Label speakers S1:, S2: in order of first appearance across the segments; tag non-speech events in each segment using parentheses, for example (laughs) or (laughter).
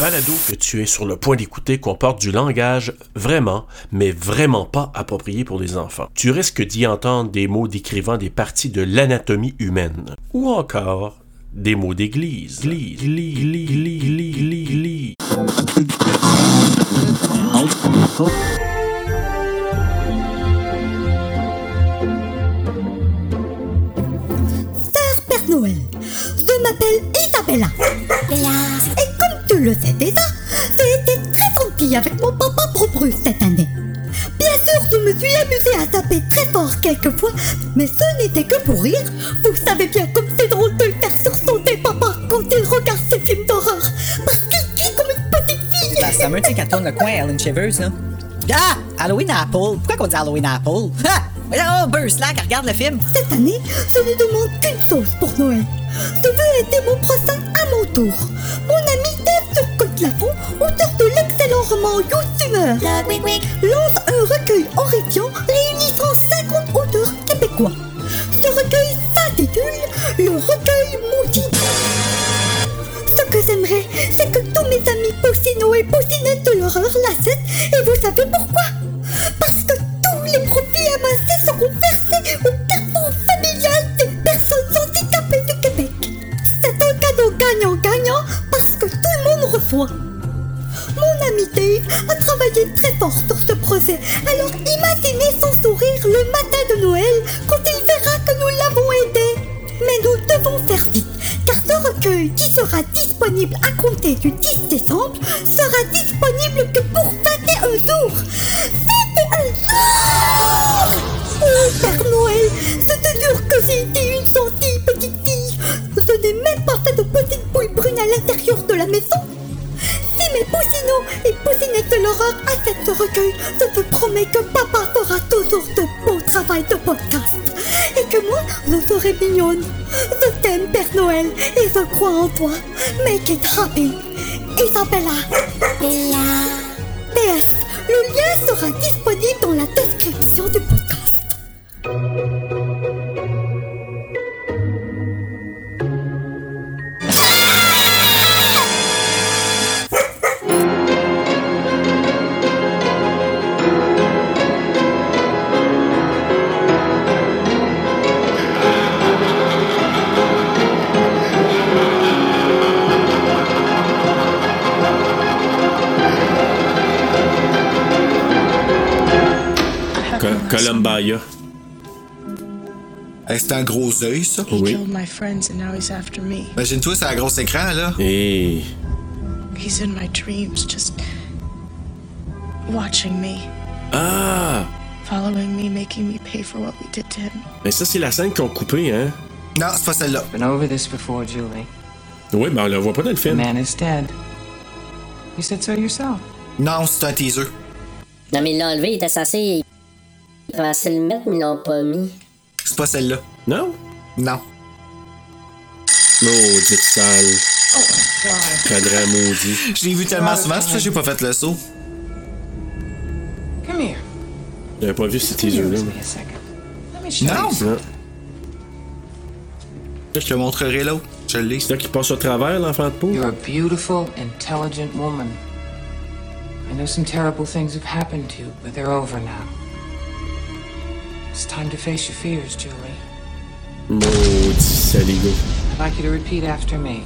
S1: balado que tu es sur le point d'écouter comporte du langage vraiment, mais vraiment pas approprié pour les enfants. Tu risques d'y entendre des mots décrivant des parties de l'anatomie humaine, ou encore des mots d'église. Gli- gli- gli- gli- gli- gli- gli.
S2: Cher Père Noël, je m'appelle Isabella. Et comme tu le sais déjà, j'ai été très gentille avec mon papa propre cette année. Bien sûr, je me suis amusée à taper très fort quelquefois, mais ce n'était que pour rire. Vous savez bien comme c'est drôle de le faire sursauter papa quand il regarde ses films d'horreur, parce qu'il crie comme une petite fille.
S3: Ben, ça me dit qu'elle tourne le coin, Ellen Shivers, là. Ah! Halloween Apple! Pourquoi qu'on dit Halloween Apple? Ah! Mais là, oh, Bruce Lack, regarde le film!
S2: Cette année, je ne demande qu'une chose pour Noël. Je veux aider mon prochain à mon tour. Mon ami Dave de Côte Lafont, auteur de l'excellent roman Youtuber, lance un recueil horrifiant réunissant 50 auteurs québécois. Ce recueil s'intitule Le recueil maudit. Ce que j'aimerais, c'est que tous mes amis Poussino et Poussinette de l'horreur l'achètent, et vous savez pourquoi Parce que tous les profits amassés seront versés au carrefour familial des personnes handicapées du Québec. C'est un cadeau gagnant-gagnant parce que tout le monde reçoit. Mon ami Dave a travaillé très fort sur ce projet, alors imaginez son sourire le matin de Noël quand il verra que nous l'avons aidé. Mais nous devons faire vite, car ce recueil qui sera disponible à compter du 10 décembre sera disponible que pour 21 jours. 21 jours Oh Père Noël, je te jure que j'ai été une gentille petite fille. Je n'ai même pas fait de petite boule brune à l'intérieur de la maison. Si mes poussinots et poussinettes de l'horreur atteignent ce recueil, je te promets que papa fera toujours de beaux travail de podcast. Et que moi, je serai mignonne. Je t'aime, Père Noël, et je crois en toi. Make it happy. Isabella. PS, le lien sera disponible dans la description du podcast.
S1: Co- Columbia.
S4: Hey, c'est un gros œil, ça.
S5: He
S1: Oui.
S5: killed my friends and now he's after me.
S4: Imagine-toi, c'est un gros écran, là.
S1: Et
S5: He's in my dreams, just watching me,
S1: ah,
S5: following me, making me pay for what we did to him.
S1: mais ça c'est la scène qu'on coupée, hein.
S4: Non, c'est pas celle-là.
S6: Been over this before, Julie.
S1: Oui, ben on la voit pas dans le
S6: The
S1: film.
S6: man is dead. You said so yourself.
S4: Non, c'est un teaser.
S7: Non, mais il l'a enlevé, il était censé. Il pensait le mettre, mais ils l'ont pas mis.
S4: C'est pas celle-là.
S1: Non?
S4: Non.
S1: Non, dites sale. Cadran maudit.
S4: Je l'ai vu tellement souvent, c'est pour ça que j'ai pas fait le saut.
S6: Come here.
S1: J'avais pas vu ce
S6: Excuse
S1: teaser-là.
S6: me
S1: moi.
S6: a second. Let me show
S4: Non!
S6: you.
S1: Non.
S4: Je te montrerai l'autre. Je l'ai.
S1: C'est là qu'il passe au travers, l'enfant de peau.
S6: You're a beautiful, intelligent woman. I know some terrible things have happened to you, but they're over now. It's time to face your fears, Julie.
S1: Maudit saligo.
S6: I'd like you to repeat after me.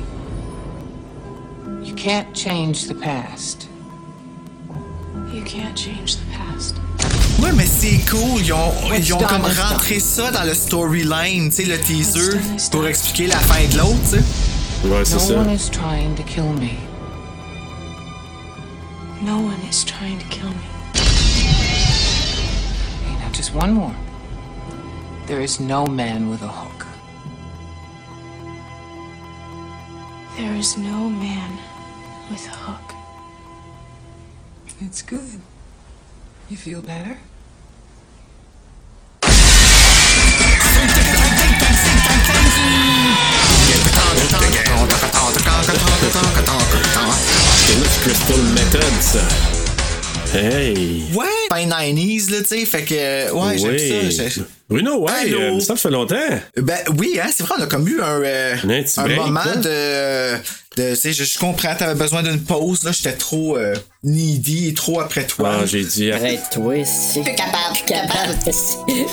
S6: You can't change the past.
S5: You can't change the past.
S4: Ouais, mais c'est cool. Ils ont, ils ont
S6: What's
S4: comme
S6: done is
S4: rentré ça dans le storyline, tu sais, le teaser,
S5: done is
S4: pour
S5: done.
S4: expliquer la fin de l'autre, tu sais.
S1: Ouais, c'est
S6: No
S1: ça.
S6: one is trying to kill me.
S5: No one is trying to kill me.
S6: Hey, now just one more. There is no man with a hook.
S5: There is no man with a hook.
S6: It's good. You feel better?
S1: C'est notre Crystal Method, ça. Hey!
S4: Ouais! Fin 90s, là, tu sais. Fait que, ouais, j'aime ça. j'ai-
S8: Bruno, ouais,
S4: Allô?
S8: euh, ça fait longtemps.
S4: Ben oui, hein, c'est vrai, on a comme eu un, euh,
S8: Un petit
S4: un
S8: break,
S4: moment
S8: là.
S4: de. de tu sais, je, je comprends, t'avais besoin d'une pause, là, j'étais trop euh, needy, trop après toi.
S8: Ah, j'ai dit. ah,
S7: Arrête-toi, si.
S3: Plus capable, plus capable.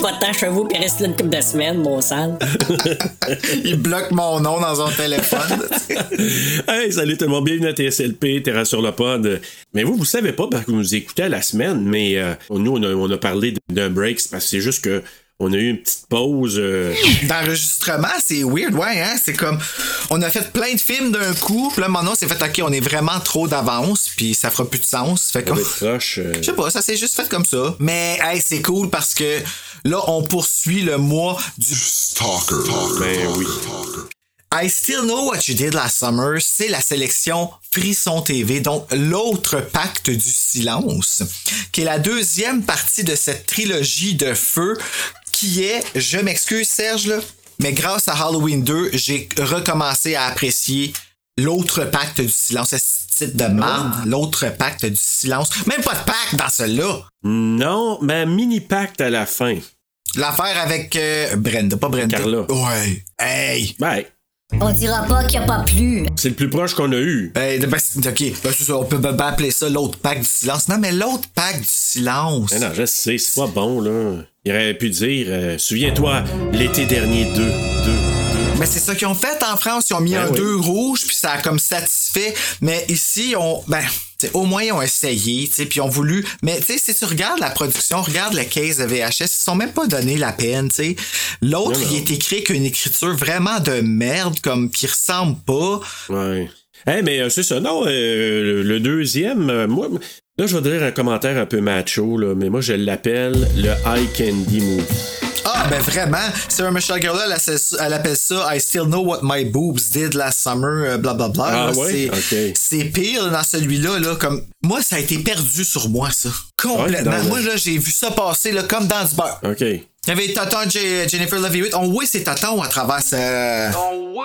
S7: (laughs) Va-t'en chez vous, puis reste là une couple de semaines, mon sale.
S4: (laughs) Il bloque mon nom dans son téléphone. (laughs)
S8: Hey, salut tout le monde, bienvenue à TSLP, Terra sur le pod. Mais vous, vous savez pas parce que vous nous écoutez à la semaine, mais euh, nous, on a, on a parlé d'un break, c'est parce que c'est juste que on a eu une petite pause. euh,
S4: D'enregistrement, c'est weird, ouais, hein? C'est comme. On a fait plein de films d'un coup, puis là, maintenant, c'est fait, ok, on est vraiment trop d'avance, puis ça fera plus de sens. Fait
S8: on
S4: comme.
S8: est proche. euh,
S4: Je sais pas, ça s'est juste fait comme ça. Mais, hey, c'est cool parce que là, on poursuit le mois du
S8: ben oui.
S4: I Still Know What You Did Last Summer, c'est la sélection Frisson TV, donc l'autre pacte du silence, qui est la deuxième partie de cette trilogie de feu, qui est, je m'excuse Serge, là, mais grâce à Halloween 2, j'ai recommencé à apprécier l'autre pacte du silence, ce titre de marde, l'autre pacte du silence, même pas de pacte dans celui-là.
S8: Non, ma mini-pacte à la fin.
S4: L'affaire avec euh, Brenda, pas Brenda.
S8: Carla.
S4: Ouais. Hey.
S8: Bye.
S3: On dira pas qu'il n'y a pas plu.
S8: Ben, C'est le plus proche qu'on a eu.
S4: Ben, ben, c'est- ok, ben, c'est ça, on peut ben, ben appeler ça l'autre pack du silence. Non, mais l'autre pack du silence.
S8: Mais non, je sais, c'est pas bon, là. Il aurait pu dire, euh, souviens-toi, l'été dernier, deux, deux,
S4: Mais c'est ça qu'ils ont fait en France. Ils ont mis
S8: Ben
S4: un
S8: oui.
S4: 2 rouge, puis ça a comme satisfait. Mais ici, on, ben, t'sais, au moins, ils ont essayé, t'sais, puis ils ont voulu. Mais tu sais, si tu regardes la production, regarde le case de VHS, ils se sont même pas donné la peine, tu sais. L'autre,
S8: Non, non.
S4: il est écrit qu'une écriture vraiment de merde, comme, qui ressemble pas.
S8: deux. Ouais. Eh, mais euh, c'est ça, non, euh, le deuxième, euh, moi, là, je vais dire un commentaire un peu macho, là, mais moi, je l'appelle le High Candy Movie.
S4: Ah, ben vraiment, Sarah Michelle Gellar, elle, asse- elle appelle ça I still know what my boobs did last summer, euh, blablabla.
S8: Ah
S4: Là,
S8: ouais?
S4: c'est-
S8: Ok.
S4: C'est pire dans celui-là, là, comme. Moi, ça a été perdu sur moi, ça. Complètement.
S8: Ouais, dans le-
S4: moi, là, j'ai vu ça passer, là, comme dans du beurre.
S8: OK.
S4: Il y avait Tonton J- Jennifer Love Hewitt. On oui, c'est Tonton à travers ce.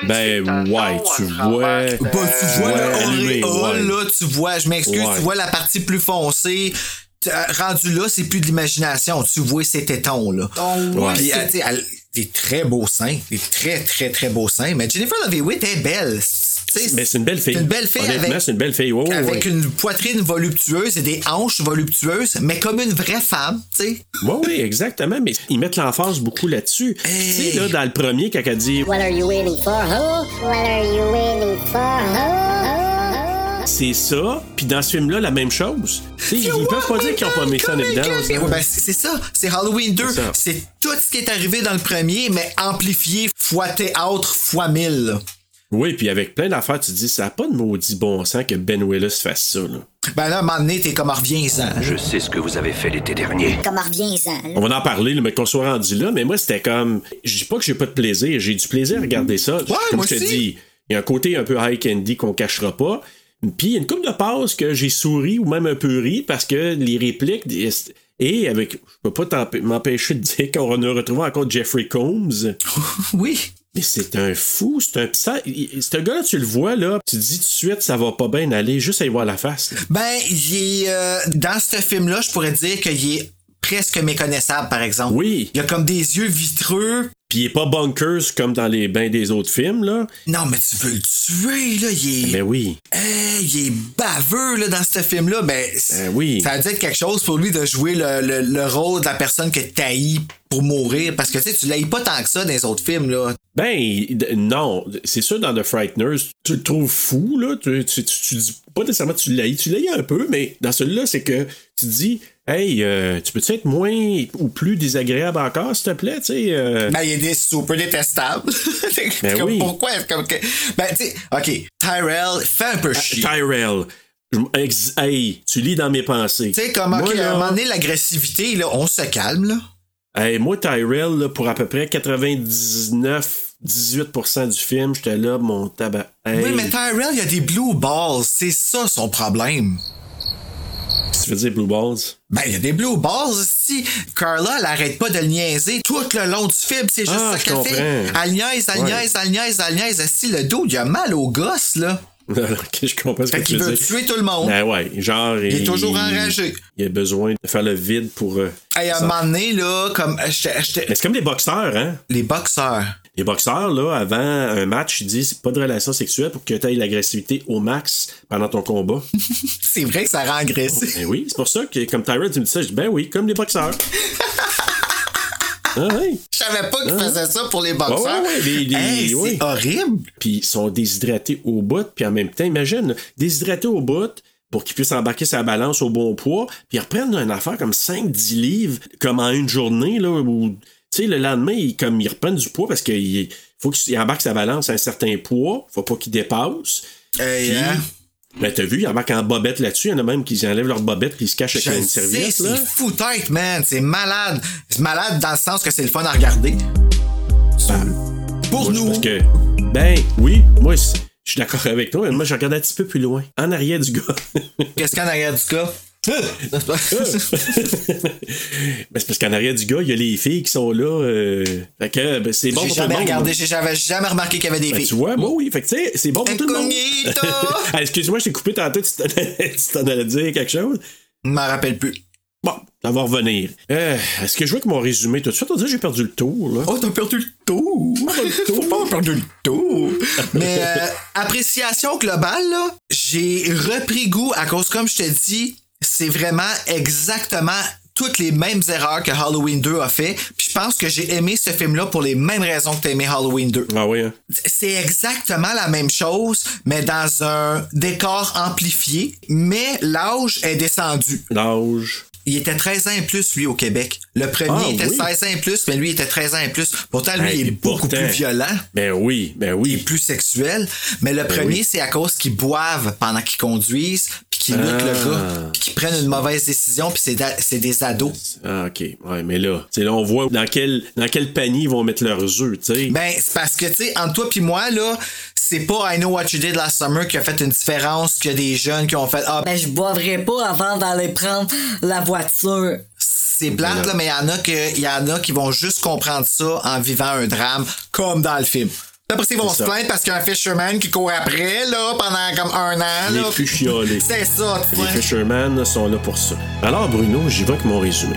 S8: Ben, ouais, tu vois.
S4: Bah, tu vois
S8: Euh, ouais,
S4: le
S8: allumé,
S4: auréole,
S8: ouais.
S4: là, tu vois, je m'excuse,
S8: Ouais.
S4: tu vois la partie plus foncée. T- euh, Rendu là, c'est plus de l'imagination. Tu vois ses tétons, là.
S8: Ouais.
S4: Puis, elle, tu sais, elle- des très beaux seins. Des très, très, très beaux seins. Mais Jennifer Love Hewitt est belle. Tu sais,
S8: Mais c'est une belle fille.
S4: C'est une belle fille
S8: Honnêtement,
S4: avec-
S8: c'est une belle fille. Ouais, ouais,
S4: Avec
S8: ouais.
S4: une poitrine voluptueuse et des hanches voluptueuses, mais comme une vraie femme, tu sais.
S8: Ouais, ouais, exactement. Mais ils mettent l'emphase beaucoup là-dessus. Tu sais, là, dans le premier, quand elle dit
S7: What are you waiting for, huh? What are you waiting for, huh?
S8: c'est ça, puis dans ce film-là, la même chose. Tu sais, ils peuvent pas dire qu'ils ont pas mis ça en évidence.
S4: Ouais,
S8: hein.
S4: ben, c'est c'est ça, c'est Halloween 2.
S8: C'est ça.
S4: C'est tout ce qui est arrivé dans le premier, mais amplifié fois théâtre, fois mille. là.
S8: Oui, puis avec plein d'affaires, tu te dis, ça n'a pas de maudit bon sens que Ben Willis fasse ça. Là.
S4: Ben là, à un moment donné, t'es comme reviens-en.
S9: Je sais ce que vous avez fait l'été dernier.
S3: Comme reviens-en.
S8: On va en parler, là, mais qu'on soit rendu là. Mais moi, c'était comme. Je dis pas que j'ai pas de plaisir. J'ai du plaisir à regarder ça. Comme
S4: Mhm. moi
S8: je te
S4: aussi.
S8: dis, il y a un côté un peu high candy qu'on cachera pas. Puis il y a une couple de passes que j'ai souri ou même un peu ri parce que les répliques. Et avec. Je peux pas t'emp- m'empêcher de dire qu'on a retrouvé encore Jeffrey Combs.
S4: Oui.
S8: Mais c'est un fou, c'est un petit. Ce gars-là, tu le vois, là, tu te dis tout de suite, ça va pas bien aller, juste à y voir la face. là.
S4: Ben, il est, euh, dans ce film-là, je pourrais dire qu'il est presque méconnaissable, par exemple.
S8: Oui.
S4: Il a comme des yeux vitreux.
S8: Puis il est pas bunkers comme dans les bains des autres films, là.
S4: Non, mais tu veux le tuer, là. Il est,
S8: Mais oui.
S4: Hey, il est baveux, là, dans ce film-là. Ben, c-
S8: Ben oui.
S4: ça a dû être quelque chose pour lui de jouer le, le- le rôle de la personne que t'haïs pour mourir. Parce que, tu sais, tu l'haïs pas tant que ça dans les autres films, là.
S8: Ben, il- d- non. C'est sûr, dans The Frighteners, tu le trouves fou, là. Tu, tu, tu, tu dis pas nécessairement tu l'haïs. Tu l'haïs un peu, mais dans celui-là, c'est que tu te dis, hey, euh, tu peux-tu être moins ou plus désagréable encore, s'il te plaît, tu sais? euh,
S4: Ben, il est super (laughs) détestable.
S8: Ben
S4: Comme,
S8: oui.
S4: Pourquoi? Comme que- Ben, tu sais, OK, Tyrell fait un
S8: Ah,
S4: peu chier.
S8: Tyrell. Je- ex- Hey, tu lis dans mes pensées.
S4: Tu sais, comme,
S8: Moi,
S4: ok, à
S8: là,
S4: un moment donné, l'agressivité, là, on se calme, là.
S8: Hey, moi, Tyrell, là, pour à peu près 99, 18% du film, j'étais là, mon tabac. Hey,
S4: Oui, mais Tyrell, il y a des blue balls. C'est ça, son problème.
S8: tu veux dire Blue Balls? (laughs)
S4: Ben, il y a des blue balls aussi. Carla, elle arrête pas de le niaiser tout le long du film. C'est juste
S8: Ah,
S4: ça
S8: je
S4: qu'elle fait.
S8: comprends.
S4: Elle niaise, elle
S8: Ouais.
S4: niaise, elle niaise, elle niaise. Si le dos, il a mal au gosse, là.
S8: Ok, je comprends ce
S4: Fait
S8: que tu
S4: qu'il
S8: veux
S4: veut
S8: dire.
S4: tuer tout le monde.
S8: Ben ouais, genre.
S4: Il est toujours enragé.
S8: Il a besoin de faire le vide pour. euh,
S4: Eh, Hey, à un moment donné, là, comme. euh, j'étais- j'étais-
S8: Mais c'est comme des boxeurs, hein?
S4: Les boxeurs.
S8: Les boxeurs, là, avant un match, ils disent pas de relation sexuelle pour que tu aies l'agressivité au max pendant
S4: (laughs)
S8: ton combat.
S4: C'est vrai que ça rend agressif.
S8: Ben oui, c'est pour ça que, comme Tyrod, tu me dis ça, je dis ben oui, comme
S4: (laughs)
S8: les boxeurs. ah oui.
S4: Je savais pas qu'ils faisaient ça pour les
S8: Ouais,
S4: boxeurs.
S8: ouais, ouais, les- les-
S4: Hey, c'est
S8: oui.
S4: horrible.
S8: Puis ils sont déshydratés au bout, puis en même temps, imagine, déshydratés au bout pour qu'ils puissent embarquer sa balance au bon poids, puis ils reprennent une affaire comme 5-10 livres, comme en une journée, là, où, tu sais, le lendemain, ils, comme, ils reprennent du poids parce qu'il faut qu'ils embarquent sa balance à un certain poids, faut pas qu'ils dépassent.
S4: Hey,
S8: Puis,
S4: hein?
S8: ben, t'as vu, ils embarquent en bobette là-dessus. Il y en a même qui enlèvent leur bobette puis ils se cachent
S4: Je
S8: avec une
S4: sais,
S8: serviette, là.
S4: c'est fou tête, man. C'est malade. C'est malade dans le sens que c'est le fun à regarder. Pour
S8: Ben, Moi,
S4: nous.
S8: Parce que, ben, oui, moi, c'est- je suis d'accord avec toi, mais moi, je regarde un petit peu plus loin, en arrière du gars. (laughs)
S4: Qu'est-ce qu'on a du
S8: Euh,
S4: (laughs) cas?
S8: (laughs) Ben, c'est parce qu'en arrière du gars, il y a les filles qui sont là. euh, Fait que, ben, c'est bon
S4: J'ai
S8: pour tout le
S4: jamais
S8: monde.
S4: regardé, j'ai- j'avais jamais remarqué qu'il y avait des
S8: Ben, tu
S4: filles.
S8: vois, moi, oui. Fait que, tu sais, c'est bon pour tout le monde.
S4: Incognito!
S8: Ah, Excuse-moi, je t'ai coupé tantôt, tu t'en tu t'en allais dire quelque chose.
S4: (laughs) Je m'en rappelle plus.
S8: Bon, ça va revenir. Euh, Est-ce que je vois que mon résumé, tout de suite, on dirait que j'ai perdu le tour, là.
S4: Oh, t'as perdu le tour! Faut pas perdu le tour! Mais euh, appréciation globale, là, j'ai repris goût à cause, comme je te dis, c'est vraiment exactement toutes les mêmes erreurs que Halloween 2 a fait. Puis je pense que j'ai aimé ce film-là pour les mêmes raisons que t'as aimé Halloween 2.
S8: Ah oui, hein.
S4: c'est exactement la même chose, mais dans un décor amplifié, mais l'âge est descendu.
S8: L'âge.
S4: Il était 13 ans et plus, lui, au Québec. Le premier
S8: Ah,
S4: était
S8: oui.
S4: 16 ans et plus, mais lui il était 13 ans et plus. Pourtant, lui,
S8: Hey,
S4: il est
S8: puis
S4: beaucoup
S8: pourtant.
S4: plus violent
S8: Ben oui, ben oui.
S4: et plus sexuel. Mais
S8: Ben
S4: le premier, c'est à cause qu'ils boivent pendant qu'ils conduisent, puis qu'ils niquent
S8: Ah.
S4: le gars, puis qu'ils prennent une mauvaise décision, puis c'est da- c'est des ados.
S8: Ah, ok. Ouais, mais là, tu sais, là, on voit dans quel, dans quel panier ils vont mettre leurs œufs, tu sais.
S4: Ben, c'est parce que, tu sais, entre toi puis moi, là, c'est pas I Know What You Did Last Summer qui a fait une différence que des jeunes qui ont fait Ah,
S3: Ben, je boivrai pas avant d'aller prendre la voiture.
S4: C'est plate, là, mais il y en a que, il y en a qui vont juste comprendre ça en vivant un drame, comme dans le film. Puis Après, ça, ils vont
S8: C'est
S4: se
S8: ça.
S4: plaindre parce qu'il y a un fisherman qui court après, là, pendant comme un an,
S8: les
S4: là.
S8: plus chiolés.
S4: (laughs) C'est ça, tu
S8: Les
S4: vois.
S8: Fishermen sont là pour ça. Alors, Bruno, j'y vais avec mon résumé.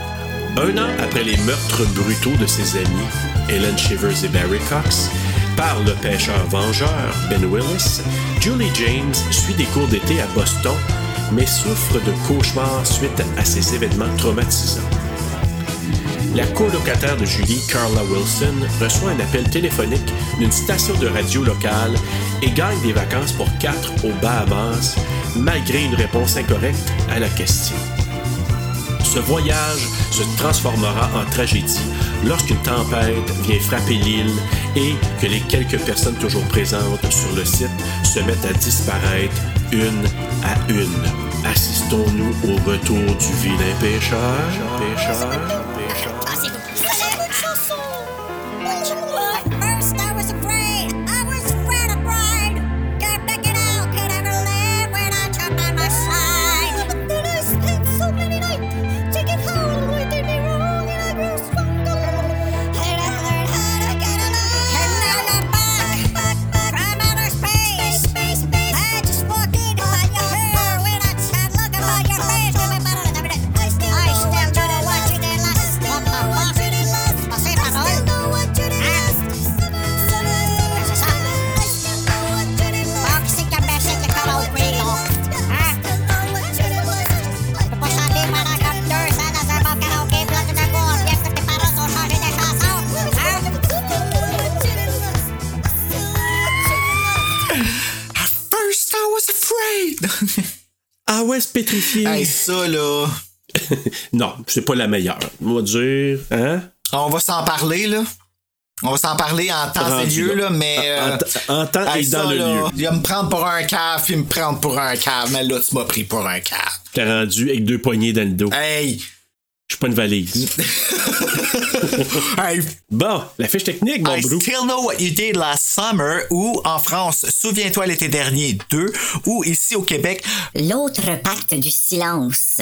S8: Un an après les meurtres brutaux de ses amis, Helen Shivers et Barry Cox, par le pêcheur vengeur Ben Willis, Julie James suit des cours d'été à Boston, mais souffre de cauchemars suite à ces événements traumatisants. La colocataire de Julie, Carla Wilson, reçoit un appel téléphonique d'une station de radio locale et gagne des vacances pour quatre aux Bahamas, malgré une réponse incorrecte à la question. Ce voyage se transformera en tragédie lorsqu'une tempête vient frapper l'île et que les quelques personnes toujours présentes sur le site se mettent à disparaître une à une. Assistons-nous au retour du vilain pêcheur, pêcheur, pêcheur.
S4: At first, I was afraid. (laughs)
S8: Ah ouais, c'est pétrifié.
S4: hey, ça, là.
S8: Non, c'est pas la meilleure. On va dire, hein?
S4: On va s'en parler, là. On va s'en parler en temps et
S8: Rendu
S4: lieu,
S8: là.
S4: là, mais.
S8: En- en
S4: euh,
S8: t- en temps et dans le lieu.
S4: Il va me prendre pour un cave, puis me prendre pour un cave. Mais là, tu m'as pris pour un cave.
S8: T'es rendu avec deux poignées dans le dos.
S4: Hey! (laughs)
S8: Je suis pas une valise.
S4: Hey,
S8: Bon, la fiche technique, mon
S4: I
S8: brou.
S4: Still Know What You Did Last Summer ou en France, Souviens-toi l'été dernier 2 ou ici au Québec,
S10: L'autre pacte du silence.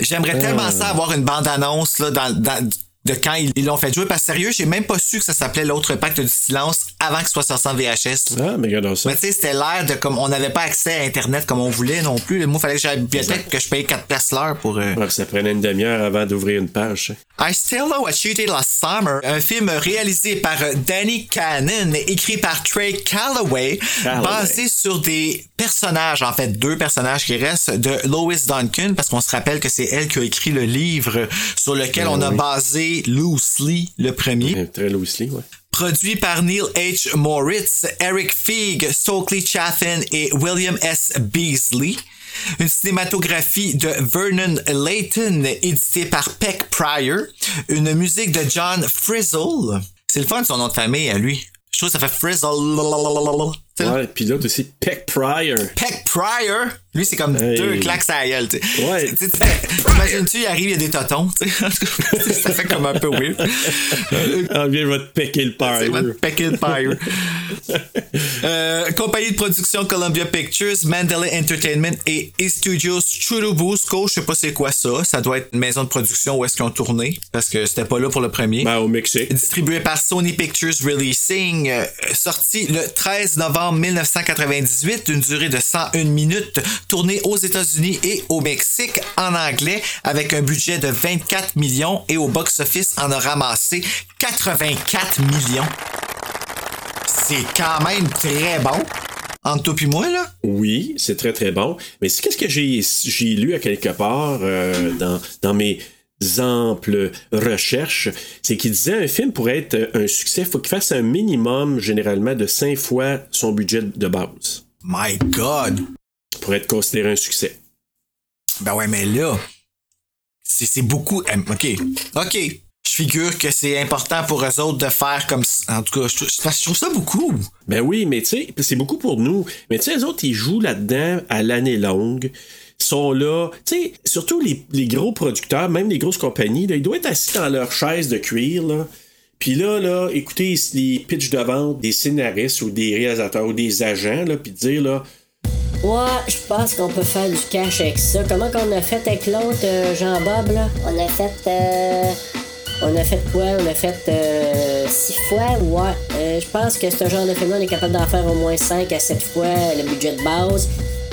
S4: j'aimerais tellement ça avoir une bande-annonce là, dans, dans- de quand ils ils l'ont fait jouer. Parce que sérieux, j'ai même pas su que ça s'appelait L'autre pacte du silence avant que ce soit sorti en VHS.
S8: Ah, mais regarde ça.
S4: Mais tu sais, c'était l'ère de comme on n'avait pas accès à Internet comme on voulait non plus. Moi, fallait que j'aille à la bibliothèque que je paye 4 places l'heure pour. euh,
S8: Ouais, ça prenait une demi-heure avant d'ouvrir une page. hein. ça.
S4: I Still Know What You Did Last Summer, un film réalisé par euh, Danny Cannon, écrit par Trey Calloway,
S8: Calloway.
S4: basé sur des personnages, en fait deux personnages qui restent de Lois Duncan, parce qu'on se rappelle que c'est elle qui a écrit le livre sur lequel on a basé Loosely, le premier.
S8: Euh, Très loosely, ouais.
S4: Produit par Neil H. Moritz, Eric Feig, Stokely Chaffin et William S. Beasley. Une cinématographie de Vernon Layton, éditée par Peck Pryor. Une musique de John Frizzle. C'est le fun de son nom de famille à lui. Je trouve que ça fait Frizzle. Tu sais,
S8: Ouais, puis l'autre aussi, Peck Pryor.
S4: Peck Pryor, lui, c'est comme
S8: Hey.
S4: deux claques à la gueule, tu sais.
S8: Ouais.
S4: Tu sais, tu sais, Imagine-tu, il arrive, il y a des totons, tu sais. (laughs) En tout cas, ça fait comme un peu weird.
S8: (laughs)
S4: Euh,
S8: Ah, viens, je vais te pecker le
S4: Ah, c'est
S8: Pryor.
S4: votre paquet de Pryor. Euh, compagnie de production Columbia Pictures, Mandalay Entertainment et E-Studios Churubusco. Je sais pas c'est quoi ça. Ça doit être une maison de production où est-ce qu'ils ont tourné. Parce que c'était pas là pour le premier.
S8: Ben, au Mexique.
S4: Distribué par Sony Pictures Releasing, euh, sorti le 13 novembre 1998, d'une durée de 101 minutes, tourné aux États-Unis et au Mexique en anglais, avec un budget de 24 millions et au box-office en a ramassé 84 millions. C'est quand même très bon. Entre toi pis moi, là.
S8: Oui, c'est très très bon. Mais c'est qu'est-ce que j'ai j'ai lu à quelque part euh, dans, dans mes amples recherches, c'est qu'il disait un film pour être un succès, faut qu'il fasse un minimum généralement de cinq fois son budget de base
S4: My God.
S8: pour être considéré un succès.
S4: Ben ouais, mais là, c'est c'est beaucoup. euh, OK. OK. Je figure que c'est important pour eux autres de faire comme. s- En tout cas, je, trou- je- je trouve ça beaucoup.
S8: Ben oui, mais tu sais, c'est beaucoup pour nous. Mais tu sais, les autres, ils jouent là-dedans à l'année longue. Ils sont là. Tu sais, surtout les, les gros producteurs, même les grosses compagnies, là, ils doivent être assis dans leur chaise de cuir, là. Puis là, là, écoutez ils se- les pitchs de vente des scénaristes ou des réalisateurs ou des agents, là, puis dire, là,
S7: Ouais, je pense qu'on peut faire du cash avec ça. Comment qu'on a fait avec l'autre, euh, Jean-Bob, là? On a fait... euh, On a fait quoi? On a fait euh, six fois? Ouais. Euh, je pense que ce genre de film-là, on est capable d'en faire au moins 5 à 7 fois euh, le budget de base.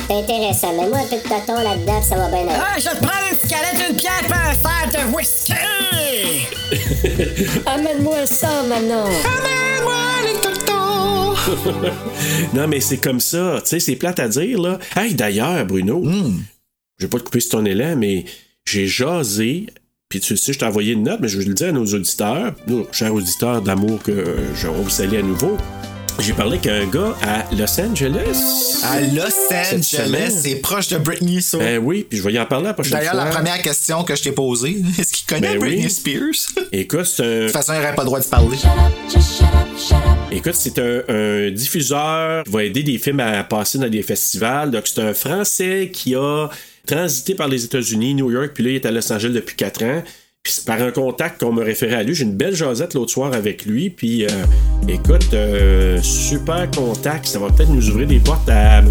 S10: C'est intéressant. Mets-moi un peu de tâton là-dedans, puis ça va bien aller.
S3: Ah, je vais te prendre une cigarette, une pierre, puis un verre de whisky!
S7: Ah, Amène-moi ça, Manon!
S8: non, mais c'est comme ça. Tu sais, c'est plate à dire, là. Hey, d'ailleurs, Bruno,
S4: Hmm.
S8: je vais pas te couper sur ton élan, mais j'ai jasé. Puis tu le sais, je t'ai envoyé une note, mais je veux le dire à nos auditeurs, nos chers auditeurs d'amour que euh, je on vous salue à nouveau. J'ai parlé qu'un gars à Los Angeles.
S4: À Los
S8: Cette
S4: Angeles,
S8: semaine.
S4: c'est proche de Britney, ça.
S8: Ben oui, puis je vais y en parler la prochaine
S4: D'ailleurs,
S8: fois.
S4: la première question que je t'ai posée, (laughs) est-ce qu'il connaît
S8: Ben
S4: Britney
S8: oui.
S4: Spears? (laughs) De
S8: Écoute, c'est un,
S4: toute façon, il n'aurait pas le droit de parler.
S8: écoute, c'est un, un diffuseur qui va aider des films à passer dans des festivals. Donc, c'est un Français qui a transité par les États-Unis, New York, puis là, il est à Los Angeles depuis 4 ans. Puis c'est par un contact qu'on me référait à lui. J'ai une belle jasette l'autre soir avec lui. Puis euh, écoute, euh, super contact. Ça va peut-être nous ouvrir des portes à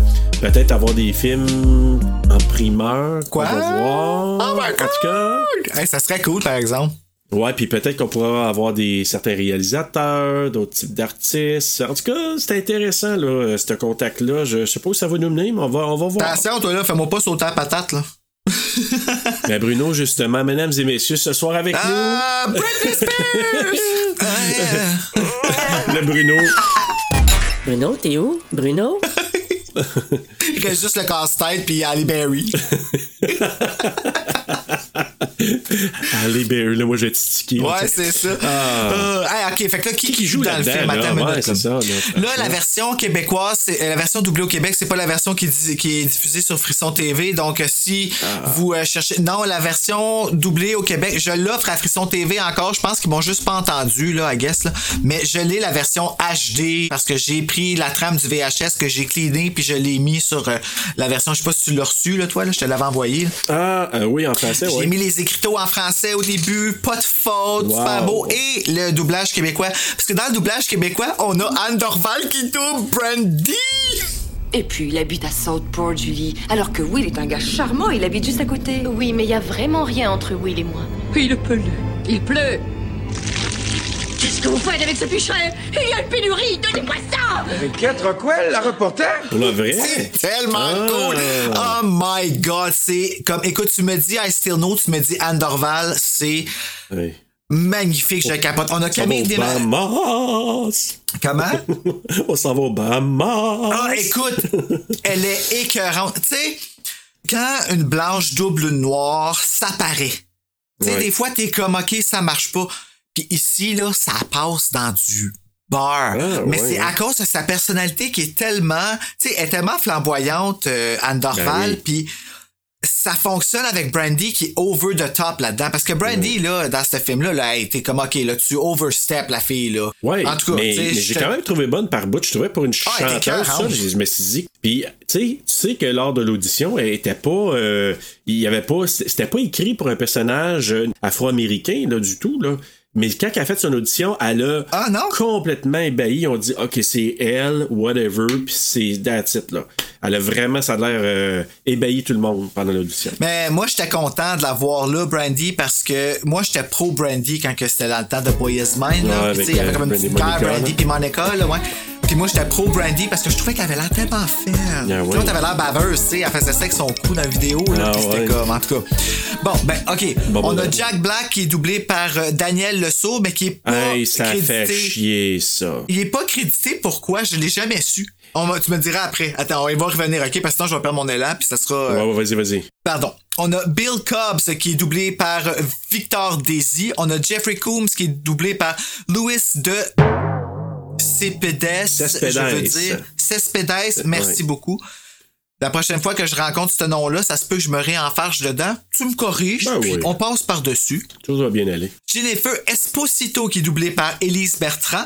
S8: peut-être avoir des films en primeur. qu'on
S4: Quoi?
S8: va voir.
S4: Oh my
S8: En tout cas,
S4: Hey, ça serait cool, par exemple.
S8: Ouais, puis peut-être qu'on pourra avoir des certains réalisateurs, d'autres types d'artistes. En tout cas, c'est intéressant, là, euh, ce contact-là. Je sais pas où ça va nous mener, mais on va, on va voir.
S4: Attention, toi, là, fais-moi pas sauter la patate, là.
S8: Mais Bruno, justement, mesdames et messieurs, ce soir avec
S4: Ah, Britney
S8: (laughs)
S4: Spears! Ah,
S8: nous, le
S4: (laughs)
S8: Bruno.
S7: Bruno, t'es où? Bruno?
S4: Il reste juste le casse-tête puis Halle Berry.
S8: Allez, Berry, là, moi, je vais titiquer.
S4: Ouais, c'est ça. Euh, hey, ok, fait que là, qui,
S8: Ah. qui joue
S4: joue dans le
S8: là-dedans,
S4: film?
S8: là?
S4: Attends, une
S8: Ouais,
S4: minute,
S8: c'est ça,
S4: là.
S8: là.
S4: Là, la version québécoise, c'est- euh, la version doublée au Québec, c'est pas la version qui, dit- qui est diffusée sur Frisson TV. Donc, euh, si
S8: Ah.
S4: vous euh, cherchez. Non, la version doublée au Québec, je l'offre à Frisson TV encore. Je pense qu'ils m'ont juste pas entendu, là, I guess, là. Mais je l'ai la version HD parce que j'ai pris la trame du VHS que j'ai cleanée puis je l'ai mis sur euh, la version. Je sais pas si tu l'as reçu, là, toi, là. Je te l'avais envoyé. là.
S8: Ah, euh, oui, en français,
S4: J'ai
S8: ouais.
S4: mis les écriteaux en français au début, pas de faute,
S8: Wow.
S4: super beau, et le doublage québécois. Parce que dans le doublage québécois, on a Anne Dorval qui double Brandy!
S11: Et puis, il habite à Southport, Julie. Alors que Will est un gars charmant, il habite juste à côté.
S5: Oui, mais il y a vraiment rien entre Will et moi.
S11: Il pleut. Il pleut.
S5: Qu'est-ce
S11: Qu'est-ce que vous faites avec ce pichet Il y a une pénurie, donnez-moi ça
S12: Avec quatre quoi, la reporter?
S8: La vraie?
S4: C'est tellement
S8: Ah.
S4: cool! Oh my god, c'est comme, écoute, tu me dis I Still Know, tu me dis Anne Dorval, c'est
S8: Oui.
S4: magnifique,
S8: Oh,
S4: je capote. On a
S8: On s'en va
S4: Camille
S8: aux
S4: Desmarais.
S8: Bahamas!
S4: Comment?
S8: On s'en va aux Bahamas!
S4: Ah, écoute, elle est écœurante. Tu sais, quand une blanche double une noire, ça paraît. Tu sais,
S8: Ouais.
S4: des fois, t'es comme, OK, ça marche pas. Puis ici, là, ça passe dans du beurre.
S8: Ah,
S4: Mais
S8: ouais,
S4: c'est à
S8: ouais.
S4: cause de sa personnalité qui est tellement, tu sais, elle est tellement flamboyante, euh, Anne Dorval,
S8: Ben oui.
S4: puis ça fonctionne avec Brandy qui est over the top là-dedans. Parce que Brandy, là, dans ce film-là, là, elle était comme, OK, là, tu overstep la fille, là.
S8: Ouais,
S4: en tout cas,
S8: mais,
S4: tu sais,
S8: mais
S4: je
S8: j'ai
S4: te-
S8: quand même trouvé bonne par bout. Je trouvais pour une
S4: Ah, elle était
S8: chanteuse, ça,
S4: écœurante.
S8: je je me suis dit. Puis, tu sais, tu sais que lors de l'audition, elle était pas, euh, il y avait pas, c'était pas écrit pour un personnage euh, afro-américain là du tout là. Mais quand elle a fait son audition, elle a
S4: Ah, non?
S8: complètement ébahi. On dit, ok, c'est elle, whatever, puis c'est that's it là. Elle a vraiment, ça a l'air euh, ébahi tout le monde pendant l'audition.
S4: Mais moi, j'étais content de la voir là, Brandy, parce que moi, j'étais pro Brandy quand que c'était dans le temps de Boys Mind.
S8: Ouais,
S4: Là.
S8: avec,
S4: Puis, tu sais, il y avait
S8: euh,
S4: comme une
S8: Brandy
S4: petite guerre,
S8: Monica,
S4: Brandy
S8: là.
S4: puis Monica. Là, ouais. Puis moi, j'étais pro Brandy parce que je trouvais qu'elle avait l'air tellement faible.
S8: Ah ouais.
S4: L'autre avait l'air baveuse, tu sais. Elle faisait ça avec son cou dans la vidéo. Là,
S8: Ah
S4: puis c'était
S8: ouais.
S4: comme, en tout cas. Bon, ben, OK.
S8: Bon,
S4: On
S8: bon,
S4: a
S8: bon.
S4: Jack Black qui est doublé par euh, Daniel Le Sourd, mais qui est pas
S8: Hey, ça
S4: crédité.
S8: fait chier ça.
S4: Il est pas crédité pourquoi, je l'ai jamais su. On va- tu me diras après. Attends, on va revenir, OK? Parce que sinon, je vais perdre mon élan, puis ça sera... euh,
S8: Ouais, ouais, vas-y, vas-y.
S4: Pardon. On a Bill Cobbs qui est doublé par Victor Daisy. On a Jeffrey Coombs qui est doublé par Louis de Cespedes.
S8: Cespedes.
S4: Je veux dire Cespedes. Merci
S8: Ouais.
S4: beaucoup. La prochaine fois que je rencontre ce nom-là, ça se peut que je me réenfarge dedans. Tu me corriges,
S8: Ben
S4: puis
S8: oui.
S4: on passe par-dessus.
S8: Tout va bien aller.
S4: Jennifer Esposito qui est doublée par Elise Bertrand.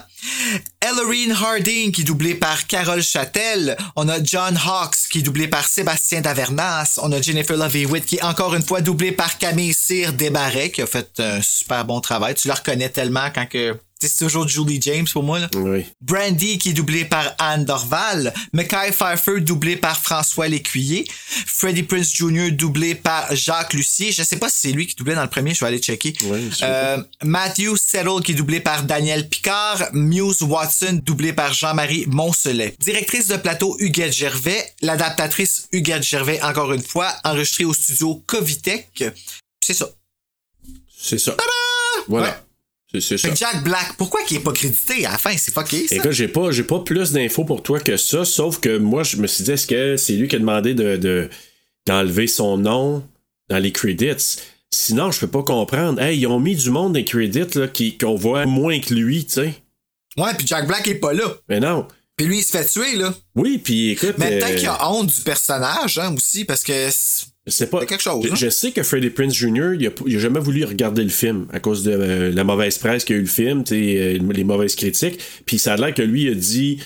S4: Ellerine Harding qui est doublée par Carole Châtel. On a John Hawks qui est doublé par Sébastien Davernas. On a Jennifer Love Hewitt qui est encore une fois doublée par Camille Cyr Desbarret qui a fait un super bon travail. Tu la reconnais tellement quand que... C'est toujours Julie James pour moi. Là.
S8: Oui.
S4: Brandy qui est doublé par Anne Dorval, Mackay Pfeiffer doublé par François Lécuyer, Freddie Prince Jr. doublé par Jacques Lucier. Je sais pas si c'est lui qui doublait dans le premier, je vais aller checker.
S8: Oui, c'est
S4: Euh, Matthew Settle qui est doublé par Daniel Picard, Muse Watson doublé par Jean-Marie Moncelet. Directrice de plateau Huguette Gervais, l'adaptatrice Huguette Gervais encore une fois, enregistrée au studio Covitech. C'est ça.
S8: C'est ça. Voilà.
S4: Ouais.
S8: C'est- C'est ça.
S4: Fait que Jack Black, pourquoi qu'il est pas crédité à la fin? C'est fucké, ça.
S8: Écoute, j'ai pas, j'ai pas plus d'infos pour toi que ça, sauf que moi, je me suis dit, est-ce que c'est lui qui a demandé de, de- d'enlever son nom dans les credits? Sinon, je peux pas comprendre. Hey, ils ont mis du monde dans les credits là, qui, qu'on voit moins que lui, tu sais.
S4: Ouais, puis Jack Black est pas là.
S8: Mais non.
S4: Puis lui, il se fait tuer, là.
S8: Oui, puis écoute.
S4: Mais
S8: euh,
S4: peut-être qu'il a honte du personnage hein, aussi, parce que. c'est-
S8: c'est pas.
S4: c'est quelque chose,
S8: je,
S4: hein.
S8: je sais que Freddie Prince Jr., il a, il a jamais voulu regarder le film à cause de euh, la mauvaise presse qu'il y a eu le film, tu sais, euh, les mauvaises critiques. Puis ça a l'air que lui a dit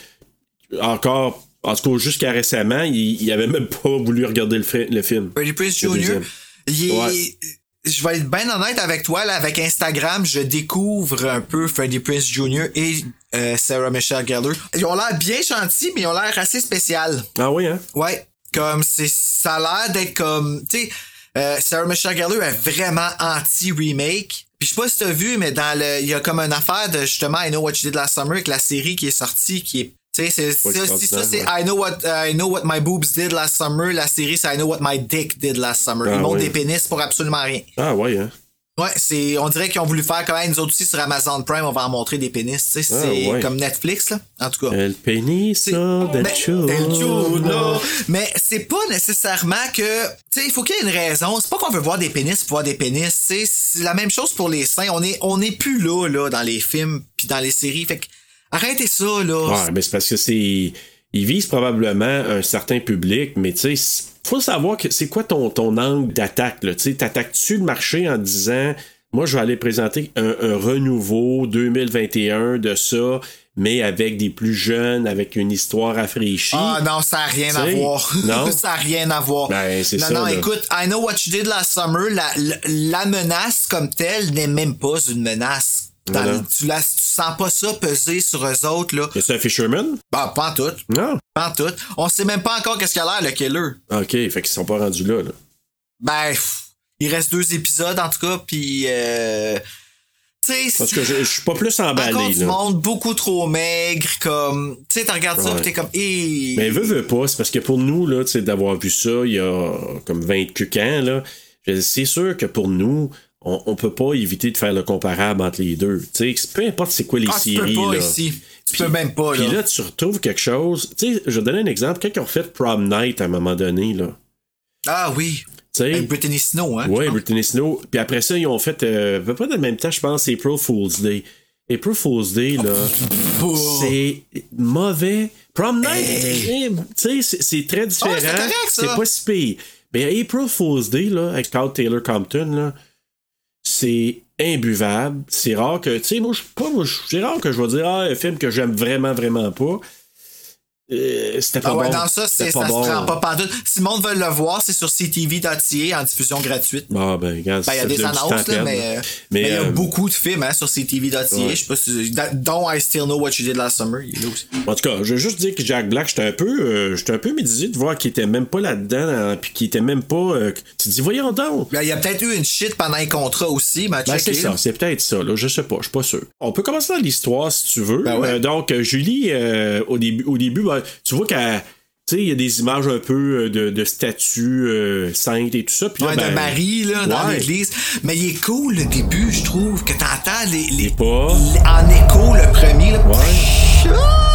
S8: encore. En tout cas, jusqu'à récemment, il, il avait même pas voulu regarder le, fri- le film.
S4: Freddie Prince
S8: Le
S4: Jr.,
S8: deuxième.
S4: il est-
S8: Ouais.
S4: Je vais être bien honnête avec toi, là, avec Instagram, je découvre un peu Freddie Prince Jr. et euh, Sarah Michelle Gellar. Ils ont l'air bien gentils, mais ils ont l'air assez spécial.
S8: Ah oui, hein?
S4: Ouais. Comme c'est. Ça a l'air d'être comme. Tu sais, euh, Sarah Michelle Gellar est vraiment anti-remake. Puis je sais pas si t'as vu, mais dans le. Il y a comme une affaire de justement I Know What You Did Last Summer avec la série qui est sortie, qui est. Tu sais, c'est-
S8: Pas
S4: c'est- c'est- ça,
S8: extraordinaire,
S4: c'est
S8: ouais.
S4: I know what euh, I know what my boobs did last summer. La série, c'est I know what my dick did last summer.
S8: Ah,
S4: Ils montent
S8: ouais.
S4: des pénis pour absolument rien.
S8: Ah ouais, hein?
S4: Ouais, c'est, on dirait qu'ils ont voulu faire comme hey, nous autres aussi sur Amazon Prime, on va en montrer des pénis. Tu sais,
S8: Ah,
S4: c'est
S8: ouais.
S4: comme Netflix là. En tout cas.
S8: El
S4: C'est-
S8: peniso del
S4: Ben,
S8: chulo.
S4: del chulo. Mais c'est pas nécessairement que. Tu sais, il faut qu'il y ait une raison. C'est pas qu'on veut voir des pénis pour voir des pénis. tu sais. C'est la même chose pour les seins. On est, on est plus là, là, dans les films puis dans les séries. Fait que arrêtez ça, là.
S8: Ouais, mais c'est parce que c'est. Ils visent probablement un certain public, mais tu sais, c'est- faut savoir que c'est quoi ton, ton angle d'attaque, là. Tu sais, t'attaques-tu le marché en disant, moi, je vais aller présenter un, un renouveau 2021 de ça, mais avec des plus jeunes, avec une histoire rafraîchie.
S4: Ah non, ça n'a rien à
S8: T'sais,
S4: voir. (laughs)
S8: non.
S4: ça n'a rien à voir.
S8: Ben, c'est
S4: non,
S8: ça,
S4: non,
S8: là.
S4: écoute, I know what you did last summer, la, la, la menace comme telle n'est même pas une menace. Dans
S8: Voilà.
S4: le- tu, la, tu sens pas ça peser sur eux autres, là.
S8: C'est un Fisherman?
S4: Bah, pas en tout.
S8: Non.
S4: Pas en tout. On sait même pas encore qu'est-ce qu'il a l'air, le killer.
S8: Ah, OK, fait qu'ils sont pas rendus là, là.
S4: Ben, pff, il reste deux épisodes en tout cas, puis euh, tu tu sais.
S8: Parce que je, je suis pas plus emballé.
S4: Encore du
S8: là.
S4: monde beaucoup trop maigre, comme, tu sais, t'en regardes ça,
S8: Ouais.
S4: pis t'es comme, eh.
S8: Mais veut, veut pas, c'est parce que pour nous, là, tu sais, d'avoir vu ça il y a comme 20 cucans, là, je- c'est sûr que pour nous, on, on peut pas éviter de faire le comparable entre les deux. Tu sais, peu importe c'est quoi les
S4: Ah, tu
S8: séries.
S4: peux pas
S8: là.
S4: ici. Tu peux même pas,
S8: Puis
S4: là.
S8: là, tu retrouves quelque chose. Tu sais, je vais donner un exemple. Quand ils ont fait Prom Night à un moment donné, là.
S4: Ah oui.
S8: Tu sais.
S4: Avec Brittany Snow, hein.
S8: Ouais, Brittany Snow. Puis après ça, ils ont fait, euh, à peu près dans le même temps, je pense, April Fool's Day. April Fool's Day, là,
S4: Oh,
S8: c'est mauvais. Prom Night, eh, tu sais, c'est- c'est très différent.
S4: Ah, c'est correct, ça.
S8: c'est pas si pire. Mais April Fool's Day, là, avec Carl Taylor Compton, là, c'est imbuvable. C'est rare que, tu sais, moi, je suis pas, moi, je- c'est rare que je vais dire, ah, un film que j'aime vraiment, vraiment pas. Euh, c'était pas
S4: Ah ouais,
S8: bon.
S4: dans ça, c'est,
S8: C'était
S4: ça
S8: bon.
S4: se prend pas pantoute. Si le monde veut le voir, c'est sur CTV.ca en diffusion gratuite.
S8: Ah, ben, regarde,
S4: Ben, il y a
S8: ça
S4: des
S8: faisait du temps à
S4: annonces, là,
S8: perdre.
S4: mais euh, mais
S8: Mais,
S4: il y a
S8: euh,
S4: beaucoup de films hein, sur CTV.ca.
S8: Ouais.
S4: Je sais pas si. da- Dont I Still Know What You Did Last Summer. Il est là aussi.
S8: En tout cas, je veux juste dire que Jack Black, j'étais un peu, euh, j'étais un peu médisé de voir qu'il était même pas là-dedans, hein, puis qu'il était même pas. euh, tu te dis, voyons donc.
S4: Ben, il y a peut-être eu une shit pendant un contrat aussi, mais
S8: Ben,
S4: check
S8: c'est ça, c'est peut-être ça, là, je sais pas, je suis pas sûr. On peut commencer dans l'histoire si tu veux.
S4: Ben ouais.
S8: Euh, donc, euh, Julie, euh, au début, au début ben, tu vois qu'elle. Tu sais, il y a des images un peu euh, de, de statues euh, saintes et tout ça. Puis là,
S4: Ouais,
S8: ben,
S4: de Marie, là, dans
S8: ouais.
S4: l'église. Mais il est cool, le début, je trouve, que t'entends les, les,
S8: Pas.
S4: les- en écho, le premier, là. Ah!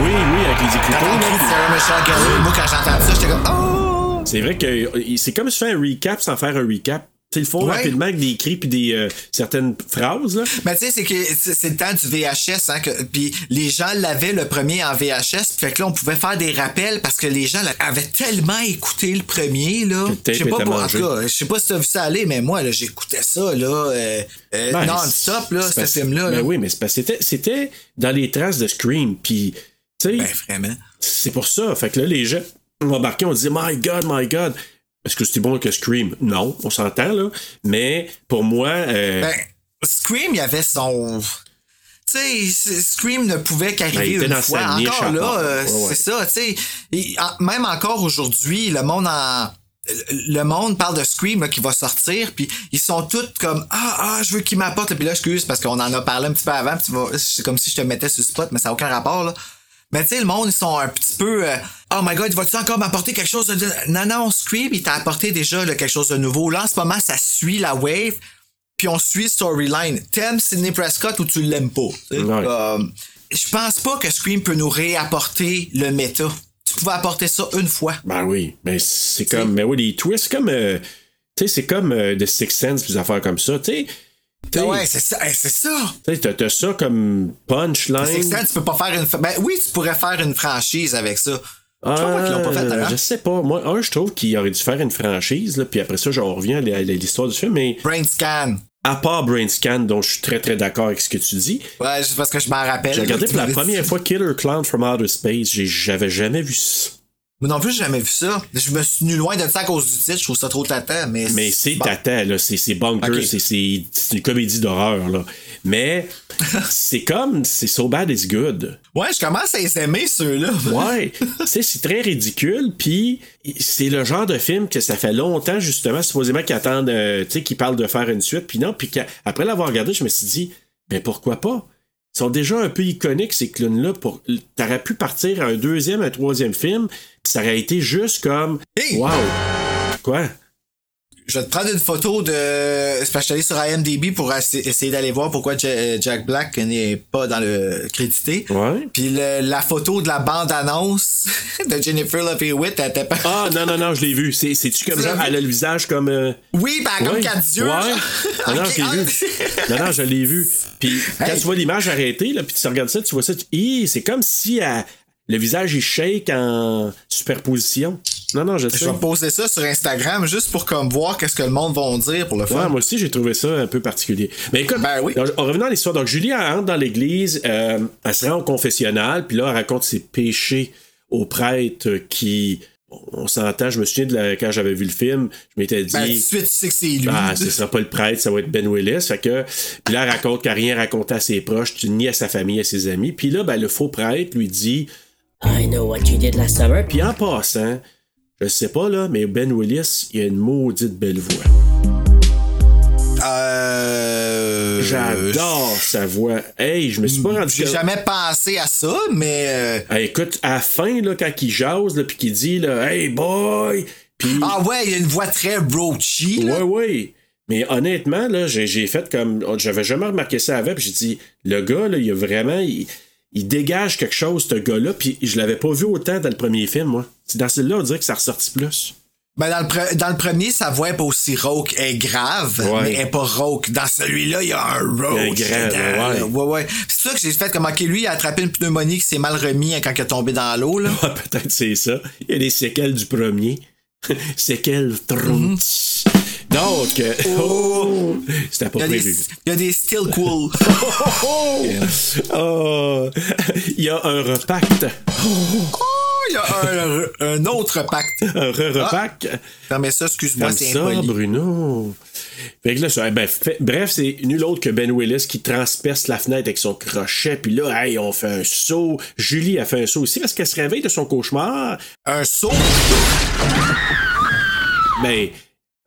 S8: Oui, oui, avec les
S4: T'entends
S8: écritures.
S4: le cri de Sarah Michelle Gellar. Moi, quand j'entends ça, j'étais comme, oh!
S8: C'est vrai que euh, il- c'est comme se faire un recap sans faire un recap. Tu sais, ils le font
S4: Ouais.
S8: rapidement avec des cris puis des euh, certaines phrases. Là.
S4: Mais tu sais, c'est que c'est c'est le temps du VHS, hein, que, puis les gens l'avaient le premier en VHS, fait que là, on pouvait faire des rappels parce que les gens là, avaient tellement écouté le premier, là.
S8: Que le tape
S4: Je sais pas
S8: était
S4: pour- en
S8: mangé.
S4: tout cas, je sais pas si t'as vu ça aller, mais moi, là, j'écoutais ça, là, euh, euh,
S8: Ben,
S4: non-stop, là,
S8: c'est
S4: ce
S8: parce-
S4: film-là. là.
S8: Ben oui, mais c'est parce que c'était, c'était dans les traces de Scream. Puis, tu sais,
S4: Ben, vraiment.
S8: c'est pour ça. Fait que là, les gens ont embarqué, on dit My God, my God. Est-ce que c'était bon que Scream? Non, on s'entend, là. Mais pour moi, euh,
S4: Ben, Scream, il y avait son. Tu sais, Scream ne pouvait
S8: Ben, il
S4: qu'arriver
S8: était
S4: une
S8: dans
S4: fois.
S8: sa niche
S4: Encore
S8: à
S4: là,
S8: part.
S4: euh,
S8: Ouais, ouais.
S4: c'est ça, tu sais. Et, ah, Même encore aujourd'hui, le monde en. Le monde parle de Scream là, qui va sortir, puis ils sont tous comme Ah, ah, je veux qu'il m'apporte. Puis là, excuse, parce qu'on en a parlé un petit peu avant, puis tu vas- c'est comme si je te mettais sur le spot, mais ça n'a aucun rapport, là. Mais tu sais, le monde, ils sont un petit peu euh, Oh my god, vas-tu encore m'apporter quelque chose de. Non, non, Scream, il t'a apporté déjà là, quelque chose de nouveau. Là, en ce moment, ça suit la wave puis on suit storyline. T'aimes Sidney Prescott ou tu l'aimes pas. tu sais.
S8: Ouais.
S4: Comme, Euh, je pense pas que Scream peut nous réapporter le méta. Tu pouvais apporter ça une fois.
S8: ben oui, mais c'est comme. Mais oui, les twists, c'est comme. euh, tu sais, c'est comme euh, The Sixth Sense, puis des affaires comme ça. Tu sais, tu sais,
S4: ouais, c'est ça. hey, c'est ça.
S8: tu sais, t'as, t'as eh, ça comme
S4: C'est
S8: punchline.
S4: que ça, tu peux pas faire une. fra- Ben oui, tu pourrais faire une franchise avec ça. je crois pas qu'ils l'ont pas fait hein?
S8: Euh,
S4: avant.
S8: je sais pas. Moi, un, je trouve qu'il aurait dû faire une franchise, là, puis après ça, j'en reviens à l- à l'histoire du film, mais
S4: Brain Scan.
S8: à part Brain Scan, dont je suis très très d'accord avec ce que tu dis,
S4: Ouais, juste parce que je m'en rappelle.
S8: j'ai regardé
S4: Tu
S8: pour la
S4: m'avais dit-
S8: première fois Killer Clown from Outer Space. J'ai- J'avais jamais vu ça.
S4: Moi non plus, j'ai jamais vu ça. Je me suis tenu loin de ça à cause du titre. Je trouve ça trop tata, mais.
S8: Mais c'est
S4: bon.
S8: tata, là. C'est, c'est bunker,
S4: Ok.
S8: c'est, c'est, c'est une comédie d'horreur, là. Mais (laughs) c'est comme, c'est so bad it's good.
S4: Ouais, je commence à les aimer, ceux-là.
S8: Ouais, tu sais, c'est très ridicule, puis c'est le genre de film que ça fait longtemps, justement, supposément qu'ils attendent, euh, tu sais, qu'ils parlent de faire une suite, puis non, puis qu'a- après l'avoir regardé, je me suis dit, ben pourquoi pas? Ils sont déjà un peu iconiques, ces clowns-là. Pour... T'aurais pu partir à un deuxième, un troisième film, puis ça aurait été juste comme,
S4: Hey!
S8: wow! Quoi?
S4: Je vais te prendre une photo de. C'est parce que je suis allé sur IMDb pour essa- essayer d'aller voir pourquoi Ja- euh, Jack Black n'est pas dans le crédité.
S8: Ouais.
S4: Puis le- la photo de la bande-annonce de Jennifer Love Hewitt, elle était pas.
S8: Ah, non, non, non, je l'ai vu. C'est- C'est-tu comme
S4: Tu l'as
S8: genre,
S4: vu?
S8: elle a le visage comme. euh,
S4: Oui, ben, comme
S8: Ouais.
S4: quatre yeux.
S8: Ouais.
S4: genre.
S8: Non,
S4: (laughs)
S8: non,
S4: Ok, ah.
S8: je l'ai vu. Non, non, je l'ai vu. Puis quand
S4: Hey.
S8: tu vois l'image arrêtée, là, puis tu regardes ça, tu vois ça, tu... Hi, c'est comme si elle- le visage il shake en superposition. Non, non, je sais.
S4: Je vais poser ça sur Instagram juste pour comme voir qu'est-ce que le monde va dire pour le
S8: Ouais,
S4: faire.
S8: moi aussi, j'ai trouvé ça un peu particulier. Mais écoute,
S4: Ben oui.
S8: donc, en revenant à l'histoire, donc Julie elle rentre dans l'église, euh, elle se rend au confessionnal, puis là, elle raconte ses péchés au prêtre qui on s'entend, je me souviens de la, quand j'avais vu le film, je m'étais dit.
S4: Ben, tout de suite, tu sais que c'est lui.
S8: Ah, ce sera pas le prêtre, ça va être Ben Willis. Fait que, puis là, elle raconte qu'elle a rien raconté à ses proches, ni à sa famille, à ses amis. Puis là, ben, le faux prêtre lui dit
S7: I know what you did last summer.
S8: Puis en passant, je sais pas là, mais Ben Willis, il a une maudite belle voix.
S4: Euh...
S8: J'adore sa voix. Hey, je me suis pas rendu
S4: J'ai
S8: compte-
S4: jamais pensé à ça, mais. euh,
S8: Ah, écoute, à la fin, là, quand il jase, là, puis qu'il dit, là, hey boy, puis.
S4: Ah ouais, il a une voix très broachy. là.
S8: Ouais, ouais. Mais honnêtement, là, j'ai, j'ai fait comme. J'avais jamais remarqué ça avant, puis j'ai dit, le gars, là, il a vraiment. Il, il dégage quelque chose, ce gars-là, puis je l'avais pas vu autant dans le premier film, moi. C'est dans celui-là, on dirait que ça ressortit plus. (laughs)
S4: Ben dans, le pre- dans le premier, sa voix est pas aussi rauque. Elle est grave,
S8: Ouais.
S4: mais elle est pas rauque. Dans celui-là, il y a un rauque.
S8: Il y a un grand,
S4: dedans,
S8: ouais.
S4: là. ouais. ouais. C'est ça que j'ai fait comme, OK, lui, il a attrapé une pneumonie qui s'est mal remis hein, quand il est tombé dans l'eau. là.
S8: Ah, peut-être c'est ça. Il y a des séquelles du premier. (laughs) séquelles 30. Donc, euh, (laughs) oh, c'était
S4: Il y,
S8: pas
S4: a des,
S8: prévu.
S4: il y a des still
S8: (laughs)
S4: cool.
S8: Oh, (laughs) il y a un repact.
S4: Oh, il y a un, un autre pacte.
S8: Un re-repact.
S4: Non, mais ça, excuse-moi,
S8: Comme
S4: c'est
S8: ça,
S4: impoli.
S8: Bruno. Fait que là, ça- ben, fait- bref, c'est nul autre que Ben Willis qui transperce la fenêtre avec son crochet. Puis là, hey, on fait un saut. Julie a fait un saut aussi parce qu'elle se réveille de son cauchemar.
S4: Un saut.
S8: Ben,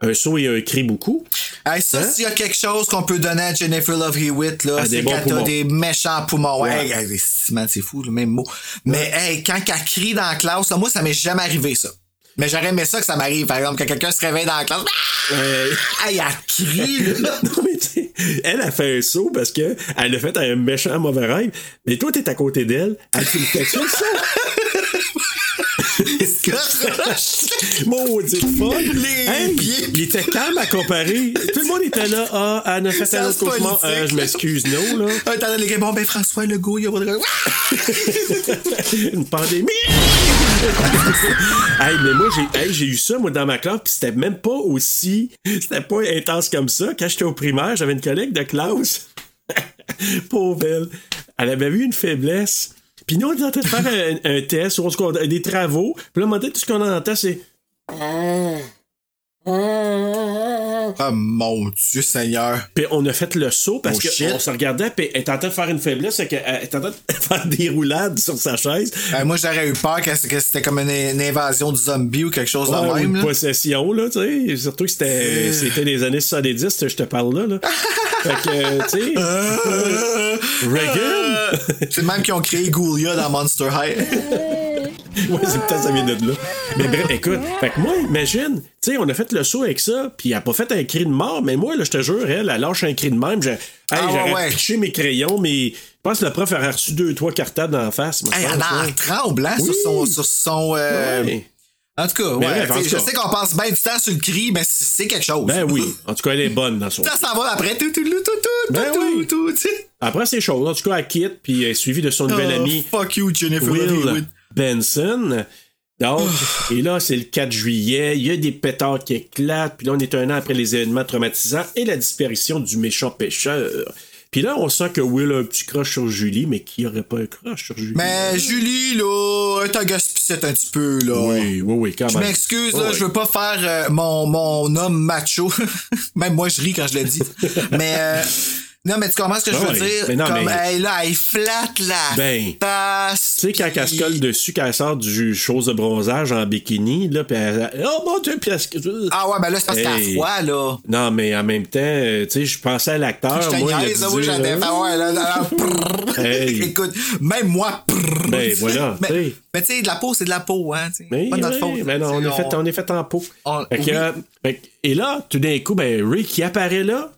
S8: un saut et un cri beaucoup. (laughs)
S4: Hey, ça,
S8: Hein?
S4: s'il y a quelque chose qu'on peut donner à Jennifer Love Hewitt, là,
S8: Ah, des
S4: c'est
S8: bons
S4: qu'elle a
S8: poumons.
S4: des méchants poumons.
S8: Ouais.
S4: Hey, hey, c'est- man, c'est fou, le même mot. Mais hey, quand elle crie dans la classe, là, moi, ça m'est jamais arrivé, ça. Mais j'aurais aimé ça que ça m'arrive, par exemple, que quelqu'un se réveille dans la classe.
S8: Euh,
S4: Ah, Hey, elle crie,
S8: (laughs)
S4: là. (laughs)
S8: non, mais tu sais, elle a fait un saut parce que elle a fait un méchant mauvais rêve. Mais toi, t'es à côté d'elle. Elle te
S4: (laughs)
S8: fait ça. Maudite folle.
S4: Les pieds.
S8: Il était calme à comparer. Tout le monde était là. Ah, elle a fait un
S4: Science
S8: autre cauchemar.
S4: politique.
S8: Ah, je m'excuse, non, là.
S4: Ah, t'as les gars, bon, ben, François Legault, il y a votre.
S8: Une pandémie. hey, mais moi, j'ai hey, j'ai eu ça, moi, dans ma classe, puis c'était même pas aussi. C'était pas intense comme ça. Quand j'étais au primaire, j'avais une collègue de classe. (laughs) Pauvre elle. Elle avait eu une faiblesse. Puis nous, on était en train de faire un, un test, ou en tout cas, des travaux. Puis là, à un moment donné, tout ce qu'on entend, c'est.
S7: Ah. Ah.
S4: Ah, mon Dieu Seigneur.
S8: Puis on a fait le saut parce
S4: Oh, shit.
S8: qu'on se regardait, puis elle tentait de faire une faiblesse, fait qu'elle elle tentait de (laughs) faire des roulades sur sa chaise.
S4: Euh, moi, j'aurais eu peur que, que c'était comme une, une invasion de zombies ou quelque chose
S8: Ouais,
S4: de
S8: ou
S4: même.
S8: une
S4: là. Euh.
S8: possession, là, tu sais. Surtout que c'était, c'était les années 70, je te parle là. là.
S4: (laughs)
S8: fait que, tu
S4: Euh,
S8: sais. Reagan?
S4: (laughs) C'est le même qui ont créé Goulia dans Monster High.
S8: ouais, c'est peut-être ça vient de là. Mais bref, écoute, fait que moi, imagine, tu sais, on a fait le saut avec ça, puis elle a pas fait un cri de mort, mais moi, là, je te jure, elle, elle lâche un cri de même. J'ai, hey,
S4: Ah, ouais,
S8: j'aurais
S4: ouais.
S8: pitché mes crayons, mais je pense que le prof aurait reçu deux, trois cartables dans la face. moi, je
S4: Hey,
S8: pense,
S4: elle
S8: là.
S4: en tremble, hein, sur
S8: Oui.
S4: son. Sur son euh,
S8: Ouais.
S4: En tout cas,
S8: Mais
S4: ouais,
S8: bref, en
S4: t'sais,
S8: tout
S4: je
S8: cas.
S4: sais qu'on passe bien du temps sur le cri, mais c'est c'est quelque chose.
S8: Ben oui. En tout cas, elle est bonne dans
S4: (laughs)
S8: son.
S4: Ça s'en va après. Tout, tout, tout, tout, tout,
S8: Ben
S4: tout,
S8: oui.
S4: tout, tu sais.
S8: Après, c'est chaud. En tout cas, elle quitte, puis elle est suivie de son nouvel
S4: Oh,
S8: ami
S4: Fuck you, Jennifer Love
S8: Will
S4: Hewitt.
S8: Benson. Donc,
S4: Ah.
S8: et là, c'est le 4 juillet, il y a des pétards qui éclatent, puis là, on est un an après les événements traumatisants et la disparition du méchant pêcheur. Puis là, on sent que Will a un petit crush sur Julie, mais qui aurait pas un crush sur Julie?
S4: Mais Julie, là, ta gaspissette un petit peu, là.
S8: Oui, oui, oui, quand
S4: Je
S8: même.
S4: m'excuse,
S8: Oh,
S4: là,
S8: oui.
S4: je veux pas faire euh, mon, mon homme macho. (laughs) Même moi, je ris quand je le
S8: (laughs)
S4: dis. mais euh, non, mais tu comprends ce que je
S8: Ah
S4: veux
S8: ouais,
S4: dire?
S8: mais non,
S4: Comme,
S8: mais-
S4: hey, là, elle flatte la
S8: Ben,
S4: face.
S8: Tu sais, quand elle se colle dessus, quand elle sort du chose de bronzage en bikini, là, puis elle... Oh mon Dieu, puis elle...
S4: Ah ouais, ben là, c'est parce qu'elle a
S8: Hey.
S4: froid, là.
S8: Non, mais en même temps, euh, tu sais, je pensais à l'acteur.
S4: Je te
S8: Ah, moi, il a
S4: niaise,
S8: dû
S4: là, moi,
S8: dire,
S4: j'avais
S8: euh,
S4: fait, ouais, là, là, là, prrr. (laughs)
S8: Hey.
S4: Écoute, même moi, prrr.
S8: Ben, voilà,
S4: (laughs) mais,
S8: tu sais.
S4: mais tu sais, de la peau, c'est de la peau, hein, tu sais.
S8: Mais
S4: Pas de notre
S8: ouais,
S4: faute.
S8: ben non, on,
S4: Tu sais,
S8: est fait, on est fait en peau.
S4: on-
S8: Fait que,
S4: oui.
S8: euh, fait que- et là, tout d'un coup, ben, Ray qui apparaît là.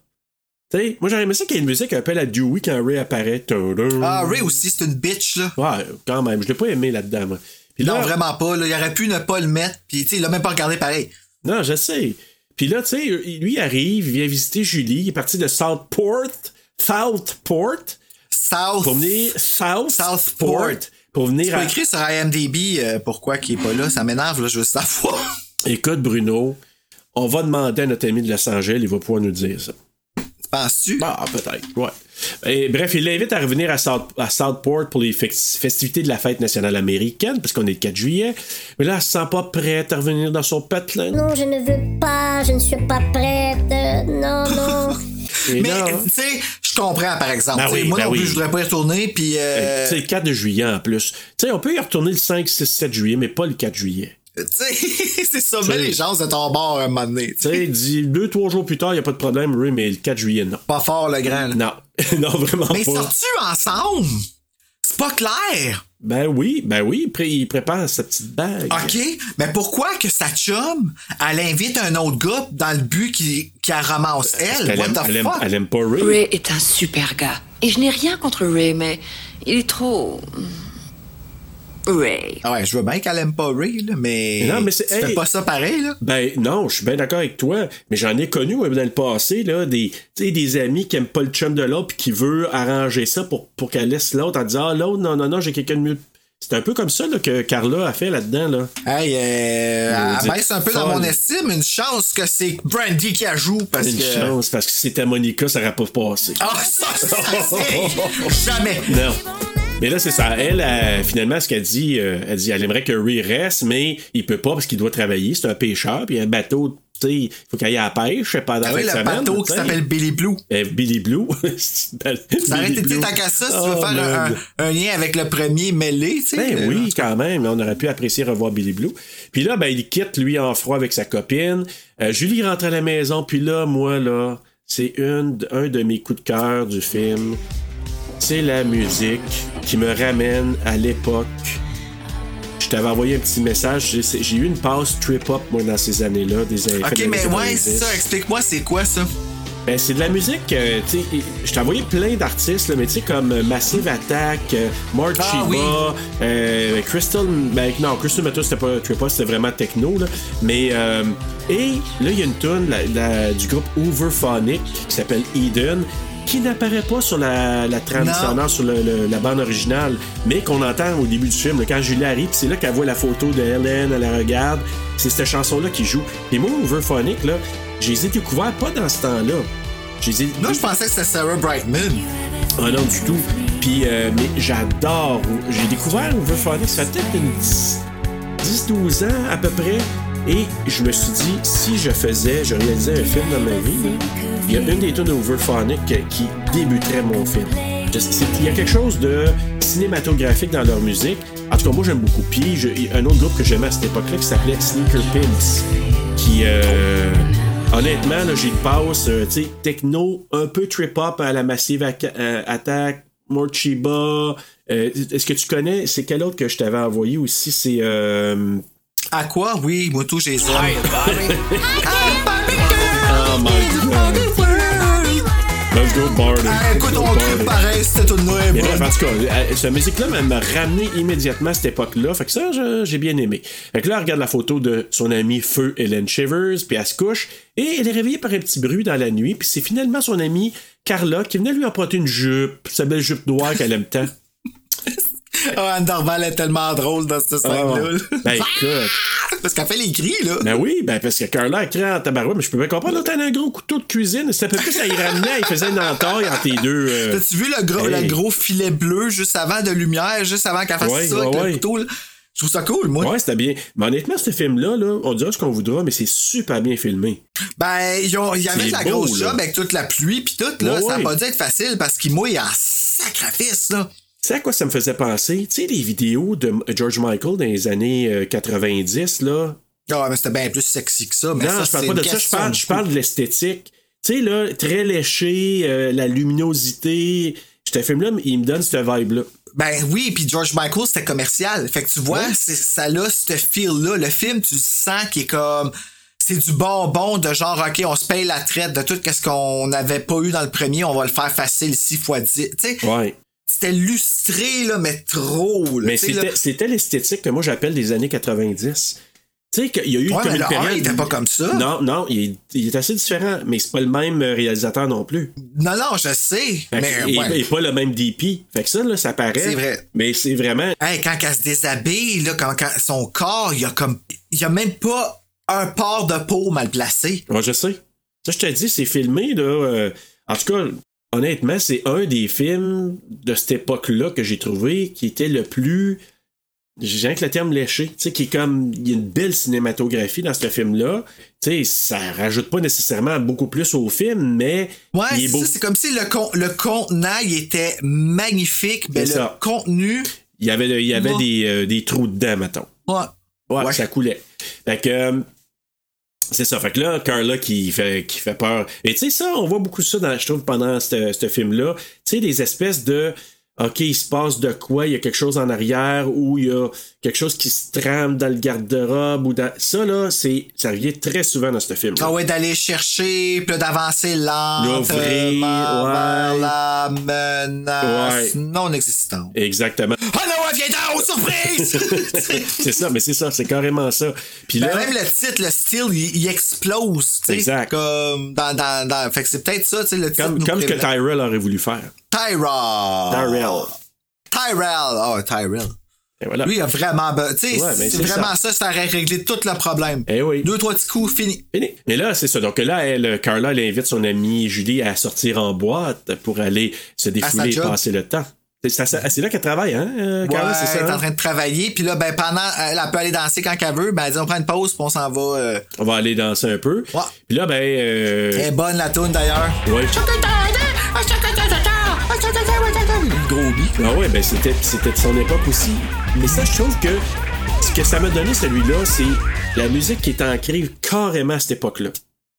S8: Tu sais, moi, j'aurais aimé ça qu'il y ait une musique un peu à la Dewey quand Ray apparaît. Tudum.
S4: Ah, Ray aussi, c'est une bitch, là.
S8: Ouais, quand même. Je l'ai pas aimé là-dedans, moi. Puis
S4: Non,
S8: là-
S4: vraiment pas, là. Il aurait pu ne pas le mettre, puis tu sais, il a même pas regardé pareil.
S8: Non, je sais. Puis là, tu sais, lui il arrive, il vient visiter Julie. Il est parti de Southport. Southport.
S4: South.
S8: Pour venir. South
S4: Oh, Southport.
S8: Pour
S4: Tu
S8: venir
S4: peux
S8: à.
S4: écrire sur IMDb euh, pourquoi qu'il est pas là, ça m'énerve, là, je veux savoir. (laughs)
S8: Écoute, Bruno, on va demander à notre ami de Los Angeles, il va pouvoir nous dire ça.
S4: Penses-tu?
S8: Ben, Bah, peut-être, ouais. Et bref, il l'invite à revenir à, South- à Southport pour les fec- festivités de la fête nationale américaine, parce qu'on est le 4 juillet. Mais là, elle se sent pas prête à revenir dans son patelin.
S10: Non, je ne veux pas, je ne suis pas prête. euh, Non, non.
S8: Et
S4: Mais,
S8: non, hein.
S4: tu sais, je comprends, par exemple.
S8: Ben
S4: Tu sais,
S8: oui,
S4: moi
S8: ben
S4: non plus,
S8: oui.
S4: je voudrais pas y retourner, puis... euh,
S8: Euh, C'est le 4 de juillet en plus. Tu sais, on peut y retourner le 5, 6, 7 juillet, mais pas le 4 juillet.
S4: tu sais, (laughs) c'est ça,
S8: Tu
S4: mais
S8: sais.
S4: les gens de ton bord à un moment donné. tu
S8: Tu
S4: sais. (laughs)
S8: sais, dis deux, trois jours plus tard, il a pas de problème, oui, mais le 4 juillet, non.
S4: Pas fort, le grand. là.
S8: Non, (laughs) non, vraiment
S4: Mais
S8: pas.
S4: sors-tu ensemble? C'est pas clair.
S8: Ben oui, ben oui, pré- il prépare sa petite bague.
S4: OK, mais pourquoi que sa chum, elle invite un autre gars dans le but qu'il- qu'elle ramasse elle?
S8: Elle
S4: What
S8: Euh, aime,
S4: the
S8: elle aime-
S4: fuck?
S8: elle aime pas Ray.
S11: Ray est un super gars. Et je n'ai rien contre Ray, mais il est trop. Ray.
S4: Ah ouais, je veux bien qu'elle aime pas Ray, là, mais.
S8: Non, mais c'est-
S4: Tu
S8: hey.
S4: fais pas ça pareil, là?
S8: Ben non, je suis bien d'accord avec toi, mais j'en ai connu ouais, dans le passé là, des, tu sais, des amis qui aiment pas le chum de l'autre puis qui veut arranger ça pour, pour qu'elle laisse l'autre en disant ah, l'autre non non non j'ai quelqu'un de mieux. C'est un peu comme ça là, que Carla a fait là-dedans là.
S4: Hey, euh,
S8: Je
S4: elle
S8: veux
S4: baisse
S8: dire,
S4: un peu dans
S8: folle.
S4: mon estime. Une chance que c'est Brandy qui la joue parce
S8: Une
S4: que.
S8: chance parce que si c'était Monica ça n'aurait pas passé.
S4: Ah, ça, ça,
S8: (laughs)
S4: c'est- Jamais!
S8: Non. Mais là, c'est ça. Elle, elle, finalement, ce qu'elle dit, euh, elle dit, elle aimerait que Ray reste, mais il peut pas parce qu'il doit travailler. C'est un pêcheur, puis un bateau, tu sais, il faut qu'il aille à la pêche pendant
S4: Ah
S8: la
S4: oui,
S8: fin de
S4: le
S8: semaine,
S4: bateau qui
S8: tu sais.
S4: s'appelle Billy Blue.
S8: Euh, Billy Blue. (laughs) C'est une belle-
S4: Ça aurait
S8: Billy
S4: été
S8: Blue.
S4: tant qu'à ça si tu
S8: Oh,
S4: veux faire un,
S8: man.
S4: un- un lien avec le premier mêlé, tu sais.
S8: Ben
S4: Euh,
S8: oui, quand même, on aurait pu apprécier revoir Billy Blue. Puis là, ben, il quitte, lui, en froid avec sa copine. Euh, Julie rentre à la maison, puis là, moi, là, c'est une, un de mes coups de cœur du film. C'est la musique qui me ramène à l'époque. Je t'avais envoyé un petit message, j'ai- c'est- j'ai eu une passe trip-hop, moi, dans ces années-là, des années
S4: Ok,
S8: des
S4: mais
S8: années
S4: ouais,
S8: 90.
S4: c'est ça. Explique-moi, c'est quoi ça?
S8: Ben, c'est de la musique, euh, tu sais, je t'ai envoyé plein d'artistes, là, mais tu sais, comme euh, Massive Attack, euh, Mark
S4: Ah,
S8: Chiba,
S4: oui.
S8: euh, Crystal, ben, non, Crystal Method, c'était pas, Trip Hop, c'était vraiment techno, là, mais, euh, et là, il y a une tune la- la- du groupe Overphonic qui s'appelle Eden, qui n'apparaît pas sur la, la trame
S4: Non.
S8: sonore, sur le- le- la bande originale, mais qu'on entend au début du film, là, quand Julie arrive, puis c'est là qu'elle voit la photo de Helen, elle la regarde, c'est cette chanson-là qui joue. Et moi, Overphonic, là, je les ai découverts pas dans ce temps-là. Je les ai-
S4: Là, je pensais que c'était Sarah Brightman.
S8: Ah non, du tout. Puis, euh, mais j'adore. J'ai découvert Overphonic, ça fait peut-être une 10 10-12 ans à peu près. Et je me suis dit, si je faisais, je réalisais un film dans ma vie, là, il y a une des tunes d'Overphonic qui débuterait mon film. Je- c'est- Il y a quelque chose de cinématographique dans leur musique. En tout cas, moi, j'aime beaucoup. Puis, je- il y a un autre groupe que j'aimais à cette époque-là qui s'appelait Sneaker Pimps, qui, euh, honnêtement, là, j'y passe, euh, tu sais, techno, un peu trip-hop à la Massive Aca- euh, Attack, Morchiba. Euh, Est-ce que tu connais, c'est quel autre que je t'avais envoyé aussi? C'est... euh,
S4: À quoi? Oui, moi, tout, j'ai ça.
S8: Oh my god. Let's go party.
S4: Ah, écoute, on tripe pareil, c'était tout de moi.
S8: Mais
S4: moi.
S8: bref, en tout cas, euh, cette musique-là m'a- m'a ramené immédiatement à cette époque-là. Fait que ça, je- j'ai bien aimé. Fait que là, elle regarde la photo de son amie Feu Helen Shivers, puis elle se couche, et elle est réveillée par un petit bruit dans la nuit, puis c'est finalement son amie Carla qui venait lui emprunter une jupe, sa belle jupe noire qu'elle aime tant.
S4: Ah, Anne Dorval est tellement drôle dans cette scène-là. là.
S8: Ah, ben écoute.
S4: (laughs) Parce qu'elle fait les cris, là.
S8: Ben oui, ben parce que Carla elle crie en tabarouette, mais je peux bien comprendre. Là, t'as un gros couteau de cuisine, ça peut plus, ça y ramenait, il faisait une entaille entre tes deux. euh,
S4: T'as-tu vu le gros,
S8: hey.
S4: le gros filet bleu juste avant de lumière, juste avant qu'elle fasse
S8: Ouais,
S4: ça
S8: ouais,
S4: avec
S8: ouais.
S4: le couteau? là? Je trouve ça cool, moi.
S8: Ouais, c'était bien. Mais honnêtement, ce film-là, là, on dira ce qu'on voudra, mais c'est super bien filmé.
S4: Ben, ils ont- il y avait
S8: C'est
S4: de la
S8: beau,
S4: grosse
S8: là.
S4: job avec toute la pluie pis tout, là.
S8: Ouais,
S4: ça a
S8: ouais.
S4: pas dû être facile parce qu'ils mouillent en sacrifice, là.
S8: Tu sais à quoi ça me faisait penser? Tu sais, les vidéos de George Michael dans les années euh, 90, là.
S4: Ah, mais c'était bien plus sexy que ça. Mais
S8: non,
S4: ça,
S8: je parle
S4: c'est
S8: pas
S4: une
S8: de ça, je
S4: question
S8: parle,
S4: de
S8: je parle de l'esthétique. Tu sais, là, très léché, euh, la luminosité. Ce film-là, il me donne cette vibe-là.
S4: Ben oui, puis George Michael, c'était commercial. Fait que tu vois,
S8: Ouais.
S4: c'est- ça a ce feel-là. Le film, tu le sens qui est comme. C'est du bonbon de genre, OK, on se paye la traite de tout ce qu'on n'avait pas eu dans le premier, on va le faire facile ici, fois 10. Tu sais,
S8: Ouais.
S4: c'était lustré, là, mais trop. Là,
S8: Mais
S4: Tu sais, là,
S8: c'était c'était l'esthétique que moi j'appelle des années 90. Tu sais qu'il y a eu
S4: Ouais,
S8: comme
S4: mais
S8: une
S4: le
S8: période.
S4: un, il était pas comme ça.
S8: Non, non, il est, il est assez différent, mais c'est pas le même euh, réalisateur non plus.
S4: Non, non, je sais.
S8: Fait
S4: mais
S8: que- et,
S4: ouais.
S8: et pas le même DP. Fait que ça, là, ça paraît.
S4: C'est vrai.
S8: Mais c'est vraiment.
S4: Hey, quand elle se déshabille, là, quand, quand son corps, il y a comme. Il y a même pas un port de peau mal placé.
S8: Ouais, je sais. Ça, je te dis, c'est filmé, là. euh, en tout cas, honnêtement, c'est un des films de cette époque-là que j'ai trouvé qui était le plus. J'ai rien que le terme léché, tu sais, qui est comme. Il y a une belle cinématographie dans ce film-là. Tu sais, ça rajoute pas nécessairement beaucoup plus au film, mais.
S4: Ouais, c'est ça, c'est comme si le, con, le contenant, il était magnifique, mais
S8: C'est
S4: le
S8: ça.
S4: contenu.
S8: Il y avait, il y avait
S4: Bon.
S8: des, euh, des trous dedans, mettons.
S4: Ouais.
S8: Ouais,
S4: Ouais.
S8: ça coulait. Fait que. euh, C'est ça. Fait que là, Carla qui fait, qui fait peur. Et tu sais, ça, on voit beaucoup ça, dans, je trouve, pendant ce ce film-là. Tu sais, des espèces de. OK, il se passe de quoi? Il y a quelque chose en arrière ou il y a quelque chose qui se trame dans le garde-robe ou dans. Ça, là, c'est, ça revient très souvent dans ce film.
S4: Ah ouais, d'aller chercher, puis là, d'avancer lentement
S8: L'ouvrir,
S4: vers
S8: ouais.
S4: la menace
S8: Ouais.
S4: non existante. (laughs)
S8: Exactement.
S4: Oh non, elle vient d'en haut, surprise!
S8: (laughs) c'est ça, mais c'est ça, c'est carrément ça. Puis là.
S4: Ben, même le titre, le style, il, il explose. tu sais,
S8: Hein? Exact.
S4: Comme dans, dans, dans- Fait que c'est peut-être ça, tu sais, le titre.
S8: Comme,
S4: nous
S8: comme ce que
S4: prévient. Ah.
S8: Tyrell aurait voulu faire.
S4: Tyrell.
S8: Tyrell.
S4: Tyrell. Oh, Tyrell.
S8: Et voilà.
S4: Lui, il a vraiment. be- Tu sais,
S8: Ouais, mais
S4: c'est
S8: c'est
S4: vraiment ça. ça, aurait réglé tout le problème.
S8: Eh oui.
S4: Deux, trois petits coups, fini.
S8: Fini. Et là, c'est ça. Donc là, elle, Carla, elle invite son amie Julie à sortir en boîte pour aller se
S4: À sa
S8: défouler et
S4: job.
S8: passer le temps. C'est- C'est à- c'est là qu'elle travaille, hein, euh,
S4: Ouais,
S8: Carla, c'est
S4: elle
S8: ça?
S4: est
S8: hein?
S4: en train de travailler. Puis là, ben, pendant, elle, elle peut aller danser quand qu'elle veut. Ben, elle dit, on prend une pause, puis on s'en va. euh.
S8: On va aller danser un peu.
S4: Ouais. Eh.
S8: Puis là, ben. euh,
S4: Elle est bonne, la toune, d'ailleurs.
S8: ouais.
S4: Gros bi.
S8: Ah ouais, ben c'était, c'était de son époque aussi. Mais ça, je trouve que ce que ça m'a donné, celui-là, c'est la musique qui est ancrée carrément à cette époque-là.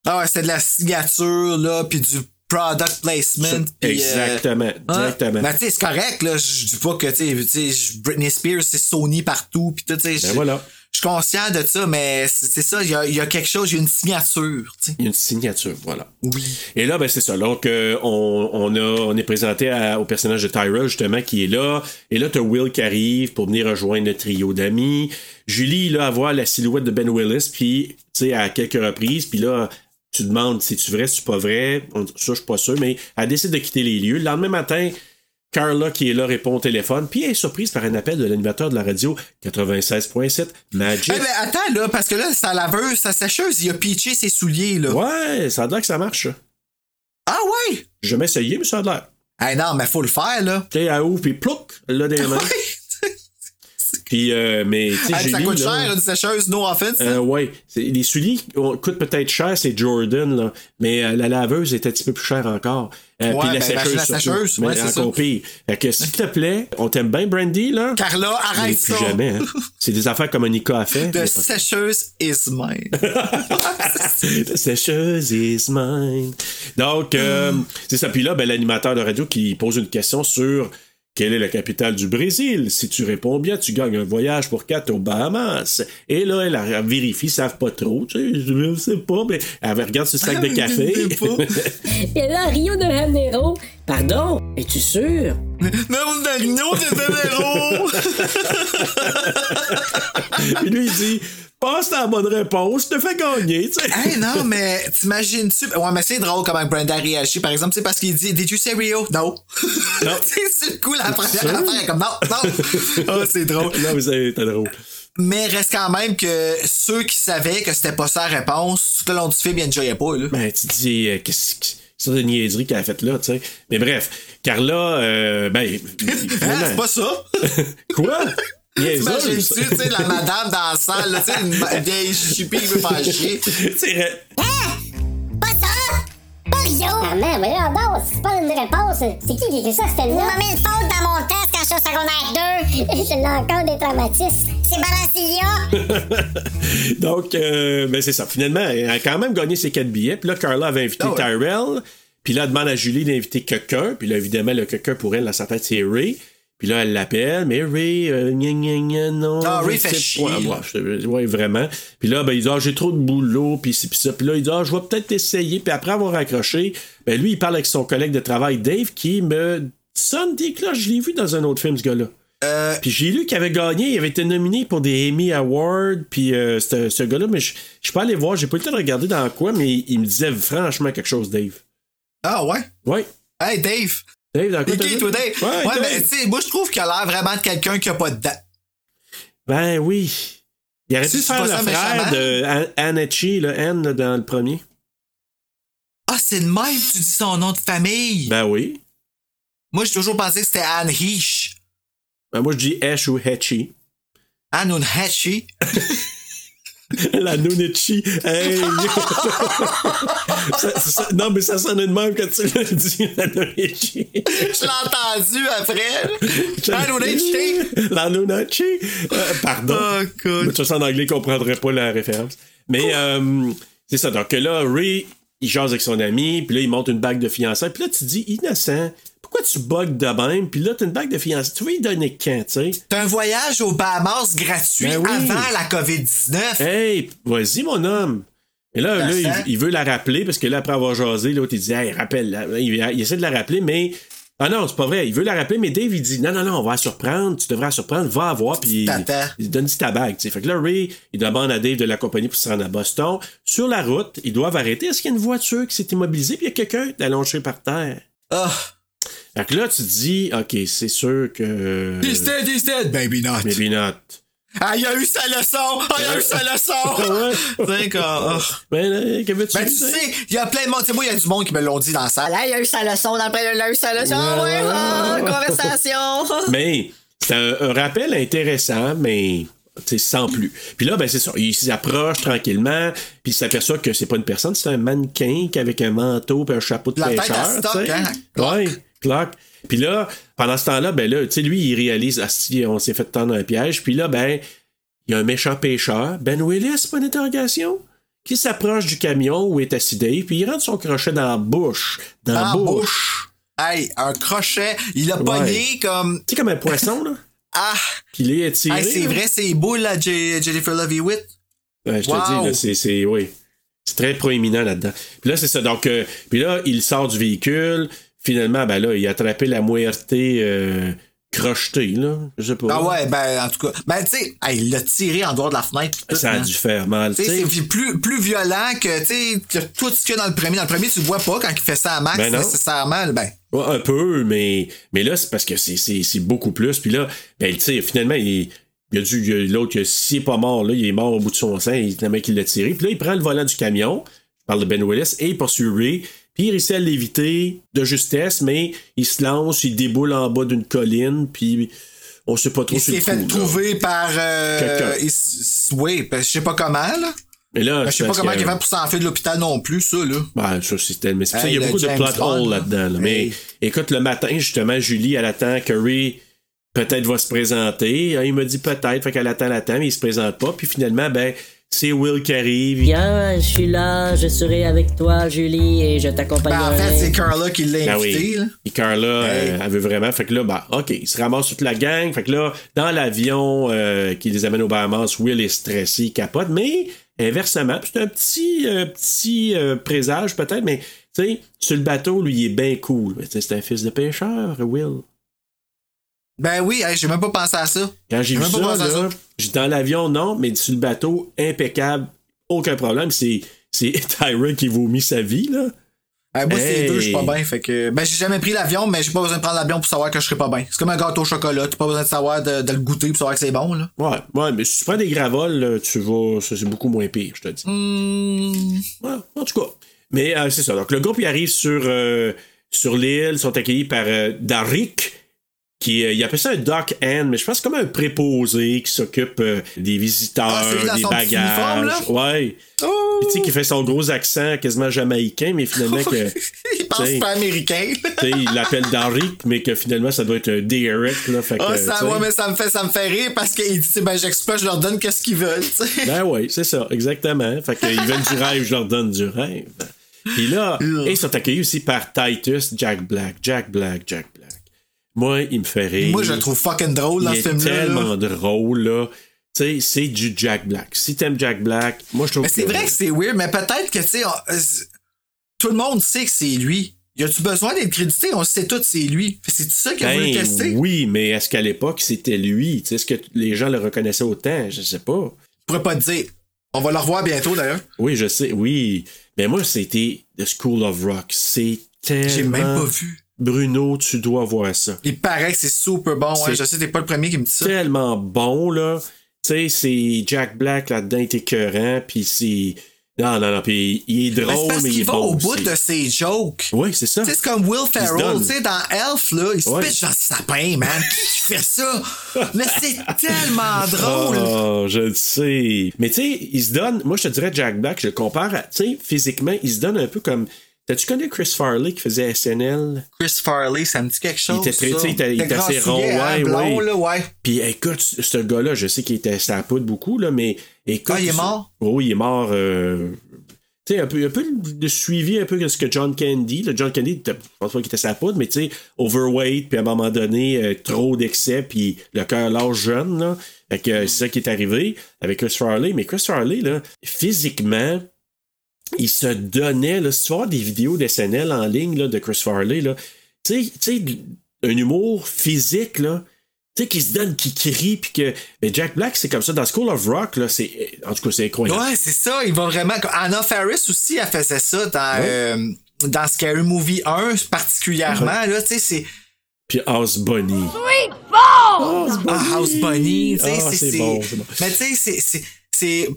S4: Ah ouais, c'est de la signature, là, puis du product placement. puis, euh,
S8: Exactement.
S4: Ah,
S8: Directement.
S4: Ben, tu sais, c'est correct, là. Je dis pas que, tu sais, tu sais, je- Britney Spears, c'est Sony partout, puis tout, tu sais. je-
S8: Ben voilà.
S4: Je suis conscient de ça, mais c'est c'est ça, il y a, il y a quelque chose, il y a une signature, tu sais.
S8: Il y a une signature, voilà.
S4: Oui.
S8: Et là, ben, c'est ça. Donc, euh, on, on, a, on est présenté à- au personnage de Tyrell, justement, qui est là. Et là, t'as Will qui arrive pour venir rejoindre le trio d'amis. Julie, là, à voir la silhouette de Ben Willis, puis, tu sais, à quelques reprises, puis là, tu demandes si tu vrai, si tu pas vrai. On- Ça, je suis pas sûr, mais elle décide de quitter les lieux. Le lendemain matin, Carla, qui est là, répond au téléphone, puis elle est surprise par un appel de l'animateur de la radio 96.7, Magic.
S4: Eh ben, attends, là, parce que là, sa laveuse, sa sécheuse, il a pitché ses souliers, là.
S8: Ouais, ça a l'air que ça marche.
S4: Ah ouais!
S8: Je vais m'essayer, mais ça a l'air.
S4: Eh non, mais faut le faire, là.
S8: Tu sais, elle ouvre, puis plouc, elle l'a dans
S4: (laughs)
S8: les mains. Puis, euh, mais, tu sais,
S4: Eh, ça
S8: Julie,
S4: coûte
S8: là,
S4: cher, une sécheuse, no offense.
S8: euh, ouais, C'est- les souliers on- coûtent peut-être cher, c'est Jordan, là, mais euh, la laveuse est un petit peu plus chère encore. Euh,
S4: Ouais,
S8: puis la
S4: ben,
S8: sécheuse,
S4: la
S8: surtout,
S4: sécheuse, ouais,
S8: mais
S4: c'est ça.
S8: encore pire. Fait que, s'il te plaît, on t'aime bien, Brandy, là?
S4: Carla,
S8: Mais
S4: arrête
S8: plus
S4: ça.
S8: jamais.
S4: (laughs)
S8: hein. C'est des affaires comme Annika a fait.
S4: The
S8: mais pas-
S4: sécheuse is
S8: (laughs)
S4: mine. (laughs)
S8: The (laughs) sécheuse is mine. Donc, euh,
S4: Hmm.
S8: c'est ça. Puis là, ben, l'animateur de radio qui pose une question sur quelle est la capitale du Brésil. Si tu réponds bien, tu gagnes un voyage pour quatre aux Bahamas. Et là, elle, elle vérifie, ils savent pas trop. Tu sais, je sais pas, mais elle regarde ce sac de café.
S4: Ah, Je sais pas.
S7: Et là, Rio de Janeiro. Pardon, es-tu sûr?
S4: Non, Marino de Bellero!
S8: (laughs) Puis lui, il dit Passe ta bonne réponse, je te fais gagner. tu sais.
S4: Hey, non, mais t'imagines-tu? Ouais, mais c'est drôle comment Brenda réagit, par exemple. C'est parce qu'il dit, Did you say Rio? Non. (laughs)
S8: Non.
S4: Tu sais, sur le coup, la première
S8: sûr?
S4: affaire est comme, non,
S8: (laughs)
S4: non. Ah, c'est drôle.
S8: Là, vous avez t'es drôle.
S4: Mais reste quand même que ceux qui savaient que c'était pas sa réponse, tout le long du film, ils enjoyaient pas, là.
S8: Ben, tu te dis, euh, qu'est-ce que c'est de niaiserie qu'elle a faite là, tu sais. Mais bref, Carla, euh,
S4: (laughs)
S8: ben.
S4: Hein,
S8: finalement-
S4: c'est pas
S8: (laughs)
S4: ça!
S8: Quoi? Niaiseuse?
S4: (laughs) T'imagines-tu, tu sais, la madame dans la salle, là, tu sais, une ma- vieille chupie, il veut pas chier.
S8: (laughs) C'est vrai.
S10: Pas ça! Pas Rio!
S7: Ah, mais voyons donc, c'est pas une réponse. C'est qui qui écrit ça, c'était
S10: Il
S7: là?
S10: m'a mis une faute dans mon test quand je suis au secondaire 2. Je l'ai encore des traumatismes. C'est Balancilia.
S8: Donc, euh, ben, c'est ça. Finalement, elle a quand même gagné ses quatre billets. Puis là, Carla avait invité
S4: Ah ouais.
S8: Tyrell. Puis là, elle demande à Julie d'inviter quelqu'un. Puis là, évidemment, le quelqu'un pour elle, dans sa tête, c'est Ray. Puis là, elle l'appelle, mais Ray, euh, gna, gna, gna, non.
S4: Ah,
S8: je
S4: Ray
S8: sais
S4: fait
S8: pas.
S4: chier,
S8: Ouais,
S4: là.
S8: ouais, je- ouais, vraiment. Puis là, ben, il dit, ah, j'ai trop de boulot, puis ci, puis ça. Puis là, il dit, ah, je vais peut-être essayer. Puis après avoir accroché, ben, lui, il parle avec son collègue de travail, Dave, qui me sonne des cloches. Je l'ai vu dans un autre film, ce gars-là.
S4: Euh,
S8: Puis j'ai lu qu'il avait gagné, il avait été nominé pour des Emmy Awards, puis euh, c'était- ce gars-là, mais je je suis pas allé voir, j'ai pas eu le temps de regarder dans quoi, mais il me disait franchement quelque chose, Dave.
S4: Ah, ouais?
S8: Ouais,
S4: Hey, Dave!
S8: Dave, dans quoi
S4: T'es
S8: t'as
S4: qui,
S8: dit?
S4: toi, Dave?
S8: Ouais, Dave.
S4: mais tu sais, moi, je trouve qu'il a l'air vraiment de quelqu'un qui a pas de dents.
S8: Ben oui. Il aurait
S4: Tu
S8: pu
S4: dis
S8: faire
S4: pas
S8: le
S4: ça
S8: frère
S4: méchamment?
S8: de An- Annechi, le N là, dans le premier.
S4: Ah, c'est le même, tu dis son nom de famille.
S8: Ben oui.
S4: Moi, j'ai toujours pensé que c'était Anne Heche.
S8: Ben moi, je dis Hesh ou Hetchy.
S4: Anne ou Hetchy.
S8: (laughs) La Nunichi. Hey! (laughs) Ça- ça- non, mais ça sonne de même quand tu le dis, la Nunichi.
S4: Je l'ai entendu après. Anne ou
S8: La Nunichi. Euh, pardon.
S4: Oh,
S8: De toute façon, en anglais, on ne comprendrait pas la référence. Mais euh, c'est ça. Donc là, Ray, il jase avec son ami, puis là, il monte une bague de fiançailles. Puis là, tu dis, innocent, pourquoi tu bugs de même? Puis là, t'as une bague de fiançailles. Tu veux y donner quand, tu sais?
S4: T'as un voyage aux Bahamas gratuit
S8: Ben oui. Eh.
S4: avant la COVID-19.
S8: Hey, vas-y, mon homme. Et là, là, il, il veut la rappeler parce que là, après avoir jasé, l'autre, il dit, hey, rappelle-la. Il, il essaie de la rappeler, mais. Ah non, c'est pas vrai. Il veut la rappeler, mais Dave, il dit, non, non, non, on va la surprendre. Tu devras la surprendre. Va la voir. Puis il,
S4: T'attends.
S8: il donne ta bague. tu sais. Fait que là, Ray, il demande à Dave de l'accompagner pour se rendre à Boston. Sur la route, ils doivent arrêter. Est-ce qu'il y a une voiture qui s'est immobilisée? Puis il y a quelqu'un d'allongé par terre.
S4: Ah!
S8: Fait que là, tu te dis, OK, c'est sûr que.
S4: He's dead, he's dead. Baby not.
S8: Maybe not.
S4: Ah, il a eu sa leçon! Ah, il a eu sa
S8: (laughs)
S4: leçon! T'sais, comme, ah.
S8: Ben, là, que veux-tu
S4: Ben, tu
S8: dire?
S4: sais, il y a plein de monde. Tu sais, moi, il y a du monde qui me l'ont dit dans la salle.
S3: Là, il y a eu sa leçon dans le il y a eu sa leçon.
S8: Ouais.
S3: ouais, ah, (laughs) conversation. Oh,
S8: Mais c'est un, un rappel intéressant, mais tu sais, sans plus. Puis là, ben c'est ça. Il s'approche tranquillement, puis il s'aperçoit que c'est pas une personne, c'est un mannequin qui avec un manteau et un chapeau de
S4: La tête à
S8: pêcheur.
S4: stock,
S8: tu sais.
S4: hein,
S8: Ouais, clock. Puis là, pendant ce temps-là, ben là, tu sais, lui, il réalise Ah, si on s'est fait tendre un piège. Puis là, ben, il y a un méchant pêcheur, Ben Willis, point d'interrogation, qui s'approche du camion où est assis Dave, puis il rentre son crochet dans la bouche. Dans la
S4: En
S8: bouche.
S4: bouche. Hey, un crochet. Il a pogné comme.
S8: Tu sais, comme un poisson, là,
S4: (laughs) Ah!
S8: qu'il est étiré.
S4: Hey, c'est
S8: là.
S4: vrai, c'est beau, là, J- Jennifer Love Hewitt.
S8: Ouais, je te
S4: Wow.
S8: dis, là, c'est, c'est, oui. C'est très proéminent là-dedans. Puis là, c'est ça. Donc, euh, puis là, il sort du véhicule. Finalement, ben là, il a attrapé la moitié euh, crochetée, là. Je sais pas.
S4: Ah ouais, ben, en tout cas. Ben, tu sais, hey, il l'a tiré en dehors de la fenêtre. pis tout,
S8: Ça a
S4: hein.
S8: dû faire mal.
S4: Tu
S8: tu sais.
S4: sais, c'est plus, plus violent que, tu sais, que tout ce qu'il y a dans le premier. Dans le premier, tu le vois pas quand il fait ça à Max,
S8: Ben non.
S4: nécessairement. Ben,
S8: Ouais, un peu, mais, mais là, c'est parce que c'est, c'est, c'est beaucoup plus. Puis là, ben, tu sais, finalement, il, il a dû, il a- l'autre, il a- s'il est pas mort, là, il est mort au bout de son sang, il, le mec, il l'a tiré. Puis là, il prend le volant du camion, je parle de Ben Willis, et il poursuit Ray. Puis il réussit à l'éviter de justesse, mais il se lance, il déboule en bas d'une colline, puis on sait pas trop
S4: il
S8: sur le
S4: s'est fait
S8: coup, là.
S4: trouver par.
S8: Quelqu'un.
S4: Euh, il s- oui, ben, je sais pas comment, là.
S8: Mais là,
S4: Ben, je sais pas
S8: pense
S4: comment
S8: que-
S4: il va pour s'enfuir de l'hôpital non plus, ça, là.
S8: Ben, ça, c'est tellement- mais c'est pour ça
S4: Hey,
S8: qu'il y
S4: le
S8: a beaucoup de
S4: James
S8: plot
S4: Bond,
S8: holes
S4: là.
S8: là-dedans. là. Mais
S4: Hey.
S8: écoute, le matin, justement, Julie, elle attend que Ray peut-être va se présenter. Hein, Il me dit peut-être, fait qu'elle attend, elle attend, mais il se présente pas. Puis finalement, ben, c'est Will qui arrive. Il-
S7: Bien, je suis là, je serai avec toi, Julie, et je
S4: Ben,
S7: t'accompagnerai.
S4: en fait, c'est Carla qui l'a
S8: Ben
S4: invité,
S8: oui.
S4: là.
S8: Et Carla,
S4: Hey.
S8: euh, elle veut vraiment. Fait que là, ben, OK, il se ramasse toute la gang. Fait que là, dans l'avion euh, qui les amène aux Bahamas, Will est stressé, il capote. Mais inversement, puis c'est un petit, euh, petit euh, présage peut-être, mais tu sais, sur le bateau, lui, il est bien cool. Mais tu sais, C'est un fils de pêcheur, Will.
S4: Ben oui, hey, j'ai même pas pensé à ça.
S8: Quand j'ai
S4: J'ai
S8: vu
S4: même
S8: ça,
S4: Ah, pas pensé à
S8: là, j'ai- dans l'avion, non, mais sur le bateau, impeccable, aucun problème. C'est, c'est (laughs) Tyra qui vomit sa vie, là.
S4: Hey, Ben, moi, c'est les deux, je suis pas
S8: Hey.
S4: bien. Fait que. Ben, j'ai jamais pris l'avion, mais j'ai pas besoin de prendre l'avion pour savoir que je serai pas bien. C'est comme un gâteau au chocolat. T'as pas besoin de savoir de, de le goûter pour savoir que c'est bon, là.
S8: Ouais, ouais, mais si tu prends des gravoles, là, tu vas. ça, c'est beaucoup moins pire, je te dis. Ouais, en tout cas. Mais euh, c'est ça. Donc, le groupe, il arrive sur, euh, sur l'île, ils sont accueillis par euh, Darik, qui euh, il appelle ça un dock hand, mais je pense que c'est comme un préposé qui s'occupe euh, des visiteurs,
S4: Ah, celui dans
S8: des
S4: son petit uniforme,
S8: bagages.
S4: là?
S8: ouais.
S4: Oh!
S8: Puis, tu sais, qui fait son gros accent quasiment jamaïcain,
S4: (laughs)
S8: mais finalement, que,
S4: Il pense
S8: T'sais.
S4: pas américain. (laughs)
S8: tu sais, il l'appelle Darik, mais que finalement, ça doit être un Derek, là. Fait que,
S4: Ah,
S8: tu
S4: ça,
S8: sais.
S4: ouais, mais ça me fait, ça me fait rire parce qu'il dit, ben, j'exploite, je leur donne qu'est-ce qu'ils veulent, tu sais.
S8: Ben oui, c'est ça, exactement. Fait qu'ils veulent du rêve, je leur donne du rêve. Puis là,
S4: Ugh.
S8: et ils sont accueillis aussi par Titus, Jack Black, Jack Black, Jack Black. Moi, il me fait rire.
S4: Moi, je le trouve fucking drôle dans
S8: Il
S4: ce
S8: est
S4: film-là. là.
S8: tellement drôle, là. Tu sais, c'est du Jack Black. Si t'aimes Jack Black, moi, je trouve
S4: Mais c'est vrai que c'est weird, mais peut-être que, tu sais, on- euh, c'est- tout le monde sait que c'est lui. Y a-tu besoin d'être crédité? On le sait tous, c'est lui. Fait que C'est ça qu'il a voulu tester.
S8: Ben, oui, mais est-ce qu'à l'époque, c'était lui? Tu sais, est-ce que t- les gens le reconnaissaient autant? Je sais pas.
S4: Je pourrais pas te dire. On va le revoir bientôt, d'ailleurs.
S8: Oui, je sais, oui. Mais moi, c'était The School of Rock. C'est tellement...
S4: J'ai même pas vu.
S8: Bruno, tu dois voir ça.
S4: Il paraît que c'est super bon. hein.
S8: C'est-
S4: Je sais, t'es pas le premier qui me dit ça.
S8: tellement bon, là. Tu sais, c'est Jack Black là-dedans, il est écœurant, puis c'est. Non, non, non, puis il est
S4: Mais c'est
S8: drôle, mais,
S4: parce
S8: il est
S4: qu'il va
S8: bon
S4: au bout
S8: aussi.
S4: de ses jokes.
S8: Oui, c'est ça.
S4: Tu sais, c'est comme Will
S8: Il se donne.
S4: Ferrell, tu sais, dans Elf, là, il se
S8: Ouais.
S4: pitche dans le sapin, man. Qui fait ça? Mais
S8: (laughs)
S4: c'est
S8: Ah.
S4: tellement drôle.
S8: Oh, je le sais. Mais tu sais, il se donne. Moi, je te dirais Jack Black, je le compare à. Tu sais, physiquement, il se donne un peu comme. T'as-tu connu Chris Farley qui faisait SNL?
S4: Chris Farley, ça me dit quelque chose.
S8: Il était très,
S4: ça.
S8: tu sais, il était- il était assez rond,
S4: grassouillet, hein,
S8: ouais,
S4: blond,
S8: ouais.
S4: là, ouais.
S8: Puis écoute, ce ce gars-là, je sais qu'il était sa poudre beaucoup, là, mais écoute.
S4: Ah, il est mort?
S8: Oh, il est mort. euh, Tu sais, un peu, un peu le- le suivi un peu de ce que John Candy. Le John Candy, était- je pense pas qu'il était sa poudre, mais tu sais, overweight, puis à un moment donné, euh, trop d'excès, puis le cœur large jeune, là. Fait que euh, c'est ça qui est arrivé avec Chris Farley. Mais Chris Farley, là, physiquement, il se donnait, là, si tu vois des vidéos d'SNL en ligne là, de Chris Farley, là, tu sais- tu sais, un humour physique, là, tu sais, qui se donne, qui crie, puis que. Mais Jack Black, c'est comme ça. Dans School of Rock, là, c'est. En tout cas, c'est incroyable.
S4: Ouais, c'est ça. Il va vraiment. Anna Faris aussi, elle faisait ça dans,
S8: Ouais.
S4: euh, dans Scary Movie 1 particulièrement. Là, tu sais, c'est.
S8: Puis House Bunny.
S2: Sweet balls!
S4: Ah, House Bunny, tu sais,
S8: Ah,
S4: c'est
S8: c'est
S4: c'est-
S8: bon, c'est bon.
S4: Mais tu sais, c'est- c'est- c'est.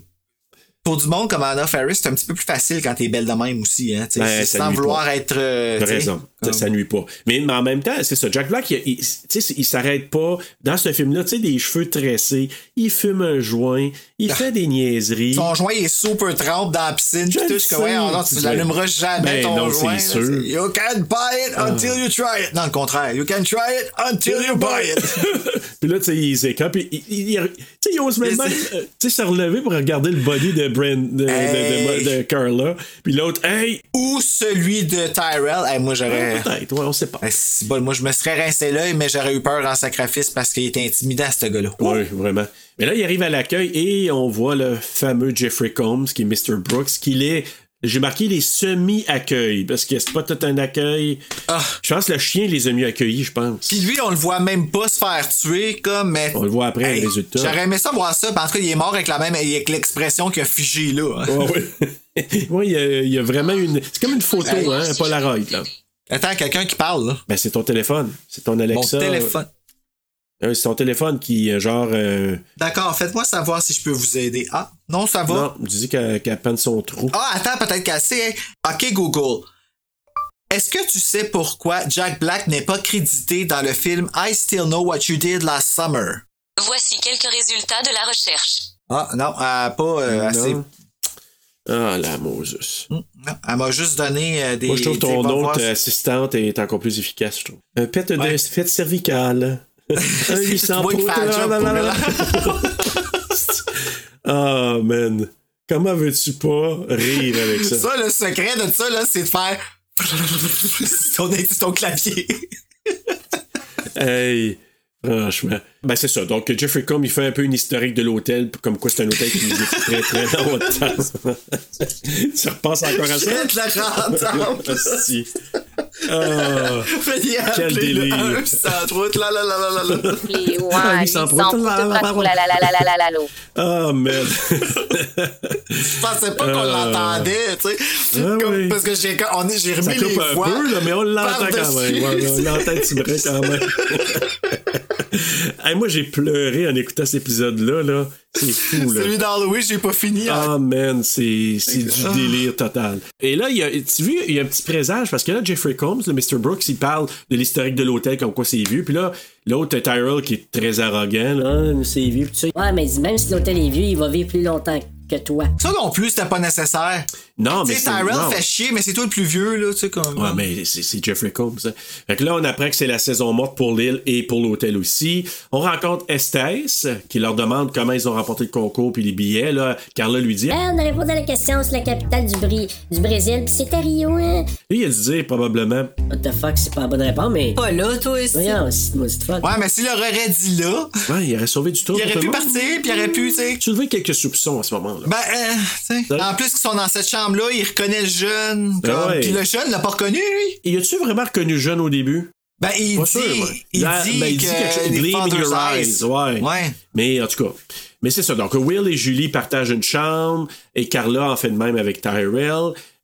S4: Pour du monde comme Anna Faris, c'est un petit peu plus facile quand t'es belle de même aussi, hein. tu sais,
S8: Ben,
S4: c'est
S8: ça
S4: sans
S8: nuit
S4: vouloir
S8: pas.
S4: être. euh,
S8: T'as
S4: tu sais,
S8: raison. Ça,
S4: comme-
S8: ça nuit pas. Mais, mais en même temps, c'est ça. Jack Black, il, il- tu sais, il s'arrête pas. Dans ce film-là, tu sais, des cheveux tressés, il fume un joint, il fait des niaiseries.
S4: Son joint il est super trempe dans la piscine.
S8: Je
S4: Puis tout,
S8: le
S4: je suis comme, ouais,
S8: sais.
S4: oh non, tu
S8: Ben-
S4: l'allumeras jamais
S8: Ben
S4: ton
S8: non, c'est
S4: joint. là,
S8: sûr. Ah.
S4: c'est, You can't buy it until you try it. Non, le contraire. You can try it until you buy it.
S8: (laughs) puis là, tu sais, il s'écarte, puis il, il, il- tu sais, il ose même
S4: Mais
S8: pas,
S4: c'est-
S8: euh, tu sais, se relever pour regarder le body de, Brand, de, de- de- de- de Carla. Puis l'autre, hey!
S4: Ou celui de Tyrell. Eh, moi, j'aurais.
S8: Peut-être, ouais, on sait pas.
S4: Eh, c'est bon, moi, je me serais rincé l'œil, mais j'aurais eu peur en sacrifice parce qu'il était intimidant, ce gars-là. Oh.
S8: Oui, vraiment. Mais là, il arrive à l'accueil et on voit le fameux Jeffrey Combs, qui est Mr. Brooks, qu'il est. J'ai marqué les semi-accueils, parce que c'est pas tout un accueil.
S4: Ah.
S8: Je pense que le chien les a mieux accueillis, je pense.
S4: Puis lui, on le voit même pas se faire tuer, comme. Mais...
S8: On le voit après,
S4: Hey,
S8: le résultat.
S4: J'aurais aimé ça voir ça, parce qu'il est mort avec la même, avec l'expression qu'il a figée là.
S8: Ouais, ouais. (laughs) Ouais, il y, a- il y a vraiment une. C'est comme une photo,
S4: Hey.
S8: hein, un Polaroid, là.
S4: Attends, quelqu'un qui parle, là.
S8: Ben, c'est ton téléphone. C'est ton
S4: Mon
S8: Alexa.
S4: téléphone.
S8: Euh, c'est ton téléphone qui, euh, genre. euh,
S4: D'accord, faites-moi savoir si je peux vous aider. Ah, non, ça va.
S8: Non, tu dis qu'elle qu'elle peine son trou.
S4: Ah, attends, peut-être qu'elle sait. hein. OK, Google. Est-ce que tu sais pourquoi Jack Black n'est pas crédité dans le film I Still Know What You Did Last Summer?
S13: Voici quelques résultats de la recherche.
S4: Ah, non, elle a pas euh,
S8: Non.
S4: assez.
S8: Ah, la Moses.
S4: Non, elle m'a juste donné euh, des.
S8: Moi, je trouve
S4: des-
S8: ton
S4: va
S8: autre euh,
S4: voir-
S8: assistante est encore plus efficace, je trouve. Un pet de
S4: Ouais. (laughs)
S8: fête cervicale. Un
S4: C'est
S8: 800
S4: toi qui
S8: pouces.
S4: fais la job,
S8: Blablabla. (laughs) Ah, man. Comment veux-tu pas rire avec
S4: (laughs)
S8: ça?
S4: Ça, le secret de ça, là, c'est de faire. (laughs) C'est ton, c'est ton clavier.
S8: Hey, franchement. Ben, c'est ça. Donc, Jeffrey Combs, il fait un peu une historique de l'hôtel, comme quoi c'est un hôtel qui nous existe très, très
S4: (laughs)
S8: longtemps. tu repenses encore
S4: Je
S8: à (laughs) ça?
S4: vais te (laughs) la rendre.
S8: (laughs) Asti. Ah.
S4: Veuillez
S8: Quel
S4: appeler le
S8: délire.
S4: 1 la la la la la la.
S13: Les ouins,
S8: Ah,
S13: les
S8: oui,
S13: sans
S8: sans prout, la- la- la-
S13: prout, la- la- la- la- la- la- la- la.
S8: Ah, man.
S4: Je pensais pas qu'on
S8: Euh.
S4: l'entendait, tu sais.
S8: Ah
S4: Comme-
S8: oui.
S4: Parce que j'ai, quand- on est- j'ai
S8: Ça
S4: remis les
S8: coupe un
S4: voix.
S8: peu, là, mais on l'entend quand
S4: par-dessus.
S8: même. Ouais, on l'entend un petit brin quand même. (laughs) Hey, moi, j'ai pleuré en écoutant cet épisode-là. Là. C'est fou, là.
S4: (laughs) Celui d'Halloween, j'ai pas fini. hein.
S8: Ah, man, c'est c'est du délire total. Et là, il y a, tu vois, il y a un petit présage parce que là, Jeffrey Combs, le Mr. Brooks, il parle de l'historique de l'hôtel, comme quoi c'est vieux. Puis là, l'autre, Tyrell, qui est très arrogant. là. Ah, mais c'est vieux. Puis tu sais,
S7: Ouais, mais dis, même si l'hôtel est vieux, il va vivre plus longtemps que toi.
S4: Ça non plus, c'était pas nécessaire.
S8: Non, mais
S4: Tu sais,
S8: c'est-
S4: Tyrell
S8: non.
S4: fait chier, mais c'est toi le plus vieux, là, tu sais, comme.
S8: Ouais, mais c'est c'est Jeffrey Combs. hein. Fait que là, on apprend que c'est la saison morte pour l'île et pour l'hôtel aussi. On rencontre Estes, qui leur demande comment ils ont remporté le concours puis les billets. Là. Carla lui dit.
S4: Euh.
S7: Eh, on a répondu à la question, c'est la capitale du, Bri- du Brésil, puis c'était Rio, hein?
S8: Lui, il a dû dire probablement.
S7: What the fuck, c'est pas la bonne réponse, mais.
S3: Pas là, toi, ici.
S7: Voyons, c'est moi, c'est de fuck.
S4: Ouais, mais s'il aurait dit là,
S8: Ouais, il aurait sauvé du tour.
S4: il aurait pu partir, puis il aurait pu, tu sais.
S8: Soulever quelques soupçons à ce moment-là.
S4: Ben, euh, tu sais.
S8: Ça-
S4: En plus qu'ils sont dans cette chambre-là, il reconnaît le jeune.
S8: Ben
S4: comme-
S8: ouais.
S4: Puis le jeune l'a pas reconnu, lui.
S8: Et as-tu vraiment reconnu le jeune au début?
S4: Ben, il
S8: Pas
S4: dit.
S8: sûr, ouais.
S4: Il
S8: Là,
S4: dit.
S8: ben, il dit
S4: que
S8: quelque chose.
S4: les
S8: Gleam in
S4: father's
S8: your eyes. Ouais.
S4: Ouais.
S8: Mais en tout cas. Mais c'est ça. Donc, Will et Julie partagent une chambre et Carla en fait de même avec Tyrell.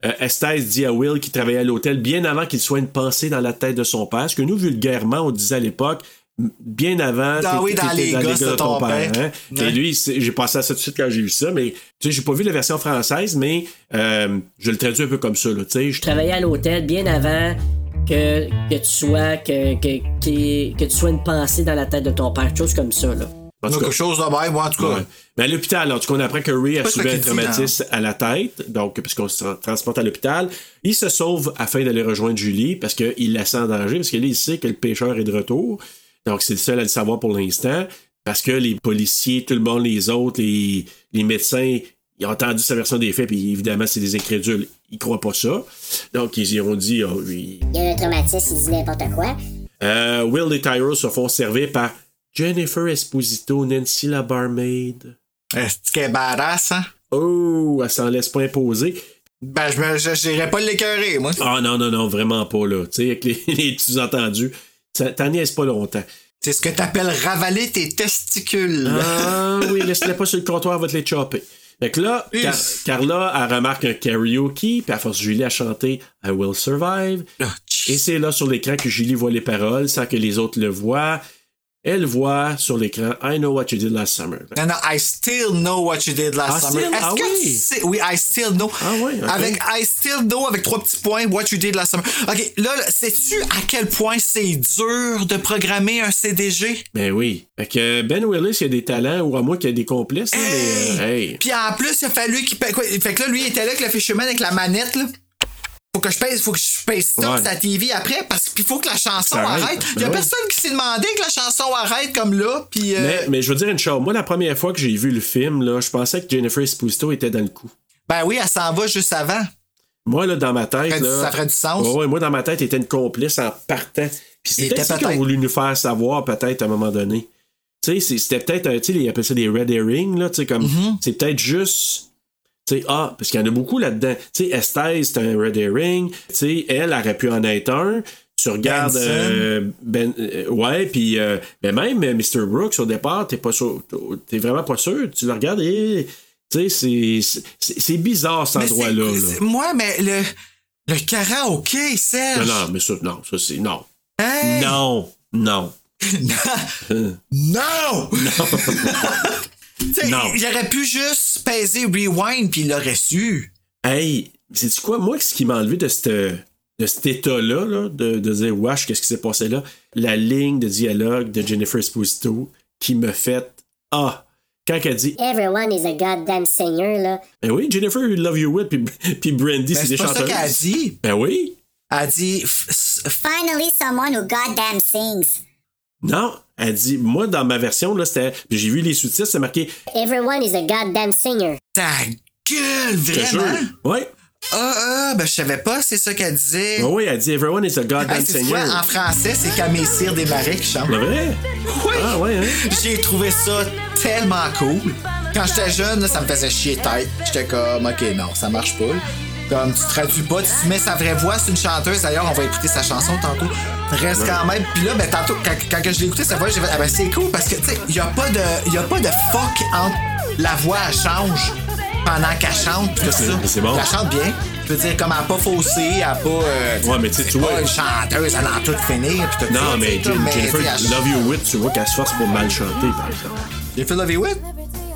S8: Euh, Estes dit à Will qu'il travaillait à l'hôtel bien avant qu'il soit une pensée dans la tête de son père, ce que nous, vulgairement, on disait à l'époque, bien avant.
S4: Ah
S8: t'étais-
S4: oui, dans
S8: t'étais
S4: les gosses de ton père.
S8: hein.
S4: Ouais.
S8: Et lui, c'est- j'ai pensé à ça tout de suite quand j'ai vu ça, mais tu sais, j'ai pas vu la version française, mais euh, je le traduis un peu comme ça, là, tu sais. Je-
S7: Je travaillais à l'hôtel bien avant que, que tu sois que, que, que, que tu sois une pensée dans la tête de ton père, chose comme ça là.
S8: En tout
S4: Quelque
S8: cas.
S4: chose de même, moi, en tout cas.
S8: Ouais. Mais à l'hôpital, en tout cas, on apprend que Ray a
S4: Pas
S8: subi
S4: ça
S8: un
S4: qu'il dit,
S8: traumatisme à la tête, donc, puisqu'on se tra- transporte à l'hôpital. Il se sauve afin d'aller rejoindre Julie, parce qu'il la sent en danger, parce que là, il sait que le pêcheur est de retour. Donc, c'est le seul à le savoir pour l'instant, parce que les policiers, tout le monde, les autres, les, les médecins, ils ont entendu sa version des faits, puis évidemment, c'est des incrédules. Ils croient pas ça. Donc, ils iront dire, oh, oui.
S10: Il y a un traumatisme, il dit n'importe quoi.
S8: Euh, Will et Tyro se font servir par Jennifer Esposito, Nancy la barmaid.
S4: Est-ce qu'elle est badass, hein?
S8: Oh, elle s'en laisse pas imposer.
S4: Ben, je me- je- j'irais pas l'écœurer, moi.
S8: Ah non, non, non, vraiment pas là. Tu sais, avec les, (laughs) les sous-entendus, ça- t'en niaises pas longtemps.
S4: C'est ce que t'appelles ravaler tes testicules.
S8: Ah oui, laisse-les pas sur le comptoir, elle va te les chopper. Fait que là,
S4: Uf.
S8: Car- Carla, elle remarque un karaoke, puis elle force Julie à chanter I Will Survive. Et c'est là sur l'écran que Julie voit les paroles sans que les autres le voient. Elle voit sur l'écran I Know What You Did Last Summer.
S4: Non, non, I still know what you did last
S8: Ah,
S4: summer.
S8: still?
S4: Est-ce
S8: Ah
S4: que
S8: oui.
S4: tu sais- Oui, I still know.
S8: Ah oui, ok.
S4: Avec I still know, avec trois petits points, what you did last summer. OK, là, là, sais-tu à quel point c'est dur de programmer un CDG?
S8: Ben oui. Fait que Ben Willis, il y a des talents, ou à moi qu'il y a des complexes, là, mais euh, hey.
S4: Puis en plus, il a fallu qu'il paye. quoi, Fait que là, lui, il était là avec le fisherman avec la manette, là. Faut que je pèse, faut que je pèse stop
S8: Ouais.
S4: sa TV après, parce qu'il faut que la chanson
S8: Ça arrête.
S4: arrête. Il y a
S8: Ben oui.
S4: personne qui s'est demandé que la chanson arrête comme là, puis... euh,
S8: Mais, mais je veux dire une chose. Moi, la première fois que j'ai vu le film, là, je pensais que Jennifer Esposito était dans le coup.
S4: Ben oui, elle s'en va juste avant.
S8: Moi, là, dans ma tête.
S4: Ça ferait du-
S8: là-
S4: ça ferait du sens.
S8: Ouais, ouais, moi, dans ma tête, elle était une complice en partant. Puis
S4: Il
S8: c'est
S4: était
S8: peut-être ça qu'ils
S4: peut-être-
S8: ont voulu nous faire savoir, peut-être, à un moment donné. Tu sais, c'est- c'était peut-être. un- Tu sais, ils appellent ça des red herrings, là. Tu sais, comme.
S4: Mm-hmm.
S8: C'est peut-être juste. Tu sais, ah, parce qu'il y en a beaucoup là-dedans. Tu sais, Estes, c'est un red herring. Tu sais, elle aurait pu en être un. Tu regardes.
S4: Benson.
S8: euh, ben, euh, ouais, puis. euh, ben, même euh, Mr. Brooks, au départ, t'es pas sûr. T'es vraiment pas sûr. Tu le regardes et. Tu sais, c'est- c'est- c'est c'est bizarre cet
S4: Mais c'est-
S8: endroit-là. là.
S4: c'est- Moi, mais le, le karaoké, Serge. hein?
S8: Non, non, mais ça, non, ça c'est. Non.
S4: Hey!
S8: Non, non. (laughs)
S4: Non! T'sais,
S8: Non.
S4: Il aurait pu juste peser rewind puis il l'aurait su.
S8: Hey, c'est-tu quoi, moi, ce qui m'a enlevé de, cette, de cet état-là, là, de, de dire, wesh, qu'est-ce qui s'est passé là? La ligne de dialogue de Jennifer Esposito qui me fait. Ah! Quand elle dit,
S10: Everyone is a goddamn singer, là.
S8: ben oui, Jennifer, we love you with, puis, puis Brandy,
S4: Mais
S8: c'est
S4: Ben, c'est
S8: des
S4: pas ça
S8: chanteurs.
S4: qu'elle a dit.
S8: Ben oui!
S4: Elle a dit. f- s- f-
S10: Finally, someone who goddamn sings.
S8: Non! Elle dit, moi, dans ma version, là, c'était. puis j'ai vu les sous-titres, c'est marqué.
S10: Everyone is a goddamn singer.
S4: Ta gueule,
S8: Je te
S4: vraiment?
S8: jure. Ouais!
S4: Ah, ah, ben je savais pas, c'est ça qu'elle disait.
S8: Ben oui, elle dit, everyone is a goddamn
S4: Hey, Ah, c'est
S8: seigneur.
S4: quoi, en français, c'est Camille Cyr des Marais qui chante.
S8: C'est vrai?
S4: Oui!
S8: Ah, ouais, hein?
S4: J'ai trouvé ça tellement cool. Quand j'étais jeune, là, ça me faisait chier tête. J'étais comme, ok, non, ça marche pas. Comme tu traduis pas, tu mets sa vraie voix, c'est une chanteuse. D'ailleurs, on va écouter sa chanson tantôt. Reste quand même. Puis là, ben, tantôt, quand, quand que je l'ai écouté, cette voix, j'ai fait, ah ben, c'est cool parce que, tu sais, il n'y a, pas de- y a pas de fuck entre la voix, elle change pendant qu'elle chante. Tout ça.
S8: c'est bon.
S4: Elle chante bien. Je veux dire, comme elle n'a pas faussé, elle n'a pas. euh,
S8: Ouais, mais tu sais,
S4: c'est
S8: tu
S4: pas
S8: vois-
S4: une chanteuse, elle a tout finir. puis tout ça,
S8: Non, mais
S4: tu sais,
S8: Jen- Jennifer,
S4: tu sais, elle-
S8: Love You With, tu vois qu'elle se force pour mal chanter, par exemple.
S4: Jennifer Love Hewitt?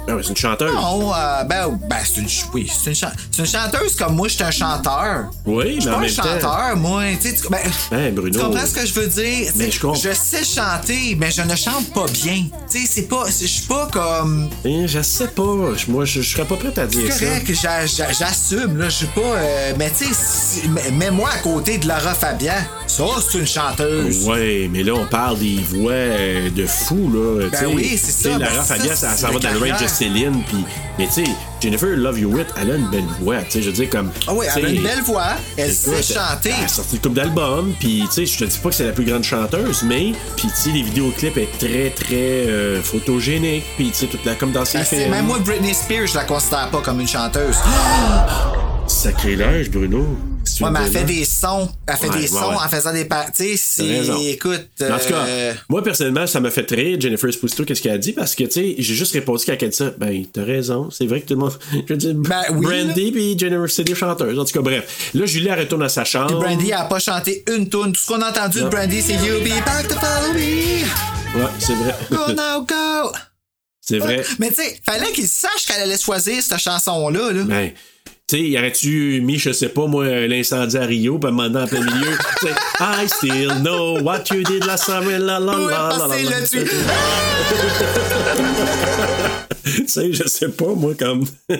S8: Ah ouais, c'est une chanteuse.
S4: Non, euh, ben, ben c'est une, ch- oui, c'est une, chan- c'est une chanteuse comme moi, je suis un chanteur.
S8: Oui,
S4: Je suis
S8: mais
S4: pas
S8: en
S4: un
S8: même temps.
S4: chanteur, moi. Tu, sais, tu- ben,
S8: Ben, Bruno.
S4: tu comprends ce que je veux dire?
S8: Mais
S4: C'est-
S8: je comprends.
S4: Je sais chanter, mais je ne chante pas bien. Tu sais, c'est pas, c'est- je suis pas comme.
S8: Hein, Je sais pas. Je- Moi, je, je serais pas prêt à
S4: C'est
S8: dire ça.
S4: correct, j'a- j'a- j'assume, là, je suis pas. euh, mais tu sais, si- mais- mets-moi à côté de Laura Fabian. Ça, c'est une chanteuse.
S8: Ouais, mais là, on parle des voix euh, de fou, là.
S4: Ben
S8: tu sais.
S4: oui, c'est ça,
S8: Tu
S4: ben
S8: sais, Lara
S4: ça,
S8: Fabian, ça,
S4: c'est
S8: ça va
S4: la
S8: dans le range de
S4: carrière.
S8: Céline, puis. Mais tu sais, Jennifer Love You With, elle a une belle voix. Tu sais, je veux dire, comme.
S4: Ah oui,
S8: tu
S4: elle a
S8: sais,
S4: une belle voix, elle sait
S8: écoute,
S4: chanter.
S8: Elle a sorti une couple d'albums, puis tu sais, je te dis pas que c'est la plus grande chanteuse, mais. Puis tu sais, les vidéoclips est très, très euh, photogénique, puis tu sais, toute la. Comme dans ses
S4: Ben, c'est-
S8: films.
S4: même moi, Britney Spears, je la considère pas comme une chanteuse.
S8: Sacrilège, Bruno. Qu'est-ce que tu
S4: Ouais,
S8: me
S4: mais
S8: dis
S4: elle fait
S8: là?
S4: des sons. Elle fait
S8: Ouais,
S4: des
S8: ouais,
S4: sons
S8: ouais.
S4: en faisant des parties. C'est.
S8: raison.
S4: Écoute.
S8: En tout cas,
S4: euh,
S8: moi personnellement, ça m'a fait rire, Jennifer Esposito, qu'est-ce qu'elle a dit, parce que, tu sais, j'ai juste répondu quand elle dit ça, ben, t'as raison, c'est vrai que tout le monde. (laughs) Je veux dire,
S4: Ben oui,
S8: Brandy puis Jennifer, c'est des chanteuses. En tout cas, bref. Là, Julie, elle retourne à sa chambre.
S4: Brandy, elle a pas chanté une tune. Tout ce qu'on a entendu de
S8: Non.
S4: Brandy, c'est You Be Back to Follow Me.
S8: Ouais, c'est vrai. (laughs)
S4: Go now, go!
S8: C'est vrai.
S4: Mais tu sais, fallait qu'il sache qu'elle allait choisir cette chanson-là. Là.
S8: Ben, tu sais, y aurait-tu mis, je sais pas, moi, l'incendie à Rio, puis maintenant en plein milieu, tu sais, I still know what you did last summer, la la la
S4: Oui,
S8: la la
S4: parce que
S8: la.
S4: là-dessus.
S8: Tu sais, je sais pas, moi, comme. (laughs)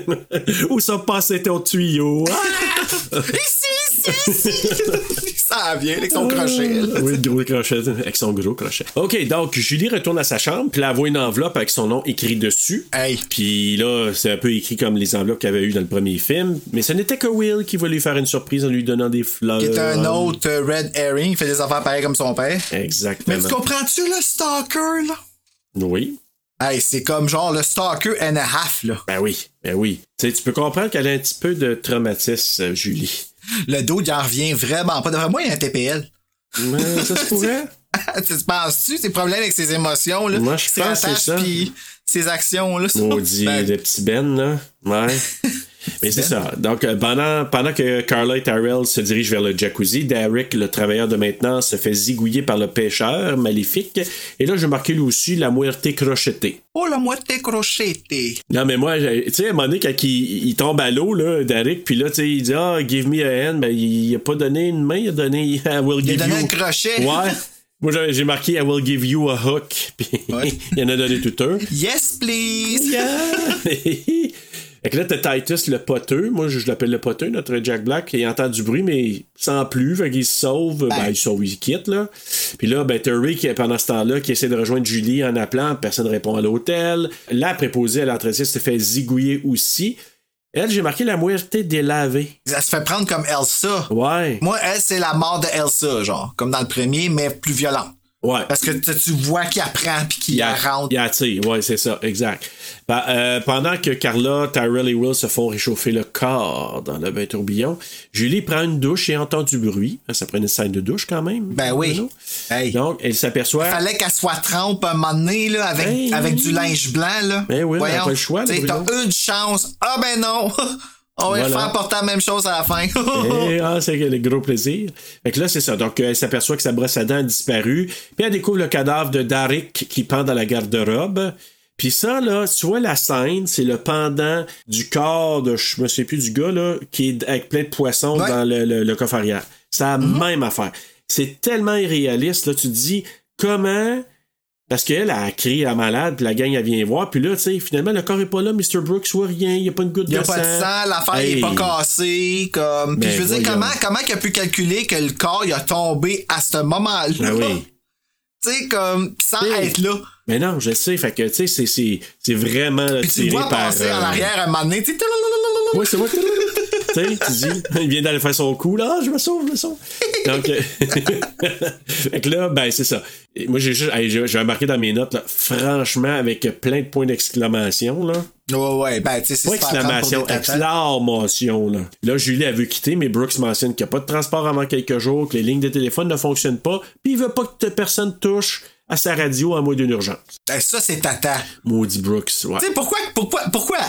S8: Où ça passait ton tuyau?
S4: Ah, ici, ici, ici! (laughs) Ça vient avec son crochet. là.
S8: (laughs) Oui, le gros crochet, avec son gros crochet. OK, donc Julie retourne à sa chambre, puis là, elle voit une enveloppe avec son nom écrit dessus. Puis là, c'est un peu écrit comme les enveloppes qu'il y avait eu dans le premier film, mais ce n'était que Will qui voulait lui faire une surprise en lui donnant des fleurs.
S4: Qui est un autre euh, Red Herring, il fait des affaires pareilles comme son père.
S8: Exactement.
S4: Mais tu comprends-tu le stalker, là?
S8: Oui.
S4: Hey, c'est comme genre le stalker and a half, là.
S8: Ben oui, ben oui. Tu sais, tu peux comprendre qu'elle a un petit peu de traumatisme, euh, Julie.
S4: Le dos, il en revient vraiment pas. D'après moi, il y a un TPL.
S8: Mais ça se pourrait.
S4: (laughs) tu te penses-tu, ses problèmes avec ses émotions, là?
S8: Moi, je
S4: ses
S8: pense que c'est
S4: attaches
S8: ça.
S4: puis ses actions, là. ça.
S8: (laughs) Maudit,
S4: Ben,
S8: le petit Ben, là. Ouais. Mais c'est ça. Donc, euh, pendant, pendant que Carla et Tyrell se dirigent vers le jacuzzi, Derek, le travailleur de maintenance, se fait zigouiller par le pêcheur maléfique. Et là, j'ai marqué lui aussi la muerte crochetée.
S4: Oh, la moitié crocheté.
S8: Non, mais moi, j'ai- tu sais, à un moment donné, quand il, il tombe à l'eau, là, Derek, puis là, tu sais, il dit Ah, give me a hand. Ben, il, il a pas donné une main, il a donné (laughs) I will
S4: Il a
S8: give
S4: donné un
S8: you.
S4: crochet.
S8: Ouais. Moi, j'ai- j'ai marqué I will give you a hook. (laughs) Puis il en a donné tout un.
S4: Yes, please.
S8: Fait que là, t'as Titus le poteux. Moi, je, je l'appelle le poteux, notre Jack Black. Il entend du bruit, mais sans plus. Fait qu'il se sauve. Ben, il se sauve, il se quitte, là. Puis là, ben, t'as Ray qui, pendant ce temps-là, qui essaie de rejoindre Julie en appelant. Personne ne répond à l'hôtel. La préposée à l'entretien s'est fait zigouiller aussi. Elle, j'ai marqué la moitié délavée.
S4: Elle se fait prendre comme Elsa.
S8: Ouais.
S4: Moi, elle, c'est la mort de Elsa, genre, comme dans le premier, mais plus violente.
S8: Ouais.
S4: Parce que tu tu vois qu'il apprend puis qu'il
S8: Il a-
S4: rentre.
S8: il a tiré, ouais, c'est ça, exact. Ben, euh, pendant que Carla, Tyrell et Will se font réchauffer le corps dans le bain tourbillon, Julie prend une douche et entend du bruit. Hein, Ça prend une scène de douche quand même.
S4: Ben oui.
S8: Bruno. Donc, elle s'aperçoit.
S4: Fallait qu'elle soit trempe un moment donné, là, avec,
S8: Ben
S4: avec
S8: oui.
S4: du linge blanc, là.
S8: Ben oui, on a pas le choix, là,
S4: T'sais,
S8: Bruno.
S4: T'as une chance. Ah ben non! (laughs) On va lui
S8: Voilà.
S4: faire porter la même chose à la fin. (laughs)
S8: (laughs) Eh, ah, c'est le gros plaisir. Fait que là, c'est ça. Donc, euh, elle s'aperçoit que sa brosse à dents a disparu. Puis elle découvre le cadavre de Darik qui pend dans la garde-robe. Puis ça, là, tu vois la scène, c'est le pendant du corps de, je me souviens plus du gars, là, qui est avec plein de poissons
S4: Ouais. Mm-hmm.
S8: dans le, le- le coffre arrière. C'est la même affaire. C'est tellement irréaliste, là, tu te dis, comment... Parce qu'elle a crié à malade, puis la gang, elle vient voir, puis là, tu sais, finalement, le corps est pas là, Mr. Brooks voit rien, il n'y a pas une goutte
S4: Il n'y a
S8: de
S4: pas de
S8: sang.
S4: sang, l'affaire n'est
S8: Hey.
S4: pas cassée. Comme... Puis
S8: Ben
S4: je veux dire,
S8: voyons.
S4: comment, comment il a pu calculer que le corps il a tombé à ce moment-là?
S8: Ben oui.
S4: (laughs) tu sais, comme, sans être là.
S8: Mais non, je sais, fait que tu sais, c'est- c'est c'est vraiment
S4: Puis tu
S8: tiré
S4: le vois
S8: par.
S4: passer en
S8: euh,
S4: arrière à un moment donné, tu sais,
S8: Ouais,
S4: (laughs)
S8: c'est moi. tu sais, tu dis, il vient d'aller faire son coup, là, Ah, je me sauve, je me sauve. Donc, euh, (laughs) fait que là, ben, c'est ça. Et Moi, j'ai juste, hey, j'ai j'ai remarqué dans mes notes, là, franchement, avec plein de points d'exclamation, là.
S4: Ouais, ouais, ben, tu sais, c'est
S8: Pas
S4: super prendre pour
S8: exclamation,
S4: des hein? tatans.
S8: exclamation, là. Là, Julie, elle veut quitter, mais Brooks mentionne qu'il n'y a pas de transport avant quelques jours, que les lignes de téléphone ne fonctionnent pas, puis il veut pas que personne touche à sa radio à moins d'une urgence.
S4: Ben, ça, c'est tata.
S8: Maudit Brooks, ouais.
S4: Tu sais, pourquoi, pourquoi, pourquoi? (laughs)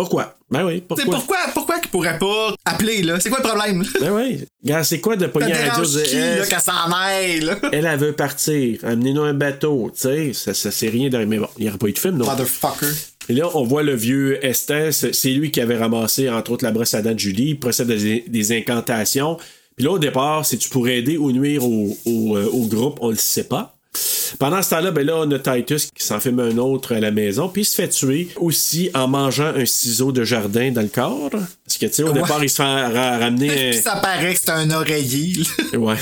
S4: Tu
S8: Pourquoi? Ben oui,
S4: sais,
S8: pourquoi?
S4: pourquoi, pourquoi qu'il pourrait pas appeler, là? C'est quoi le problème? (laughs)
S8: Ben oui. Regarde, c'est quoi de
S4: Ça
S8: pogner la radio
S4: dérange
S8: de
S4: qui,
S8: Eh,
S4: là, qu'elle s'en aille, là?
S8: elle, elle veut partir. Amenez-nous un bateau. Tu sais, ça, ça c'est rien d'arriver. Mais bon, il n'y aurait pas eu de film, non?
S4: Motherfucker.
S8: Et là, on voit le vieux Estes. C'est lui qui avait ramassé, entre autres, la brosse à dents de Julie. Il procède à des, des incantations. Puis là, au départ, c'est tu pourrais aider ou nuire au, au, euh, au groupe, on le sait pas. Pendant ce temps-là, ben là, on a Titus qui s'en fait un autre à la maison, puis il se fait tuer aussi en mangeant un ciseau de jardin dans le corps. Parce que, tu sais, au
S4: Ouais.
S8: départ, il se fait ra-
S4: (laughs)
S8: ramener.
S4: Puis
S8: un-
S4: ça paraît que c'est un oreiller, là.
S8: Ouais,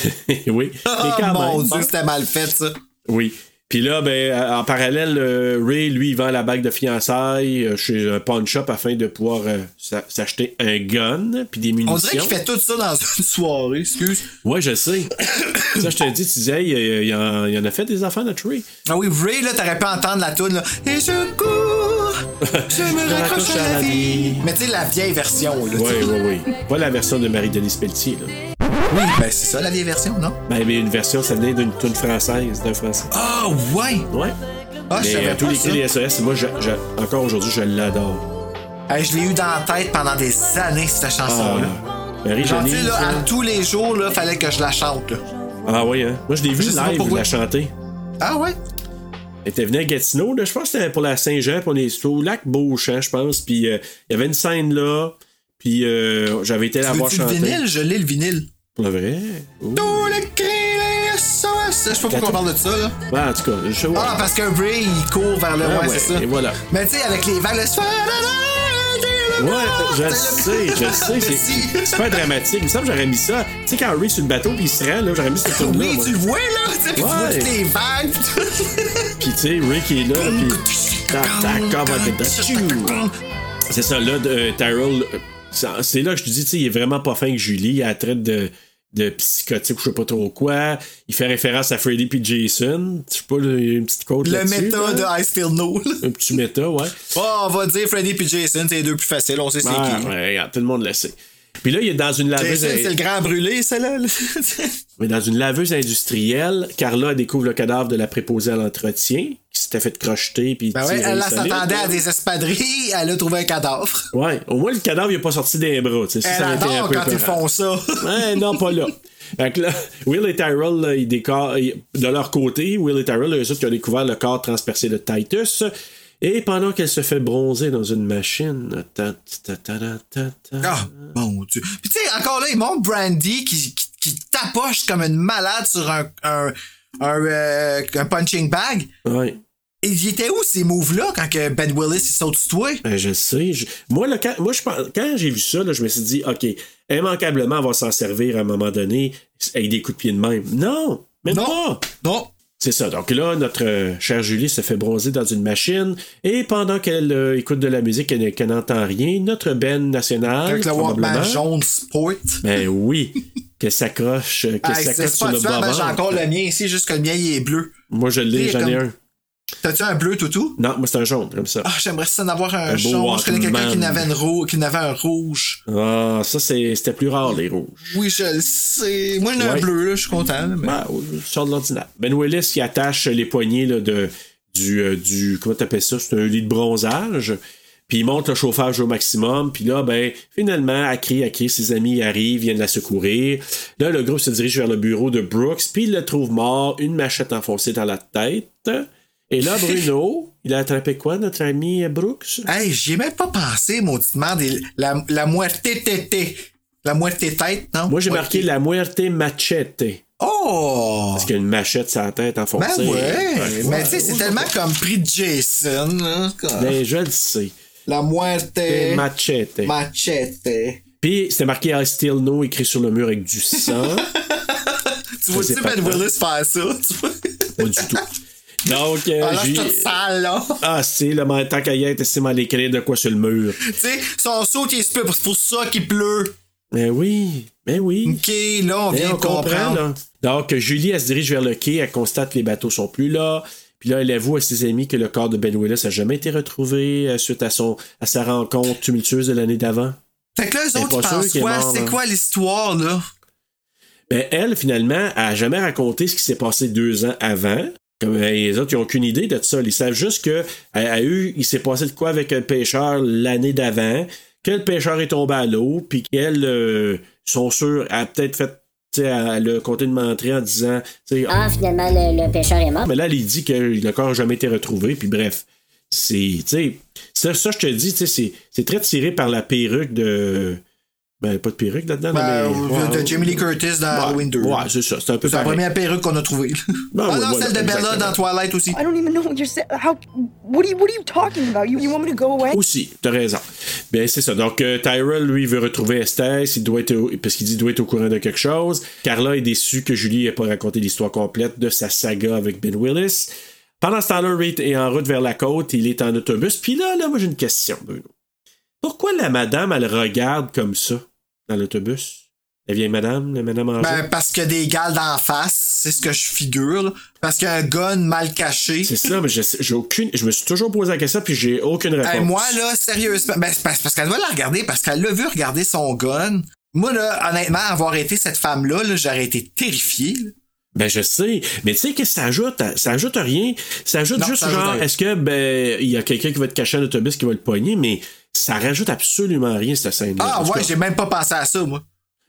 S4: (laughs)
S8: (laughs) oui. Mais
S4: Oh
S8: quand
S4: mon
S8: même, hein.
S4: dieu, c'était mal fait, ça.
S8: Oui. Puis là, ben, en parallèle, euh, Ray, lui, il vend la bague de fiançailles euh, chez un pawn shop afin de pouvoir euh, s'a- s'acheter un gun puis des munitions.
S4: On dirait qu'il fait tout ça dans (laughs) une soirée, excuse.
S8: Ouais, je
S4: (coughs)
S8: sais. ça, je te dis, tu disais, hey, euh, il, en, il en a fait des enfants, notre Ray.
S4: Ah oui, Ray, là, t'aurais pu entendre la toune, là. Et je cours, je
S8: (laughs)
S4: me raccroche à la vie. Mais tu sais, la vieille version, là. tu
S8: Oui,
S4: sais.
S8: oui, oui. Pas la version de Marie-Denise Pelletier, là.
S4: Oui, ben c'est ça, la vieille version, non?
S8: Ben, mais une version, ça venait d'une tune française, d'un français.
S4: Ah ouais!
S8: Ouais.
S4: Ah, je
S8: mais
S4: savais
S8: euh, tous
S4: pas
S8: les
S4: ça.
S8: cris des SOS, moi, je- je- encore aujourd'hui, je l'adore.
S4: Hey, je l'ai eu dans la tête pendant des années,
S8: Ah,
S4: cette chanson-là. Genre, tu sais,
S8: Marie-Denise.
S4: Ah là, à
S8: hein.
S4: tous les jours, là, fallait que je la chante, là.
S8: Ah oui, hein. Moi, je l'ai vu
S4: Je sais pas
S8: live,
S4: pourquoi.
S8: la chanter.
S4: Ah ouais?
S8: était venu à Gatineau, là, je pense que c'était pour la Saint-Jean, puis on est au lac Beauchamp, je pense, puis euh, il y avait une scène là, puis euh, j'avais été la
S4: Tu
S8: voir
S4: veux-tu le
S8: chanter.
S4: vinyle? Je l'ai, le vinyle.
S8: Pour le vrai? Ouh.
S4: Tous les cris, les SOS. Je sais pas pourquoi on parle de ça, là.
S8: Ouais, Ben, en tout cas, je sais
S4: Ah, parce qu'un Bray, il court vers le.
S8: Ah
S4: ouais,
S8: ouais,
S4: c'est ça.
S8: et voilà.
S4: Mais tu sais, avec les vagues,
S8: Ouais, je sais, je sais, c'est c'est super dramatique. Il me semble que j'aurais mis ça. Tu sais, quand Ray est sur le bateau, puis il se rend, là, j'aurais mis cette tournée.
S4: Oui, tu le vois, là. Tu sais, puis tu vois
S8: Ouais.
S4: toutes les vagues. puis tout.
S8: Puis tu sais, Rick est là, puis... Tac, tac, tac, tac, tac, tchou. C'est ça, là, de, euh, Tyrell, euh, ça- c'est là que je te dis, tu sais, il est vraiment pas fin que Julie, il a traite de, de psychotique ou je sais pas trop quoi. Il fait référence à Freddy puis Jason. Je sais pas, là, il y a une petite quote
S4: Le
S8: là-dessus,
S4: méta
S8: là.
S4: de I Still Know. là.
S8: Un petit méta, ouais.
S4: Bon, on va dire Freddy puis Jason, c'est les deux plus faciles, on sait c'est
S8: Ah,
S4: qui.
S8: ouais, regarde, tout le monde le sait. Puis là, il est dans une laveuse...
S4: Jason, c'est le grand brûlé, celle-là. là. (laughs)
S8: Mais dans une laveuse industrielle, Carla découvre le cadavre de la préposée à l'entretien, qui s'était fait crocheter puis
S4: Ben ouais,
S8: tirer
S4: elle là,
S8: solide, hein?
S4: s'attendait
S8: là.
S4: à des espadrilles, elle a trouvé un cadavre.
S8: Ouais, au moins le cadavre il n'est pas sorti des bras. tu sais, Ça,
S4: Elle
S8: ça aurait été un
S4: adore
S8: peu
S4: quand ils
S8: épeurant.
S4: font ça. (laughs)
S8: Ouais, non, pas là. Fait que là, Will et Tyrell, là, ils décorent- ils- de leur côté, Will et Tyrell, eux autres, qui ont découvert le corps transpercé de Titus. Et pendant qu'elle se fait bronzer dans une machine. ta- ta- ta- ta- ta- ta-
S4: Ah, mon Dieu. Puis tu sais, encore là, ils montrent Brandy qui, qui, qui tapoche comme une malade sur un, un, un, euh, un punching bag.
S8: Ouais.
S4: Et il était où ces moves-là quand que Ben Willis il saute sur toi?
S8: Ben, je sais. je- Moi, là, quand, moi, je pense- quand j'ai vu ça, là, je me suis dit, OK, immanquablement, on va s'en servir à un moment donné avec des coups de pied de même. Non, même pas.
S4: Non.
S8: C'est ça. Donc là, notre euh, chère Julie se fait bronzer dans une machine et pendant qu'elle euh, écoute de la musique et qu'elle n'entend rien, notre Ben national.
S4: Avec le Walkman
S8: probablement-
S4: jaune Sport.
S8: Ben
S4: (laughs)
S8: oui, que s'accroche, euh, que
S4: Hey,
S8: s'accote
S4: c'est
S8: sur
S4: pas
S8: le
S4: tuable,
S8: bas.
S4: j'ai encore le mien ici, juste que le mien il est bleu.
S8: Moi, je l'ai,
S4: Lui,
S8: j'en ai
S4: comme-
S8: un.
S4: T'as-tu un bleu toutou?
S8: Non, moi, c'est un jaune, comme ça.
S4: Ah, j'aimerais ça en avoir un,
S8: Un beau
S4: jaune. Je connais quelqu'un qui
S8: Walkman.
S4: n'avait une rou- qui n'avait un rouge.
S8: Ah, ça, c'est- c'était plus rare, les rouges.
S4: Oui, je le sais. Moi, j'en ai un
S8: Ouais.
S4: bleu, là, je suis content. mais-
S8: Ben, oui, je sors de l'ordinaire. Ben Willis, il attache les poignées là, de, du, euh, du. Comment t'appelles ça C'est un lit de bronzage. Puis il monte le chauffage au maximum. Puis là, ben, finalement, à crier, à crier, ses amis arrivent, viennent la secourir. Là, le groupe se dirige vers le bureau de Brooks. Puis il le trouve mort, une machette enfoncée dans la tête. Et là,
S4: (laughs)
S8: Bruno, il a attrapé quoi, notre ami euh, Brooks
S4: Hey, j'y ai même pas pensé, mon petit merde. Et La, la moitié tété. La moitié tête, non?
S8: Moi, j'ai
S4: Ouais.
S8: marqué la muerte machete.
S4: Oh!
S8: Parce qu'il y a une machette sur la tête enfoncée.
S4: Ben ouais!
S8: Ouais,
S4: Mais
S8: ouais.
S4: tu sais, c'est tellement comme pris de Jason, hein, quand-
S8: Ben, je le sais.
S4: La moitié.
S8: Machete.
S4: Machete.
S8: Puis c'était marqué I still know écrit sur le mur avec
S4: (laughs)
S8: du sang.
S4: Tu vois-tu
S8: sais pas
S4: Ben
S8: quoi.
S4: Willis faire ça? Tu vois?
S8: pas du tout. Donc, euh,
S4: Ah, là, c'est
S8: j'ai-
S4: toute sale, là.
S8: Ah, c'est le moment tant qu'à y être, c'est mal écrire de quoi sur le mur.
S4: Tu sais, son saut qui se peut, c'est pour ça qu'il pleut.
S8: Mais Ben oui, mais oui.
S4: Ok, là, on
S8: Mais
S4: vient de comprendre.
S8: là. Donc, Julie, elle se dirige vers le quai, elle constate que les bateaux sont plus là. Puis là, elle avoue à ses amis que le corps de Ben Willis a jamais été retrouvé euh, suite à, son, à sa rencontre tumultueuse de l'année d'avant.
S4: Fait que là, eux
S8: C'est
S4: autres,
S8: pas
S4: ils
S8: sûr
S4: pensent
S8: qu'il est
S4: quoi?
S8: mort,
S4: C'est
S8: là.
S4: quoi l'histoire, là?
S8: Ben, elle, finalement, a jamais raconté ce qui s'est passé deux ans avant. Comme euh, les autres, ils n'ont aucune idée de ça. Ils savent juste que elle a eu, il s'est passé de quoi avec un pêcheur l'année d'avant, que le pêcheur est tombé à l'eau, puis qu'elle, euh, sont sûrs, a peut-être fait, tu sais, elle a compté de mentir en disant, tu sais,
S7: Ah, finalement, le, le pêcheur est mort.
S8: mais là, elle dit que le corps n'a jamais été retrouvé, puis bref. C'est, tu sais, ça, ça, je te dis, tu sais, c'est- c'est très tiré par la perruque de. Ben, pas de perruque là-dedans,
S4: Ben,
S8: mais.
S4: de- de Jamie Lee Curtis dans Halloween 2.
S8: Ouais, c'est ça. C'est un peu
S4: C'est la
S8: pareil.
S4: première perruque qu'on a
S8: (laughs)
S4: trouvée.
S8: Ben,
S4: ah
S8: ouais,
S4: non,
S8: voilà,
S4: celle de Bella
S8: exactement.
S4: dans Twilight aussi.
S14: I don't even know what you're saying. How? What are you? What are you talking about? You, you want me to go away?
S8: Aussi, t'as raison. Ben, c'est ça. Donc, euh, Tyrell, lui, veut retrouver Estes. Il doit être au- parce qu'il dit qu'il doit être au courant de quelque chose. Carla est déçue que Julie n'ait pas raconté l'histoire complète de sa saga avec Ben Willis. Pendant ce temps-là, Reed est en route vers la côte. Il est en autobus. Puis là, là, moi, j'ai une question, Bruno. Pourquoi la madame, elle regarde comme ça dans l'autobus? La vieille madame, la madame en
S4: Ben,
S8: jaune?
S4: parce qu'il y a des gales d'en face, c'est ce que je figure, là. Parce qu'il y a un gun mal caché.
S8: C'est ça, mais je, sais- j'ai aucune, je me suis toujours posé la question, puis j'ai aucune réponse.
S4: Hey, Euh, moi, là, sérieusement, ben, c'est parce, parce qu'elle doit la regarder, parce qu'elle l'a vu regarder son gun. Moi, là, honnêtement, avoir été cette femme-là, là, j'aurais été terrifié. là.
S8: Ben je sais, mais tu sais qu'est-ce que ça ajoute à- Ça ajoute à rien. Ça ajoute
S4: Non,
S8: juste
S4: ça ajoute à
S8: genre
S4: rien.
S8: est-ce que ben il y a quelqu'un qui va être caché à l'autobus qui va le pogner, mais ça rajoute absolument rien cette scène.
S4: Ah, ouais, Ah, j'ai même pas pensé à ça, moi.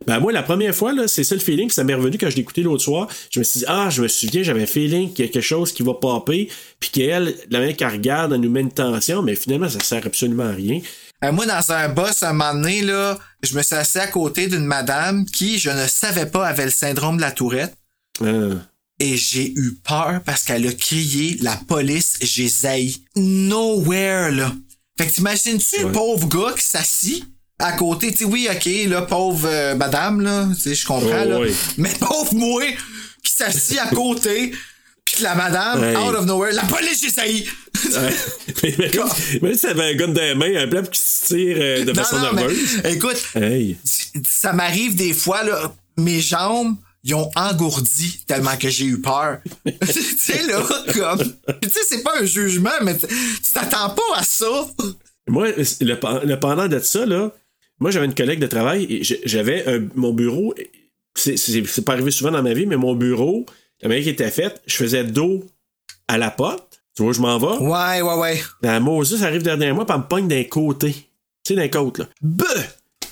S8: Ben moi, la première fois, là, c'est ça le feeling, puis ça m'est revenu quand je l'ai écouté l'autre soir. Je me suis dit, ah, je me souviens, j'avais un feeling qu'il y a quelque chose qui va popper, puis qu'elle, la manière qu'elle regarde, elle nous met une tension, mais finalement, ça sert absolument à rien.
S4: Euh, moi, dans un boss, à un moment donné, là, je me suis assis à côté d'une madame qui, je ne savais pas, avait le syndrome de la tourette.
S8: Euh. (laughs)
S4: Et j'ai eu peur parce qu'elle a crié la police, j'ai zaï. Nowhere, là. Fait que t'imagines-tu le
S8: Ouais.
S4: pauvre gars qui s'assit à côté? Tu sais, oui, ok, là, pauvre euh, madame, là, tu sais, je comprends,
S8: Oh,
S4: là.
S8: oui.
S4: Mais pauvre moi qui s'assit à côté, puis que la madame,
S8: Hey.
S4: out of nowhere, la police, j'ai zaï! (laughs)
S8: Ouais. mais mais comme- mais ça avait un gun dans la main, un plat qui se tire euh, de
S4: Non,
S8: façon
S4: non, mais
S8: nerveuse.
S4: écoute,
S8: Hey.
S4: ça m'arrive des fois, là, mes jambes, ils ont engourdi tellement que j'ai eu peur. (laughs) tu sais, là, comme. Puis tu sais, c'est pas un jugement, mais t- tu t'attends pas à ça.
S8: Moi, le, pen- le pendant de ça, là, moi, j'avais une collègue de travail et j'- j'avais un- mon bureau. C'est, c'est- c'est pas arrivé souvent dans ma vie, mais mon bureau, la manière qui était faite, je faisais dos à la porte. Tu vois, je m'en vais.
S4: Ouais, ouais, ouais.
S8: La Moses arrive derrière moi, puis elle me pogne d'un côté. Tu sais, d'un côté, là. Beuh!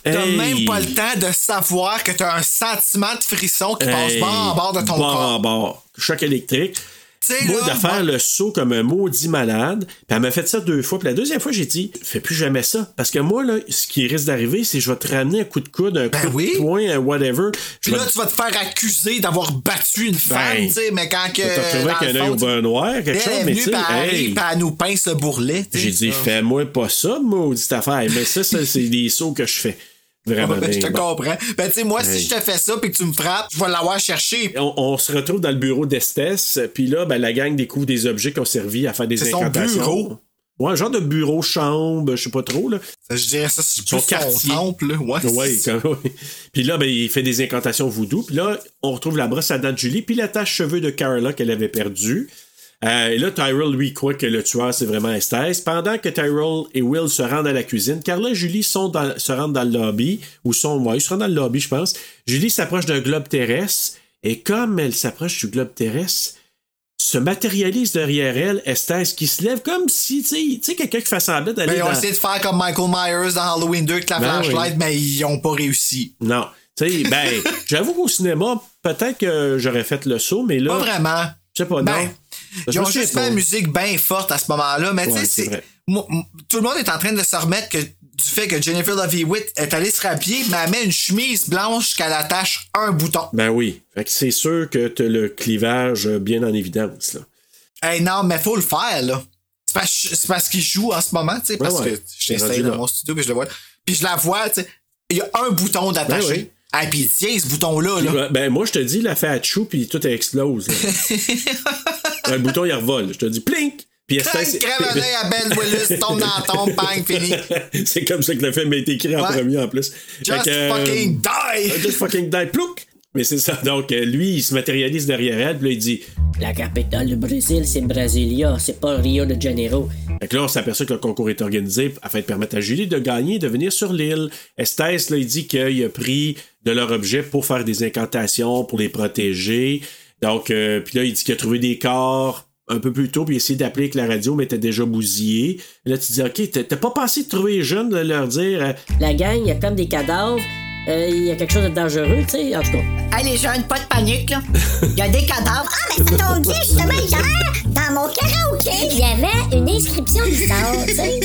S4: T'as
S8: Hey!
S4: même pas le temps de savoir que t'as un sentiment de frisson qui passe
S8: Hey!
S4: bord en bord de ton
S8: Bord
S4: corps.
S8: en bord. Choc électrique.
S4: sais,
S8: Moi,
S4: là,
S8: de faire le saut comme un maudit malade. Puis elle m'a fait ça deux fois. Puis la deuxième fois, j'ai dit, fais plus jamais ça. Parce que moi, là, ce qui risque d'arriver, c'est que je vais te ramener un coup de coude, un coup de poing, un whatever. Je
S4: Ben Puis
S8: vais
S4: là,
S8: te-
S4: tu vas te faire accuser d'avoir battu une femme,
S8: Ben,
S4: tu sais, mais quand que.
S8: je vais te retrouver
S4: dans
S8: avec
S4: le
S8: un œil
S4: fond,
S8: au beurre noir, quelque
S4: elle
S8: chose,
S4: est
S8: mais
S4: venue,
S8: tu sais,
S4: puis elle arrive,
S8: hey.
S4: puis elle nous pince le bourrelet. tu sais.
S8: J'ai dit, fais-moi pas ça, maudite affaire. Mais ça, ça, c'est des sauts que je fais. Vraiment.
S4: Ouais, ben, je
S8: bien
S4: te
S8: bon.
S4: comprends. Ben, tu sais, moi,
S8: Hey.
S4: si je te fais ça puis que tu me frappes, je vais l'avoir cherché.
S8: on, on se retrouve dans le bureau d'Estes, puis là, ben, la gang découvre des objets qui ont servi à faire des
S4: C'est son
S8: incantations.
S4: bureau.
S8: Ouais, un genre de bureau, chambre, je sais pas trop, là.
S4: Je dirais ça, c'est
S8: Son
S4: plus
S8: quartier.
S4: son temple, là. Ouais,
S8: Ouais,
S4: c'est-
S8: comme- ouais. (laughs) Puis là, ben, il fait des incantations voodoo. Puis là, on retrouve la brosse à dents de Julie, puis la tache cheveux de Carla qu'elle avait perdue. Euh, et là, Tyrell, lui, croit que le tueur, c'est vraiment Estes. Pendant que Tyrell et Will se rendent à la cuisine, Carla et Julie sont dans- se rendent dans le lobby, ou sont, ouais, ils se rendent dans le lobby, je pense. Julie s'approche d'un globe terrestre, et comme elle s'approche du globe terrestre, se matérialise derrière elle Estes qui se lève comme si, tu sais, tu sais, quelqu'un qui fait semblant d'aller
S4: Ben, ils ont
S8: dans-
S4: essayé de faire comme Michael Myers dans Halloween 2 avec la
S8: Ben
S4: flashlight,
S8: oui.
S4: mais ils ont pas réussi.
S8: Non. Tu sais,
S4: (laughs)
S8: ben, j'avoue qu'au cinéma, peut-être que j'aurais fait le saut, mais là.
S4: Pas vraiment.
S8: Je sais pas,
S4: Ben,
S8: non.
S4: Ils
S8: Je
S4: ont
S8: me
S4: juste
S8: souviens
S4: fait
S8: pas.
S4: une musique bien forte à ce moment-là, mais
S8: Ouais,
S4: tu sais,
S8: c'est
S4: c'est-
S8: vrai.
S4: moi, m- tout le monde est en train de se remettre que, du fait que Jennifer Love Hewitt est allée se rhabiller, mais elle met une chemise blanche qu'elle attache un bouton.
S8: Ben oui. Fait que c'est sûr que t'as le clivage bien en évidence, là.
S4: Hey, non, mais faut le faire, là. C'est parce, c'est parce qu'il joue en ce moment, tu sais, parce
S8: ouais.
S4: que je
S8: Rendu
S4: t'installe dans
S8: là.
S4: mon studio, puis je le vois. Puis je la vois, tu sais, il y a un bouton d'attaché.
S8: Ben oui.
S4: Ah, puis tiens, ce bouton-là, là.
S8: Ben, ben, moi, je te dis, la fait à chou, puis tout
S4: (laughs)
S8: explose. là. le bouton, il revole. Je te dis, plink! Puis
S4: Crac,
S8: Estes-
S4: crève un œil à Ben Willis, tombe dans la tombe, bang, fini.
S8: (laughs) c'est comme ça que le film a été écrit en
S4: Ouais.
S8: premier, en plus.
S4: Just
S8: Fait que, euh,
S4: fucking die!
S8: Euh, (laughs) Just fucking die, plouc! Mais c'est ça. Donc, euh, lui, il se matérialise derrière elle, puis là, il dit.
S7: La capitale du Brésil, c'est Brasilia, c'est pas Rio de Janeiro.
S8: Fait que là, on s'aperçoit que le concours est organisé afin de permettre à Julie de gagner et de venir sur l'île. Estes, là, il dit qu'il a pris de leur objet pour faire des incantations, pour les protéger. Donc, euh, puis là, il dit qu'il a trouvé des corps un peu plus tôt, puis il a essayé d'appeler avec la radio, mais était déjà bousillé. Là, tu dis, OK, t'as t'as pas pensé de trouver les jeunes, de leur dire... euh,
S7: La gang, il y a comme des cadavres, euh, il y a quelque chose de dangereux, tu sais, en tout cas.
S3: Hey, les jeunes, pas de panique, là. Il y a des cadavres.
S10: Ah, mais ça tombe bien, justement, hier, dans mon karaoké, il y avait une inscription bizarre, tu sais.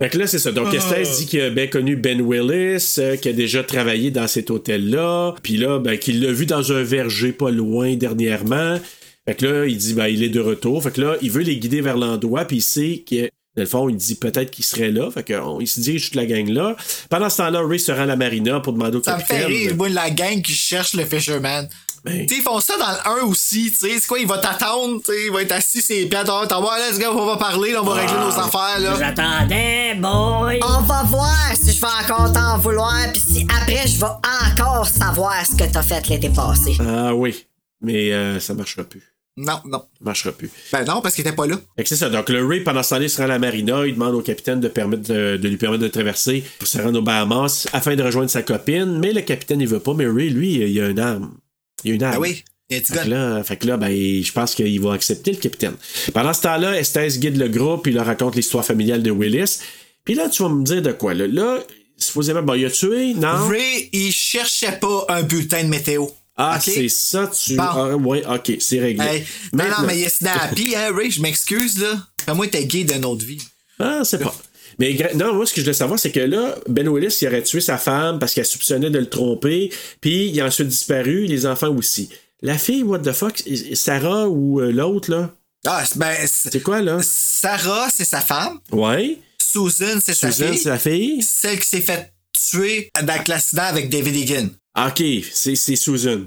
S8: Fait que là, c'est ça. Donc, Estes dit qu'il a bien connu Ben Willis, euh, qu'il a déjà travaillé dans cet hôtel-là. Puis là, ben, qu'il l'a vu dans un verger pas loin dernièrement. Fait que là, il dit, ben, il est de retour. Fait que là, il veut les guider vers l'endroit, puis il sait que, dans le fond, il dit peut-être qu'il serait là. Fait qu'il se dirige toute la gang-là. Pendant ce temps-là, Ray se rend à la marina pour demander au
S4: Ça me fait
S8: capitaine-
S4: rire, moi, la gang qui cherche le Fisherman.
S8: Ben.
S4: Tu sais, ils font ça dans le 1 aussi, tu sais. C'est quoi, il va t'attendre, tu sais, il va être assis, ses pieds, t'en vas, let's go, on va parler, là, on va régler nos
S8: Ah.
S4: affaires, là.
S7: J'attendais, boy!
S3: On va voir si je vais encore t'en vouloir, puis si après je vais encore savoir ce que t'as fait l'été passé.
S8: Ah oui. Mais euh, ça marchera plus.
S4: Non, non.
S8: Ça marchera plus.
S4: Ben non, parce qu'il était pas là.
S8: Fait que c'est ça. Donc, le Ray, pendant ce temps-là, il se rend à la marina. Il demande au capitaine de, permettre de, de lui permettre de traverser pour se rendre aux Bahamas afin de rejoindre sa copine. Mais le capitaine, il veut pas. Mais Ray, lui, il a une arme. Il a une arme.
S4: Ben oui, il y a un petit
S8: Fait
S4: gars.
S8: que là, fait que là, ben, je pense qu'il va accepter le capitaine. Pendant ce temps-là, Estes guide le groupe, il leur raconte l'histoire familiale de Willis. Puis là, tu vas me dire de quoi. Là, là Supposément, bon, il a tué, non?
S4: Ray, il cherchait pas un bulletin de météo.
S8: Hein? Ah,
S4: OK?
S8: c'est ça, tu.
S4: Bon.
S8: Ah, ouais, ok, c'est réglé.
S4: Hey, non, non,
S8: Maintenant.
S4: mais il est snappy, hein, Ray, je m'excuse, là. Fais moi, t'es gay d'une autre vie.
S8: Ah, c'est pas. Mais gra- non, moi, ce que je voulais savoir, c'est que là, Ben Willis, il aurait tué sa femme parce qu'elle soupçonnait de le tromper, puis il a ensuite disparu, les enfants aussi. La fille, what the fuck, Sarah ou euh, l'autre, là?
S4: Ah, c'est- ben. C'est
S8: quoi, là?
S4: Sarah, c'est sa femme.
S8: Ouais.
S4: Susan, c'est sa
S8: Susan,
S4: fille.
S8: c'est la fille?
S4: Celle qui s'est faite tuer dans l'accident avec David Egan.
S8: Ah, Ok, c'est c'est Susan.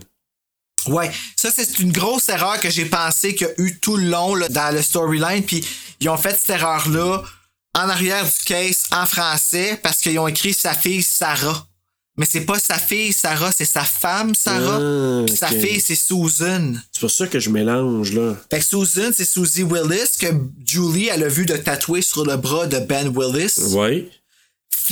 S4: Ouais, ça c'est une grosse erreur que j'ai pensé qu'il y a eu tout le long là, dans le storyline, puis ils ont fait cette erreur-là en arrière du case en français parce qu'ils ont écrit sa fille Sarah. Mais c'est pas sa fille Sarah, c'est sa femme Sarah.
S8: Ah,
S4: Puis Sa
S8: ok.
S4: fille c'est Susan.
S8: C'est pour ça que je mélange, là.
S4: Fait que Susan c'est Susie Willis que Julie elle a vu de tatouer sur le bras de Ben Willis.
S8: Ouais.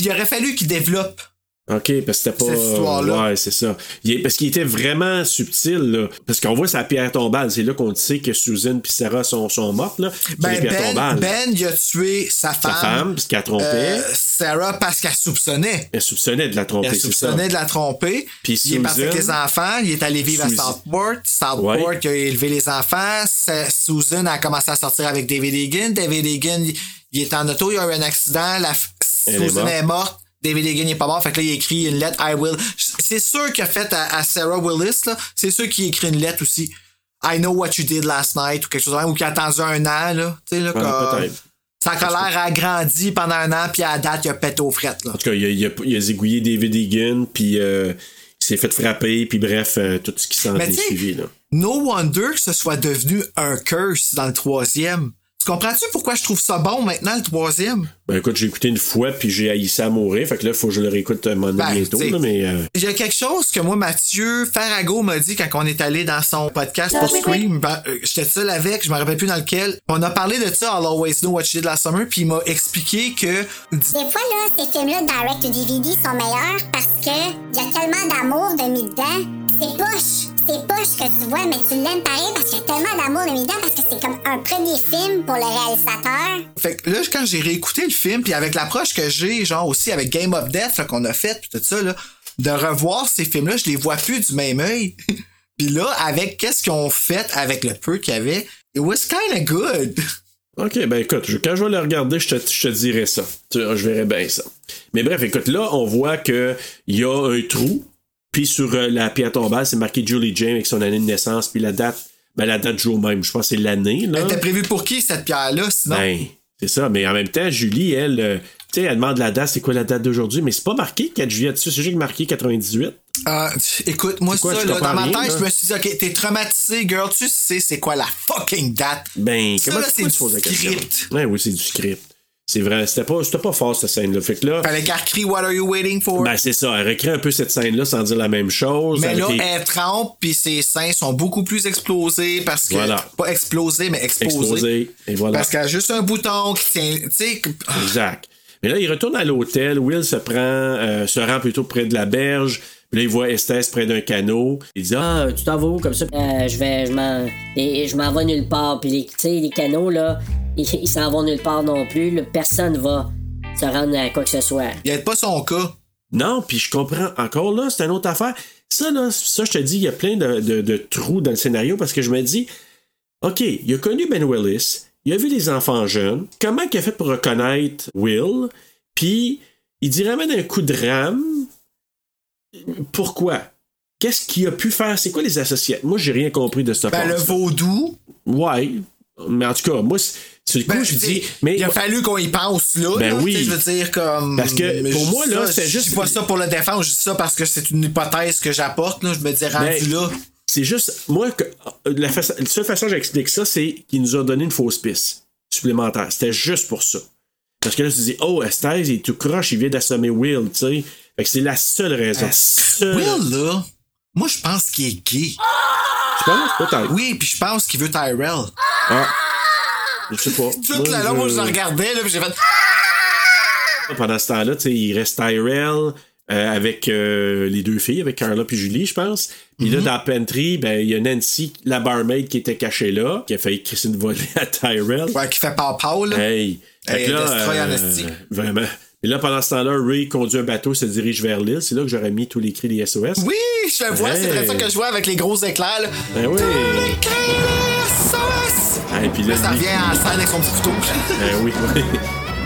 S4: Il aurait fallu qu'il développe.
S8: OK, parce que c'était pas.
S4: Cette histoire-là.
S8: Ouais, c'est ça. Il est- Parce qu'il était vraiment subtil, là. Parce qu'on voit sa pierre tombale. C'est là qu'on sait que Susan et Sarah sont, sont mortes, là. sur les
S4: Ben,
S8: pierres
S4: ben,
S8: tombales.
S4: ben, il a tué sa
S8: Sa
S4: femme.
S8: femme, parce qu'elle trompait.
S4: euh, Sarah parce qu'elle soupçonnait.
S8: Elle soupçonnait de la tromper,
S4: Elle
S8: c'est ça.
S4: soupçonnait de la tromper.
S8: Puis
S4: il est parti avec les
S8: Susan-
S4: enfants. Il est allé vivre
S8: Suzy.
S4: à Southport. Southport
S8: Ouais.
S4: il a élevé les enfants. Sa- Susan a commencé à sortir avec David Egan. David Egan, il- il est en auto. Il y a eu un accident. La, f-
S8: Elle est
S4: Susan
S8: morte.
S4: est morte. David Egan n'est pas mort. Fait que là, il écrit une lettre. I will. C'est sûr qu'il a fait à, à Sarah Willis. là. C'est sûr qu'il écrit une lettre aussi. I know what you did last night ou quelque chose de même, ou qu'il a attendu un an, là. Tu sais, là,
S8: Ouais,
S4: comme-
S8: peut-être.
S4: Sa colère a grandi pendant un an, puis à la date, il a pété aux frettes, là.
S8: En tout cas, il a, il a, il a zigouillé David Egan, puis euh, il s'est fait frapper, puis bref, euh, tout ce qui s'en
S4: Mais
S8: est
S4: tu sais-
S8: suivi, là.
S4: No wonder que ce soit devenu un curse dans le troisième. Tu comprends-tu pourquoi je trouve ça bon maintenant, le troisième?
S8: Ben écoute, j'ai écouté une fois, puis j'ai haï ça à mourir. Fait que là, faut que je le réécoute un moment donné
S4: Ben,
S8: bientôt,
S4: t'sais-
S8: là, mais. euh,
S4: Il y a quelque chose que moi, Mathieu Farago m'a dit quand on est allé dans son podcast pour Scream. Ben, euh, J'étais seul avec, je me rappelle plus dans lequel. On a parlé de ça à I'll Always Know What You Did Last Summer, puis il m'a expliqué que
S10: Des fois, là, ces films-là, direct to DVD, sont meilleurs parce que y a tellement d'amour de mis dedans. C'est poche. C'est poche que tu vois, mais tu l'aimes pareil parce qu'il y a tellement d'amour de mis dedans parce que c'est comme un premier film pour le réalisateur.
S4: Fait que là, quand j'ai réécouté le film, puis avec l'approche que j'ai, genre aussi avec Game of Death là, qu'on a fait, puis tout ça, là, de revoir ces films-là, je les vois plus du même œil. (laughs) puis là, avec qu'est-ce qu'ils ont fait avec le peu qu'il y avait, it was kinda good.
S8: Ok, ben écoute, je- quand je vais le regarder, je te, je te dirai ça. Tu- je verrai bien ça. Mais bref, écoute, là, on voit que il y a un trou, puis sur euh, la pierre tombale, c'est marqué Julie James avec son année de naissance, puis la date, ben la date du jour même, je pense que c'est l'année, là.
S4: Elle était prévue pour qui, cette pierre-là, sinon?
S8: Ben, c'est ça, mais en même temps, Julie, elle, euh, tu sais, elle demande la date, c'est quoi la date d'aujourd'hui, mais c'est pas marqué 4 juillet dessus, c'est juste marqué 98.
S4: Euh, pff, écoute, moi,
S8: C'est quoi,
S4: ça,
S8: je
S4: là,
S8: comprends
S4: dans ma
S8: rien,
S4: tête,
S8: là.
S4: je me suis dit, OK, t'es traumatisé, girl, tu sais c'est quoi la fucking date.
S8: Ben,
S4: Ça,
S8: comment
S4: là,
S8: tu
S4: c'est
S8: peux
S4: du
S8: te poser la question?
S4: script.
S8: Ouais, Ben oui, c'est du script. C'est vrai, c'était pas, c'était pas fort, cette scène-là. Fait que là,
S4: Fallait qu'elle crie, What are you waiting for?
S8: ben, c'est ça, elle recrée un peu cette scène-là sans dire la même chose.
S4: Mais
S8: avec
S4: là,
S8: les-
S4: elle trempe, puis ses seins sont beaucoup plus explosés parce que.
S8: Voilà.
S4: Pas explosés, mais exposés.
S8: Exposé. Et voilà.
S4: Parce qu'elle a juste un bouton qui tient. Tu sais, que- ah,
S8: Exact. Mais là, il retourne à l'hôtel. Will se prend, euh, se rend plutôt près de la berge. Puis là, il voit Estes près d'un canot. Il dit Ah,
S7: Ah, tu t'en vas où comme ça? Euh, je vais, je m'en, et- et je m'en vais nulle part. Puis les, tu sais, les canaux, là, (laughs) ils ils s'en vont nulle part non plus. là. personne va se rendre à quoi que ce soit.
S4: il aide pas son cas.
S8: non, puis je comprends encore là, c'est une autre affaire. Ça, là, ça, je te dis, il y a plein de, de- de trous dans le scénario parce que je me dis OK, il a connu Ben Willis. Il a vu les enfants jeunes. Comment il a fait pour reconnaître Will? Puis, il dit ramène un coup de rame. Pourquoi? Qu'est-ce qu'il a pu faire? C'est quoi les associations? Moi, j'ai rien compris de ce
S4: Ben, le vaudou.
S8: Ouais. Mais en tout cas, moi, c'est- sur le coup,
S4: ben,
S8: je
S4: tu sais,
S8: dis. Mais,
S4: Il a fallu qu'on y pense, là.
S8: Ben
S4: là, tu
S8: oui.
S4: sais, Je veux dire, comme.
S8: Parce que, pour
S4: je
S8: moi,
S4: dis
S8: là,
S4: ça,
S8: c'était
S4: je
S8: juste-
S4: dis pas ça pour le défendre, je dis ça parce que c'est une hypothèse que j'apporte, là. Je me dis, rendu
S8: ben,
S4: là.
S8: c'est juste. Moi, que, euh, la, façon- la seule façon que j'explique ça, c'est qu'il nous a donné une fausse piste supplémentaire. C'était juste pour ça. Parce que là, tu te dis, oh, Estes, il est tout croche, il vient d'assommer Will, tu sais. Fait que c'est la seule raison. Seule-
S4: Will, là, moi, je pense qu'il est gay.
S8: Tu penses? Peut-être.
S4: Oui, puis je pense qu'il veut Tyrell.
S8: Ah. Je sais pas.
S4: Toute la longue, je le regardais, là, puis j'ai fait.
S8: Pendant ce temps-là, tu sais, il reste Tyrell euh, avec euh, les deux filles, avec Carla puis Julie, je pense. Puis
S4: Mhm.
S8: là, dans la pantry, ben, il y a Nancy, la barmaid qui était cachée là, qui a failli (laughs) crisser une volée à Tyrell.
S4: Ouais, qui fait pas Paul.
S8: Hey! Fait
S4: Hey,
S8: que là,
S4: destroy
S8: euh,
S4: honesty.
S8: Vraiment. Et là, pendant ce temps-là, Ray conduit un bateau, se dirige vers l'île. C'est là que j'aurais mis tous les cris des SOS.
S4: Oui, je le vois, c'est
S8: Hey.
S4: très ça que je vois avec les gros éclairs. là.
S8: Ben oui.
S4: Tous les cris des SOS!
S8: Ah, et puis là,
S4: ça
S8: lui-
S4: revient en scène avec son petit couteau.
S8: Ben oui, oui.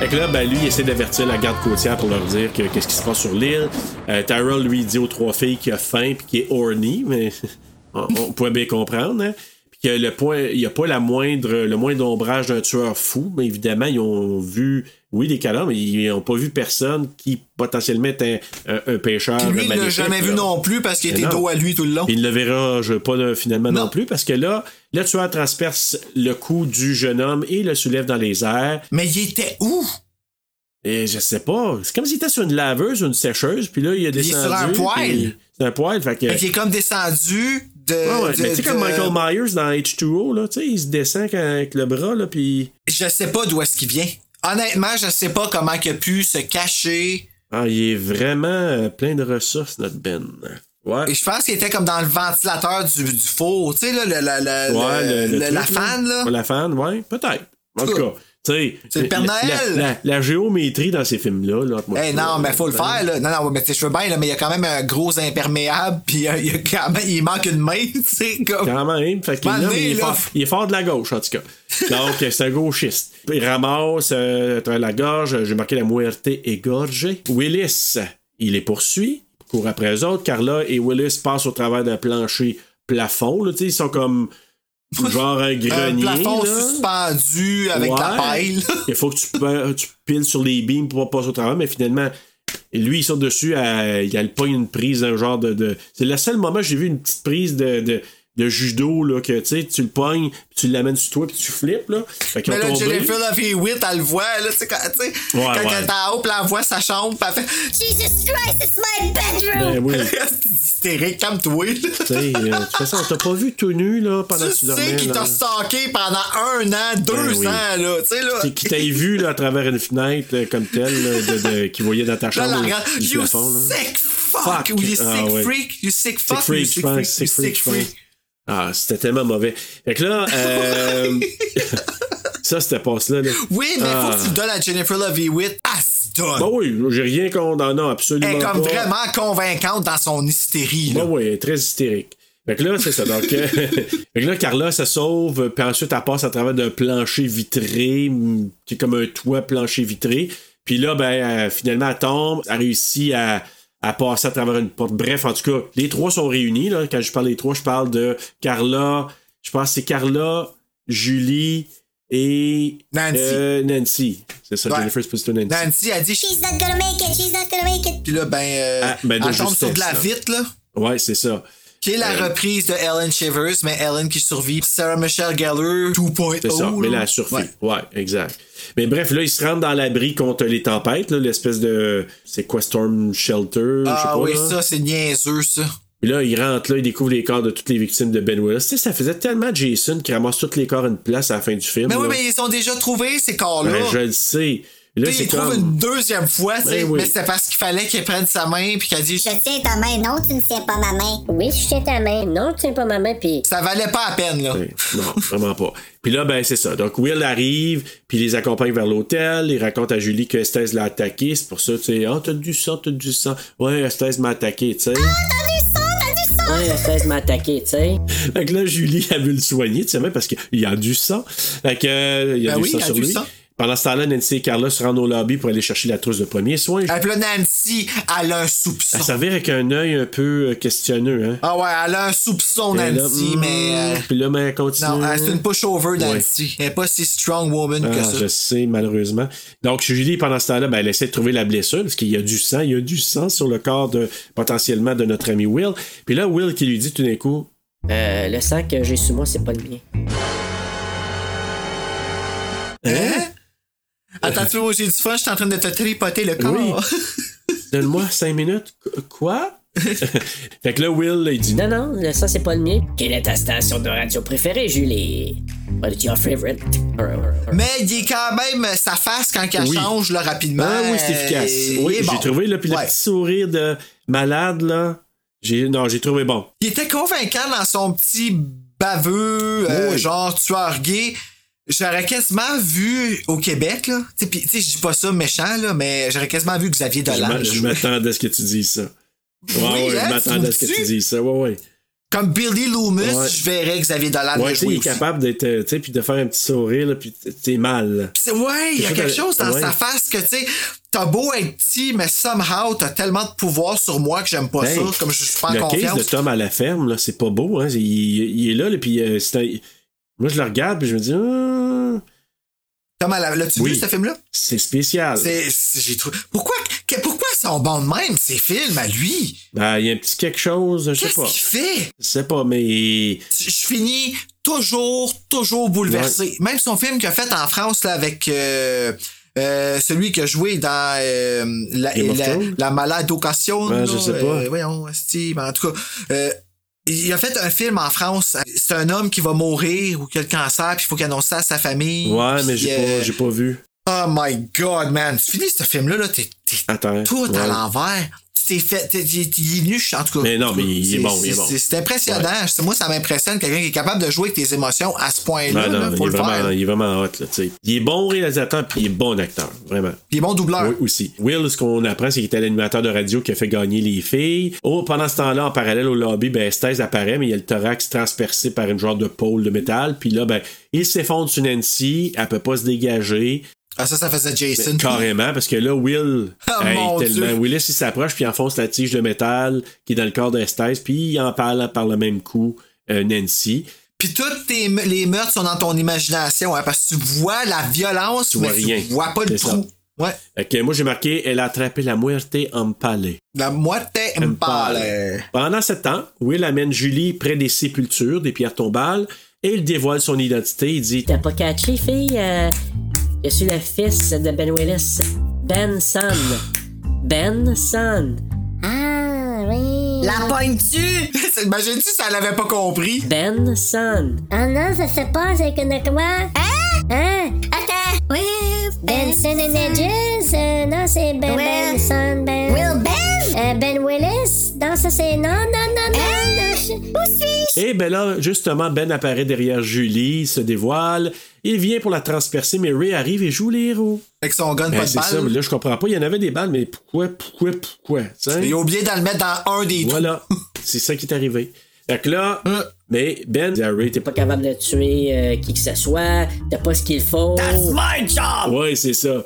S8: Fait que là, ben, lui, il essaie d'avertir la garde côtière pour leur dire que qu'est-ce qui se passe sur l'île. Euh, Tyrell, lui, dit aux trois filles qu'il a faim puis qu'il est horny, mais (laughs) on, on pourrait bien comprendre. Hein? Puis que le point, il n'y a pas la moindre, le moindre ombrage d'un tueur fou, mais évidemment, ils ont vu, oui, des canards, mais ils n'ont pas vu personne qui potentiellement était un, un- un pêcheur.
S4: Puis lui, il l'a
S8: maléfique,
S4: jamais vu
S8: là.
S4: non plus parce qu'il
S8: Mais
S4: était
S8: non.
S4: dos à lui tout le long.
S8: Il ne le verra je, pas euh, finalement non. plus parce que là, le tueur transperce le cou du jeune homme et le soulève dans les airs.
S4: Mais il était où?
S8: Et je sais pas. C'est comme s'il était sur une laveuse ou une sécheuse, puis là, il a
S4: est
S8: descendu.
S4: sur un poêle. euh,
S8: puis- C'est un poêle, fait que.
S4: Fait qu'il est comme descendu de.
S8: Ouais, ouais,
S4: de-
S8: mais tu sais, comme
S4: de-
S8: Michael Myers dans H2O, là, tu sais, il se descend quand- avec le bras, là, puis.
S4: Je sais pas d'où est-ce qu'il vient. Honnêtement, je sais pas comment il a pu se cacher.
S8: Ah, il est vraiment euh, plein de ressources, notre Ben. Ouais.
S4: Et je pense qu'il était comme dans le ventilateur du, du four. Tu sais, là, le, le- le-
S8: Ouais,
S4: le-
S8: le- le
S4: le- la
S8: truc,
S4: fan, là.
S8: La fan, ouais, peut-être. En tout cas, tu sais.
S4: C'est le Père
S8: la-
S4: Noël.
S8: La, la- la géométrie dans ces films-là, là.
S4: Eh
S8: moi, je
S4: non,
S8: trouve,
S4: mais faut le
S8: euh,
S4: faire, là. Non, non, mais tu sais, je veux bien, là, mais il y a quand même un gros imperméable, puis euh, il, y a quand même- il manque une main, (laughs) tu sais, comme.
S8: Quand même. hein? Fait que
S4: M'en
S8: là, mais
S4: aller,
S8: il, est
S4: là.
S8: fort, il est fort de la gauche, en tout cas. Donc, euh, c'est un gauchiste. Il ramasse euh, à travers la gorge. euh, J'ai marqué la muerte égorgée. Willis, il les poursuit. Il court après eux autres. Carla et Willis passent au travers d'un plancher plafond. Là, Tu sais, ils
S4: (laughs)
S8: sont comme genre un
S4: Un
S8: grenier.
S4: plafond
S8: là.
S4: suspendu avec de la
S8: Ouais.
S4: (laughs) paille.
S8: Il faut que tu, pe- tu piles sur les beams pour pas passer au travers, mais finalement, lui, il sort dessus, à, il a le pogne une prise, un genre de. de- c'est le seul moment que j'ai vu une petite prise de. de de judo, là, que tu sais, tu le pognes, puis tu l'amènes sur toi, puis tu flippes, là. Fait qu'ils
S4: Mais là,
S8: ont tombé.
S4: Jennifer Love Hewitt, elle le voit, là, tu sais, quand, tu sais, quand
S8: ouais.
S4: elle est en haut, puis elle voit sa chambre, puis elle fait
S10: Jesus Christ, it's my bedroom!
S8: Ben oui,
S4: hystérique, calme-toi. là. (laughs)
S8: tu sais, euh, de toute façon, on t'a pas vu tout nu, là, pendant que tu
S4: Tu sais
S8: dormais.
S4: qu'il
S8: là. Ben
S4: t'a stalké pendant un an, deux
S8: oui.
S4: ans, là, tu sais, là.
S8: Qui- Qui t'aille vu, là, à travers une fenêtre, euh, comme telle, là, de, de- qui voyait dans ta
S4: Là,
S8: chambre.
S4: la
S8: au-
S4: regarde,
S8: du
S4: you
S8: plafond, là.
S4: sick fuck,
S8: Fuck.
S4: ou you
S8: Ah,
S4: sick
S8: ouais.
S4: freak, you sick fuck,
S8: Sick
S4: you
S8: Freak, je pense. Sick Freak, je pense. Ah, c'était tellement mauvais. Fait
S4: (laughs)
S8: que là, euh, (laughs) ça, c'était passe-là. là.
S4: Oui, mais
S8: Ah.
S4: faut que tu le donnes à Jennifer Love Hewitt, elle se donne.
S8: Bah oui, j'ai rien contre. Non, non,
S4: Elle
S8: absolument
S4: est Eh, comme
S8: pas.
S4: vraiment convaincante dans son hystérie, là.
S8: Bah oui, elle est très hystérique. Fait que là, c'est ça. Donc, euh, (laughs) fait que là, Carla se sauve, puis ensuite, elle passe à travers d'un plancher vitré, hum, qui est comme un toit plancher vitré. Puis là, ben, euh, finalement, elle tombe, elle réussit à, à passer à travers une porte. Bref, en tout cas, les trois sont réunis. Là. Quand je parle des trois, je parle de Carla, je pense que c'est Carla, Julie et
S4: Nancy.
S8: euh, Nancy. C'est ça,
S4: Ouais.
S8: Jennifer Esposito, Nancy.
S4: Nancy, elle dit,
S10: She's not gonna make it, she's not gonna make it.
S4: puis là, ben, euh,
S8: Ah, ben, de
S4: elle tombe sur
S8: justesse,
S4: de la
S8: là.
S4: vitre, là.
S8: Ouais, c'est ça.
S4: Qui est la
S8: Euh,
S4: reprise de Ellen Shivers, mais Ellen qui survit. Sarah Michelle Gellar 2.0.
S8: C'est ça, mais
S4: là.
S8: la survie.
S4: Ouais.
S8: Ouais. exact. Mais bref, là, ils se rendent dans l'abri contre les tempêtes, là, l'espèce de. C'est quoi, Storm Shelter? je sais
S4: Ah
S8: pas,
S4: oui,
S8: là.
S4: ça, c'est niaiseux, ça.
S8: Puis là, ils rentrent, là, ils découvrent les corps de toutes les victimes de Ben Willis. Tu sais, ça faisait tellement Jason qui ramasse tous les corps à une place à la fin du film.
S4: Mais oui,
S8: là.
S4: mais ils ont déjà trouvé ces
S8: Ben,
S4: corps-là.
S8: je le sais. Là,
S4: Puis
S8: c'est
S4: ils trouvent
S8: comme.
S4: une
S8: (laughs)
S4: deuxième fois, tu sais,
S8: Ben oui.
S4: mais c'est parce qu'il fallait qu'elle prenne sa main puis qu'elle dit
S10: Je tiens ta main, non, tu ne tiens pas ma main.
S7: Oui, je tiens ta main. Non, tu tiens pas ma main, puis
S4: ça valait pas la peine là.
S8: Ouais, Ben, Non, vraiment pas. Puis là, ben, c'est ça. Donc, Will arrive, puis il les accompagne vers l'hôtel. Il raconte à Julie que Estes l'a attaqué. C'est pour ça, tu sais, oh, t'as du sang, t'as du sang. Ouais, Estes m'a attaqué, tu sais.
S7: ouais, elle cesse de m'attaquer, tu sais.
S8: Fait que là, Julie, elle veut le soigner, tu sais, même parce qu'il y a du sang. Fait que, euh, il y a
S4: Ben
S8: du
S4: oui,
S8: sang
S4: il y a
S8: sur
S4: du
S8: lui.
S4: sang.
S8: Pendant ce temps-là, Nancy et Carla se rendent au lobby pour aller chercher la trousse de premier soin.
S4: Et Euh, puis là, Nancy, elle a un soupçon.
S8: Elle s'en vient avec un œil un peu euh, questionneux, hein.
S4: Ah ouais, elle a un soupçon,
S8: Et là,
S4: Nancy,
S8: hmm,
S4: mais. euh,
S8: Puis là, mais elle continue.
S4: non, elle- c'est une pushover,
S8: Ouais.
S4: Nancy. Elle n'est pas si strong woman que
S8: Ah,
S4: ça.
S8: je sais, malheureusement. Donc, Julie, pendant ce temps-là, ben, elle essaie de trouver la blessure, parce qu'il y a du sang, il y a du sang sur le corps de, potentiellement, de notre ami Will. Puis là, Will qui lui dit tout d'un coup,
S7: Euh, le sang que j'ai sous moi, c'est pas le mien.
S4: Hein? Attends, tu vois, j'ai du fun, je suis en train de te tripoter le corps.
S8: Oui. Donne-moi cinq minutes. Qu- Quoi? (laughs) fait que là, Will, là, il dit
S7: Non, non, le sang, c'est pas le mien. Quelle est ta station de radio préférée, Julie? What is your favorite?
S4: Mais il est quand même sa face quand elle
S8: Oui.
S4: change là, rapidement.
S8: Ah oui, c'est efficace.
S4: euh, il
S8: Oui,
S4: est
S8: j'ai
S4: bon.
S8: trouvé, là, puis le
S4: Ouais.
S8: petit sourire de malade, là. J'ai, non, j'ai trouvé bon.
S4: Il était convaincant dans son petit baveux, euh,
S8: Oui.
S4: genre tueur gay. J'aurais quasiment vu au Québec, là. Tu sais, puis, tu sais, je dis pas ça méchant, là, mais j'aurais quasiment vu Xavier
S8: Je m'a-
S4: Dolan.
S8: Je m'attendais à ce que tu dises ça. Ouais,
S4: Oui,
S8: ouais,
S4: hein,
S8: je m'attendais à ce que
S4: trouves-tu?
S8: tu dises ça. Ouais, ouais.
S4: Comme Billy Loomis,
S8: Ouais.
S4: je verrais Xavier Dolan
S8: Ouais,
S4: le
S8: tu sais, il
S4: jouer
S8: est
S4: aussi.
S8: capable d'être, euh, tu sais, puis de faire un petit sourire, là, puis t- t'es mal. là.
S4: C'est- Ouais, il y a
S8: Quelque
S4: quelque chose
S8: chose
S4: dans
S8: ouais.
S4: sa face que, tu sais, t'as beau être petit, mais somehow, t'as tellement de pouvoir sur moi que j'aime pas
S8: Hey,
S4: ça, comme je suis pas en
S8: Ben, le case
S4: confiance.
S8: de Tom à la ferme, là, c'est pas beau. Hein? Il, il est là, là puis euh, c'est un- moi, je le regarde, puis je me dis... Hum,
S4: Tom, à la- l'as-tu
S8: Oui.
S4: vu, ce film-là?
S8: c'est spécial.
S4: C'est, c'est- j'ai trouvé. Pourquoi, que- pourquoi ils sont bons de même, ces films, à lui?
S8: Ah, Il y a un petit quelque chose, je sais
S4: Qu'est-ce
S8: pas.
S4: qu'il fait?
S8: Je sais pas,
S4: Je
S8: mais...
S4: je finis toujours, toujours bouleversé. Même son film qu'il a fait en France, là, avec, euh, euh, celui qui a joué dans euh, la,
S8: Game of
S4: la,
S8: Thrones?
S4: la malade occasion.
S8: Ouais,
S4: là,
S8: je sais pas.
S4: euh, voyons, esti, mais en tout cas, euh, il a fait un film en France. C'est un homme qui va mourir ou qui a le cancer, puis il faut qu'il annonce ça à sa famille.
S8: Ouais, mais
S4: Puis,
S8: j'ai
S4: euh,
S8: pas, j'ai pas vu.
S4: Oh my god, man. Tu finis ce film-là, là, t'es t'es
S8: Attends.
S4: tout
S8: ouais.
S4: à l'envers. Tu t'es fait. t'es- t'es- Il est venu, en tout cas.
S8: Mais non, mais il est
S4: c'est-
S8: bon, il est
S4: c'est-
S8: bon.
S4: C'est c'est impressionnant. C'est- Moi, ça m'impressionne quelqu'un qui est capable de jouer avec tes émotions à ce point-là.
S8: Non, non,
S4: là,
S8: il,
S4: faut
S8: est
S4: le faire.
S8: vraiment, il est vraiment hot. Là, tu sais. il est bon réalisateur puis il est bon acteur. Vraiment.
S4: Puis il est bon doubleur.
S8: Oui, aussi. Will, ce qu'on apprend, c'est qu'il était l'animateur de radio qui a fait gagner les filles. Oh, pendant ce temps-là, en parallèle au lobby, ben, Stace apparaît, mais il y a le thorax transpercé par une genre de pôle de métal. Puis là, ben, il s'effondre sur Nancy. Elle peut pas se dégager.
S4: Ah, ça, ça faisait Jason.
S8: Mais Carrément, parce que
S4: (laughs)
S8: là, Will,
S4: Ah,
S8: hey,
S4: mon Dieu.
S8: tellement, Willis, il s'approche puis il enfonce la tige de métal qui est dans le corps d'Esthèse, puis il en parle par le même coup euh, Nancy.
S4: Puis tous tes me- les meurtres sont dans ton imagination, hein, parce que tu vois la violence,
S8: Tu
S4: mais
S8: vois rien.
S4: tu vois pas le
S8: C'est ça.
S4: trou. Ouais.
S8: Fait que moi, j'ai marqué, elle a attrapé la muerte en palais.
S4: La moitié me parle.
S8: Pendant ce temps, Will amène Julie près des sépultures, des pierres tombales, et il dévoile son identité. Il dit
S7: T'as pas catché, fille? Euh, je suis le fils de Ben Willis. Ben Son. Ben Son.
S10: Ah, oui.
S3: La pognes-tu?
S4: (laughs) Imagine-tu si elle avait pas compris?
S7: Ben Son.
S10: Ah non, ça se passe avec une quoi? Hein? Hein? Attends. Ben Will
S7: Ben
S10: Benson and Edges? Euh, non, c'est Ben Benson. Ben... Will Ben? Euh, ben Willis? Non, ça c'est... Non, non, non, non. non je... Où suis-je?
S8: Et ben là, justement, Ben apparaît derrière Julie, il se dévoile, il vient pour la transpercer, mais Ray arrive et joue les héros.
S4: Avec son gun,
S8: Ben,
S4: pas de
S8: c'est ça,
S4: balle.
S8: mais là, je comprends pas. Il y en avait des balles, mais pourquoi, pourquoi, pourquoi? tu sais?
S4: Il a oublié d'en le mettre dans un des trous.
S8: Voilà, c'est ça qui est arrivé. Fait que là,
S4: Hein?
S8: mais Ben, dit à Ray, t'es
S7: Pas
S8: pas.
S7: capable de tuer euh, qui que ce soit. T'as pas ce qu'il faut.
S3: That's my job!
S8: Ouais, c'est ça.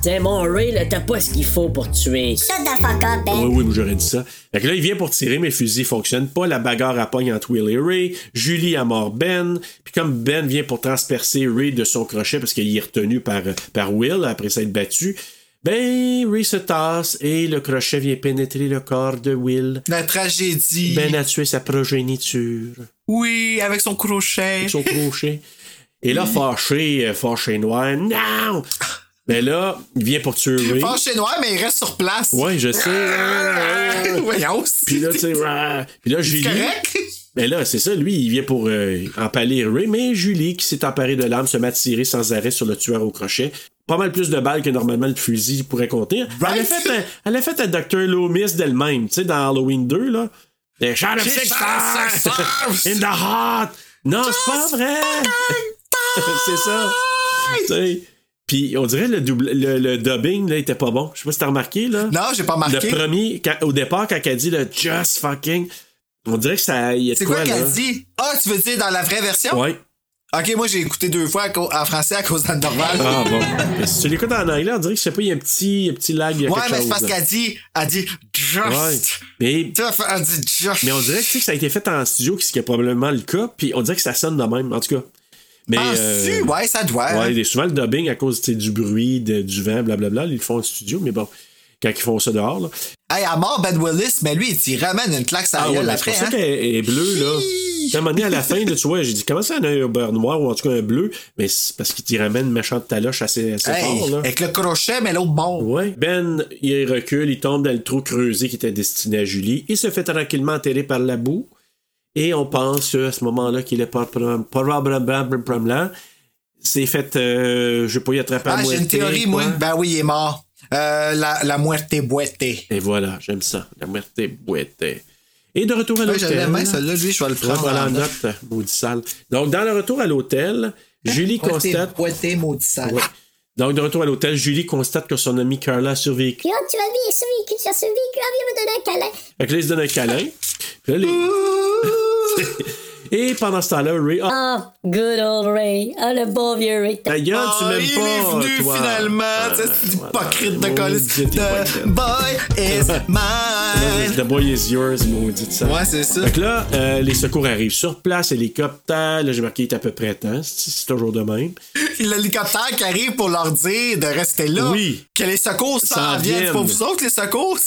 S7: T'sais, mon Ray, là, t'as pas ce qu'il faut pour tuer.
S10: Shut the fuck up, Ben.
S8: Oui, Ah oui, moi, j'aurais dit ça. Fait que là, il vient pour tirer, mais le fusil fonctionne pas. La bagarre à pogne entre Will et Ray. Julie a mort Ben. Puis comme Ben vient pour transpercer Ray de son crochet parce qu'il est retenu par, par Will après s'être battu, ben, Ray se tasse et le crochet vient pénétrer le corps de Will.
S4: La tragédie.
S8: Ben a tué sa progéniture.
S4: Oui, avec son crochet. (laughs)
S8: Avec son crochet. Et là, fâché, euh, fâché noir, non! Mais là, il vient pour tuer Ray.
S4: Fâche chez noir, mais il reste sur place.
S8: Ouais, je sais.
S4: (laughs) Voyons.
S8: Puis là, tu sais, puis là,
S4: C'est
S8: Julie. (laughs)
S4: correct?
S8: Mais Ben là, c'est ça, lui, il vient pour euh, empaler Ray, mais Julie, qui s'est emparée de l'arme, se met à tirer sans arrêt sur le tueur au crochet. Pas mal plus de balles que normalement le fusil pourrait contenir. Elle, a
S4: Right?
S8: fait un, elle a fait un Dr. Loomis d'elle-même, tu sais, dans Halloween 2, là. Des Shot of
S4: J'ai
S8: Six
S4: shot
S8: Stars!
S4: of Six Stars!
S8: In the heart! Non, c'est pas vrai! (laughs) c'est ça. Tu sais. Puis on dirait le, double, le, le dubbing, là, était pas bon. Je sais pas si t'as remarqué, là.
S4: Non, j'ai pas marqué.
S8: Le premier, quand- au départ, quand elle dit le just fucking, on dirait que ça. il y a de
S4: C'est quoi
S8: là.
S4: qu'elle dit? Ah, tu veux dire dans la vraie version?
S8: Ouais.
S4: Ok, moi j'ai écouté deux fois à cau- en français à cause d'Anne Dorval.
S8: Ah bon. Mais si tu l'écoutes en anglais, on dirait que je sais pas, il y a un petit, un petit lag. il y a
S4: ouais,
S8: quelque
S4: mais c'est
S8: chose,
S4: parce
S8: là.
S4: qu'elle dit, elle dit just.
S8: Ouais. Mais,
S4: Tu vois, Elle dit just.
S8: mais on dirait que, tu sais, que ça a été fait en studio, ce qui est probablement le cas, puis on dirait que ça sonne de même, en tout cas. Mais.
S4: Penses-tu?
S8: euh,
S4: Ouais, ça doit. hein.
S8: Ouais, et souvent le dubbing à cause tu sais, du bruit, de- du vent, blablabla, ils le font en studio, mais bon, quand ils font ça dehors, là.
S4: Hey, à mort Ben Willis, mais lui, il t'y ramène une claque sur
S8: Ah
S4: la
S8: ouais,
S4: gueule
S8: mais c'est
S4: après.
S8: pour ça
S4: hein.
S8: qu'elle est bleue, là. Puis, À un moment donné, à la fin, là, tu vois, j'ai dit, comment ça, elle a un beurre noir ou en tout cas un bleu? Mais c'est parce qu'il t'y ramène une méchante taloche assez, assez
S4: Hey,
S8: fort, là.
S4: avec le crochet, mais l'autre bon.
S8: Ouais. Ben, il recule, il tombe dans le trou creusé qui était destiné à Julie. Il se fait tranquillement enterrer par la boue. Et on pense euh, à ce moment-là qu'il est pas- pas- probablement. C'est fait, euh, je vais pas y attraper à
S4: Ah, j'ai une
S8: moitié,
S4: théorie, moi.
S8: quoi.
S4: Ben oui, il est mort. Euh, la, la muerte boite.
S8: Et voilà, j'aime ça. La muerte bouette. Et de retour à
S4: Ouais,
S8: l'hôtel.
S4: je l'aime, hein, celui-là, lui, je vais le prendre.
S8: Prends-moi la
S4: en note.
S8: note, maudit sale. Donc, dans le retour à l'hôtel, Julie
S4: What des-
S8: constate.
S4: what des maudits sales.
S8: Ouais. Donc, de retour à l'hôtel, Julie constate que son amie Carla a survécu.
S10: Yo, tu vas bien survécu, tu as survécu, ah, viens me donner un câlin.
S8: Fait que là, il se donne un câlin. Puis là, les- (laughs) Et pendant ce temps-là, Ray. Ah,
S7: Ah, good old Ray. Ah, le bon vieux Ray.
S8: ta gueule, tu
S4: Ah,
S8: m'aimes
S4: il
S8: pas.
S4: est venu
S8: toi.
S4: finalement,
S8: Ouais,
S4: tu sais, c'est
S8: voilà.
S4: hypocrite de Euh,
S8: Maudite
S4: colis. The
S8: hypocrite.
S4: boy
S8: (laughs)
S4: is mine.
S8: The boy is yours, maudite ça.
S4: Ouais, c'est ça.
S8: Fait que là, euh, les secours arrivent sur place, hélicoptère. Là, j'ai marqué, il est à peu près temps. C'est c'est toujours de même.
S4: L'hélicoptère qui arrive pour leur dire de rester là.
S8: Oui.
S4: Que les secours
S8: S'en
S4: s'en viennent. C'est pas
S8: viennent.
S4: vous autres, les secours.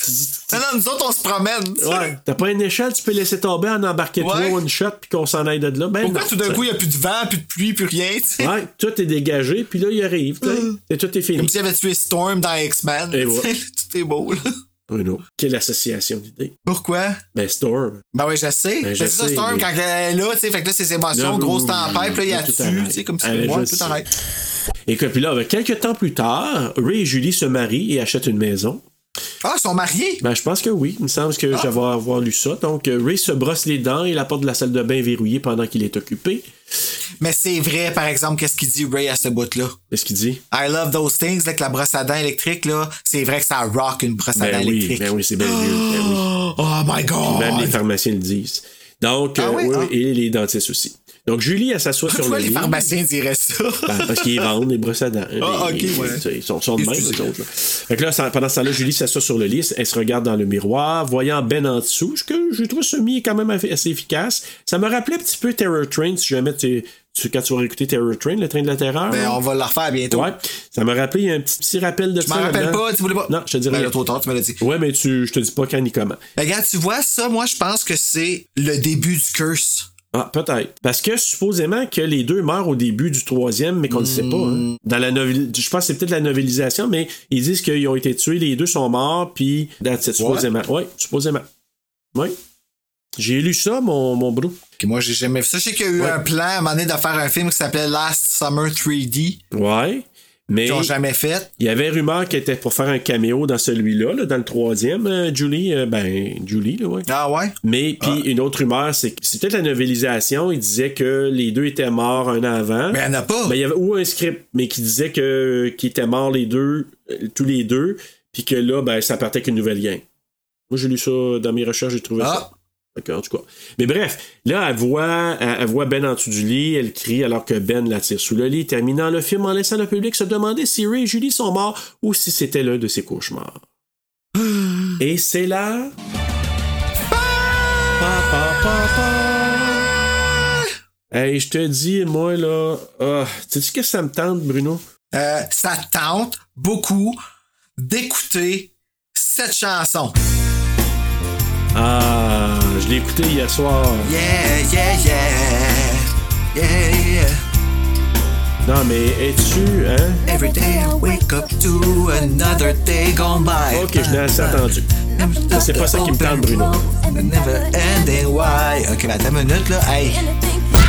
S4: Non, non, nous autres, on se promène.
S8: Ouais. T'as pas une échelle, tu peux laisser tomber en embarquer
S4: Ouais.
S8: trois, one shot, puis qu'on s'en aille de là. Ben,
S4: Pourquoi
S8: non,
S4: tout d'un
S8: t'sais.
S4: coup, il n'y a plus de vent, plus de pluie, plus rien, tu sais?
S8: Ouais, tout est dégagé, puis là, il arrive. t'sais. Et tout est fini.
S4: Mm. Comme s'il avait tué Storm dans X-Men.
S8: Et
S4: tu sais,
S8: voilà.
S4: (laughs) Tout est beau, là.
S8: Bruno, quelle association d'idées.
S4: Pourquoi?
S8: Ben, Storm.
S4: Ben oui, je sais.
S8: Ben,
S4: Ben,
S8: je
S4: c'est ça,
S8: sais,
S4: Storm,
S8: mais-
S4: quand elle est là, tu sais, fait que là, ses émotions,
S8: Là,
S4: Ah, grosse
S8: oui,
S4: tempête, puis là, il y a
S8: tout
S4: dessus,
S8: arrête.
S4: tu sais, comme si
S8: Allez,
S4: moi,
S8: je
S4: tout
S8: sais.
S4: arrête.
S8: Et que puis là, ben, quelques temps plus tard, Ray et Julie se marient et achètent une maison.
S4: Ah, ils sont mariés!
S8: Ben, je pense que oui. Il me semble
S4: Ah.
S8: que j'avais avoir lu ça. Donc, euh, Ray se brosse les dents et la porte de la salle de bain est verrouillée pendant qu'il est occupé.
S4: Mais c'est vrai, par exemple, qu'est-ce qu'il dit Ray à ce bout-là?
S8: Qu'est-ce qu'il dit?
S4: I love those things, là, que la brosse à dents électrique, là, c'est vrai que ça rock une brosse à dents
S8: Ben oui,
S4: électrique.
S8: ben oui, c'est bien vieux. Ben oui.
S4: Oh my
S8: Puis Même les
S4: god!
S8: pharmaciens le disent. Donc,
S4: Ah
S8: euh,
S4: oui,
S8: oui,
S4: ah.
S8: et les dentistes aussi. Donc, Julie, elle s'assoit sur
S4: Pourquoi
S8: le
S4: les
S8: lit.
S4: pharmaciens diraient ça?
S8: Ben, parce qu'ils vendent les brosses à dents. hein,
S4: Ah,
S8: les-
S4: ok,
S8: les-
S4: ouais.
S8: Ils sont, sont de même, les
S4: Excusez.
S8: autres. là. Fait que là, ça- pendant ce temps-là, Julie s'assoit sur le lit, elle se regarde dans le miroir, voyant Ben en dessous, ce que je trouve semi quand même assez efficace. Ça me rappelait un petit peu Terror Train, si jamais tu, tu- quand tu vas écouter Terror Train, le train de la
S4: (laughs)
S8: terreur.
S4: Ben,
S8: là.
S4: on va le refaire bientôt.
S8: Ouais, ça me rappelait il y a un petit, petit rappel de
S4: Je m'en rappelle
S8: là-dedans.
S4: pas, tu voulais pas.
S8: Non, je te dirais.
S4: Ben, là, trop tard, tu me l'as dit.
S8: Ouais, mais tu, je te dis pas quand ni comment.
S4: Ben, regarde, tu vois, ça, moi, je pense que c'est le début du curse.
S8: Ah, peut-être. Parce que supposément que les deux meurent au début du troisième, mais qu'on ne le sait pas.
S4: Hmm.
S8: hein. Dans la novel- Je pense que c'est peut-être la novelisation, mais ils disent qu'ils ont été tués, les deux sont morts, puis that's it, supposément. Oui, supposément. Oui. J'ai lu ça, mon, mon bro.
S4: Puis moi, j'ai jamais vu ça. Je sais qu'il y a eu
S8: Ouais.
S4: un plan à un moment donné de faire un film qui s'appelait Last Summer 3D,
S8: Ouais. Mais
S4: qu'ils ont jamais fait.
S8: il y avait rumeur qu'elle était pour faire un caméo dans celui-là, là, dans le troisième, euh, Julie. euh, ben, Julie, là, ouais.
S4: Ah ouais?
S8: Mais puis une autre rumeur, c'est que c'est peut-être la novelisation. Il disait que les deux étaient morts un an avant.
S4: Mais il n'y en a pas.
S8: Ben, il y avait ou un script, mais qui disait que qu'ils étaient morts les deux, euh, tous les deux, puis que là, ben, ça partait qu'une nouvelle gang. Moi, j'ai lu ça dans mes recherches, j'ai trouvé
S4: Ah.
S8: ça. Fait que, en tout cas. Mais bref, là, elle voit, elle, elle voit Ben en dessous du lit, elle crie alors que Ben la tire sous le lit, terminant le film en laissant le public se demander si Ray et Julie sont morts ou si c'était l'un de ses cauchemars. et c'est là.
S4: Bah,
S8: Pa, pa, pa,
S4: Ah!
S8: pa. Hey, je te dis, moi, là, ah, tu sais que ça me tente, Bruno?
S4: Euh, ça tente beaucoup d'écouter cette chanson.
S8: Ah, je l'ai écouté hier soir.
S4: Yeah, yeah, yeah. Yeah, yeah.
S8: Non, mais es-tu, hein?
S4: Every day I wake up to another day gone by.
S8: Ok, je l'ai assez attendu. C'est pas ça qui me tente, Bruno.
S4: The Never ending why. Ok, ben, attends une minute, là. Hey.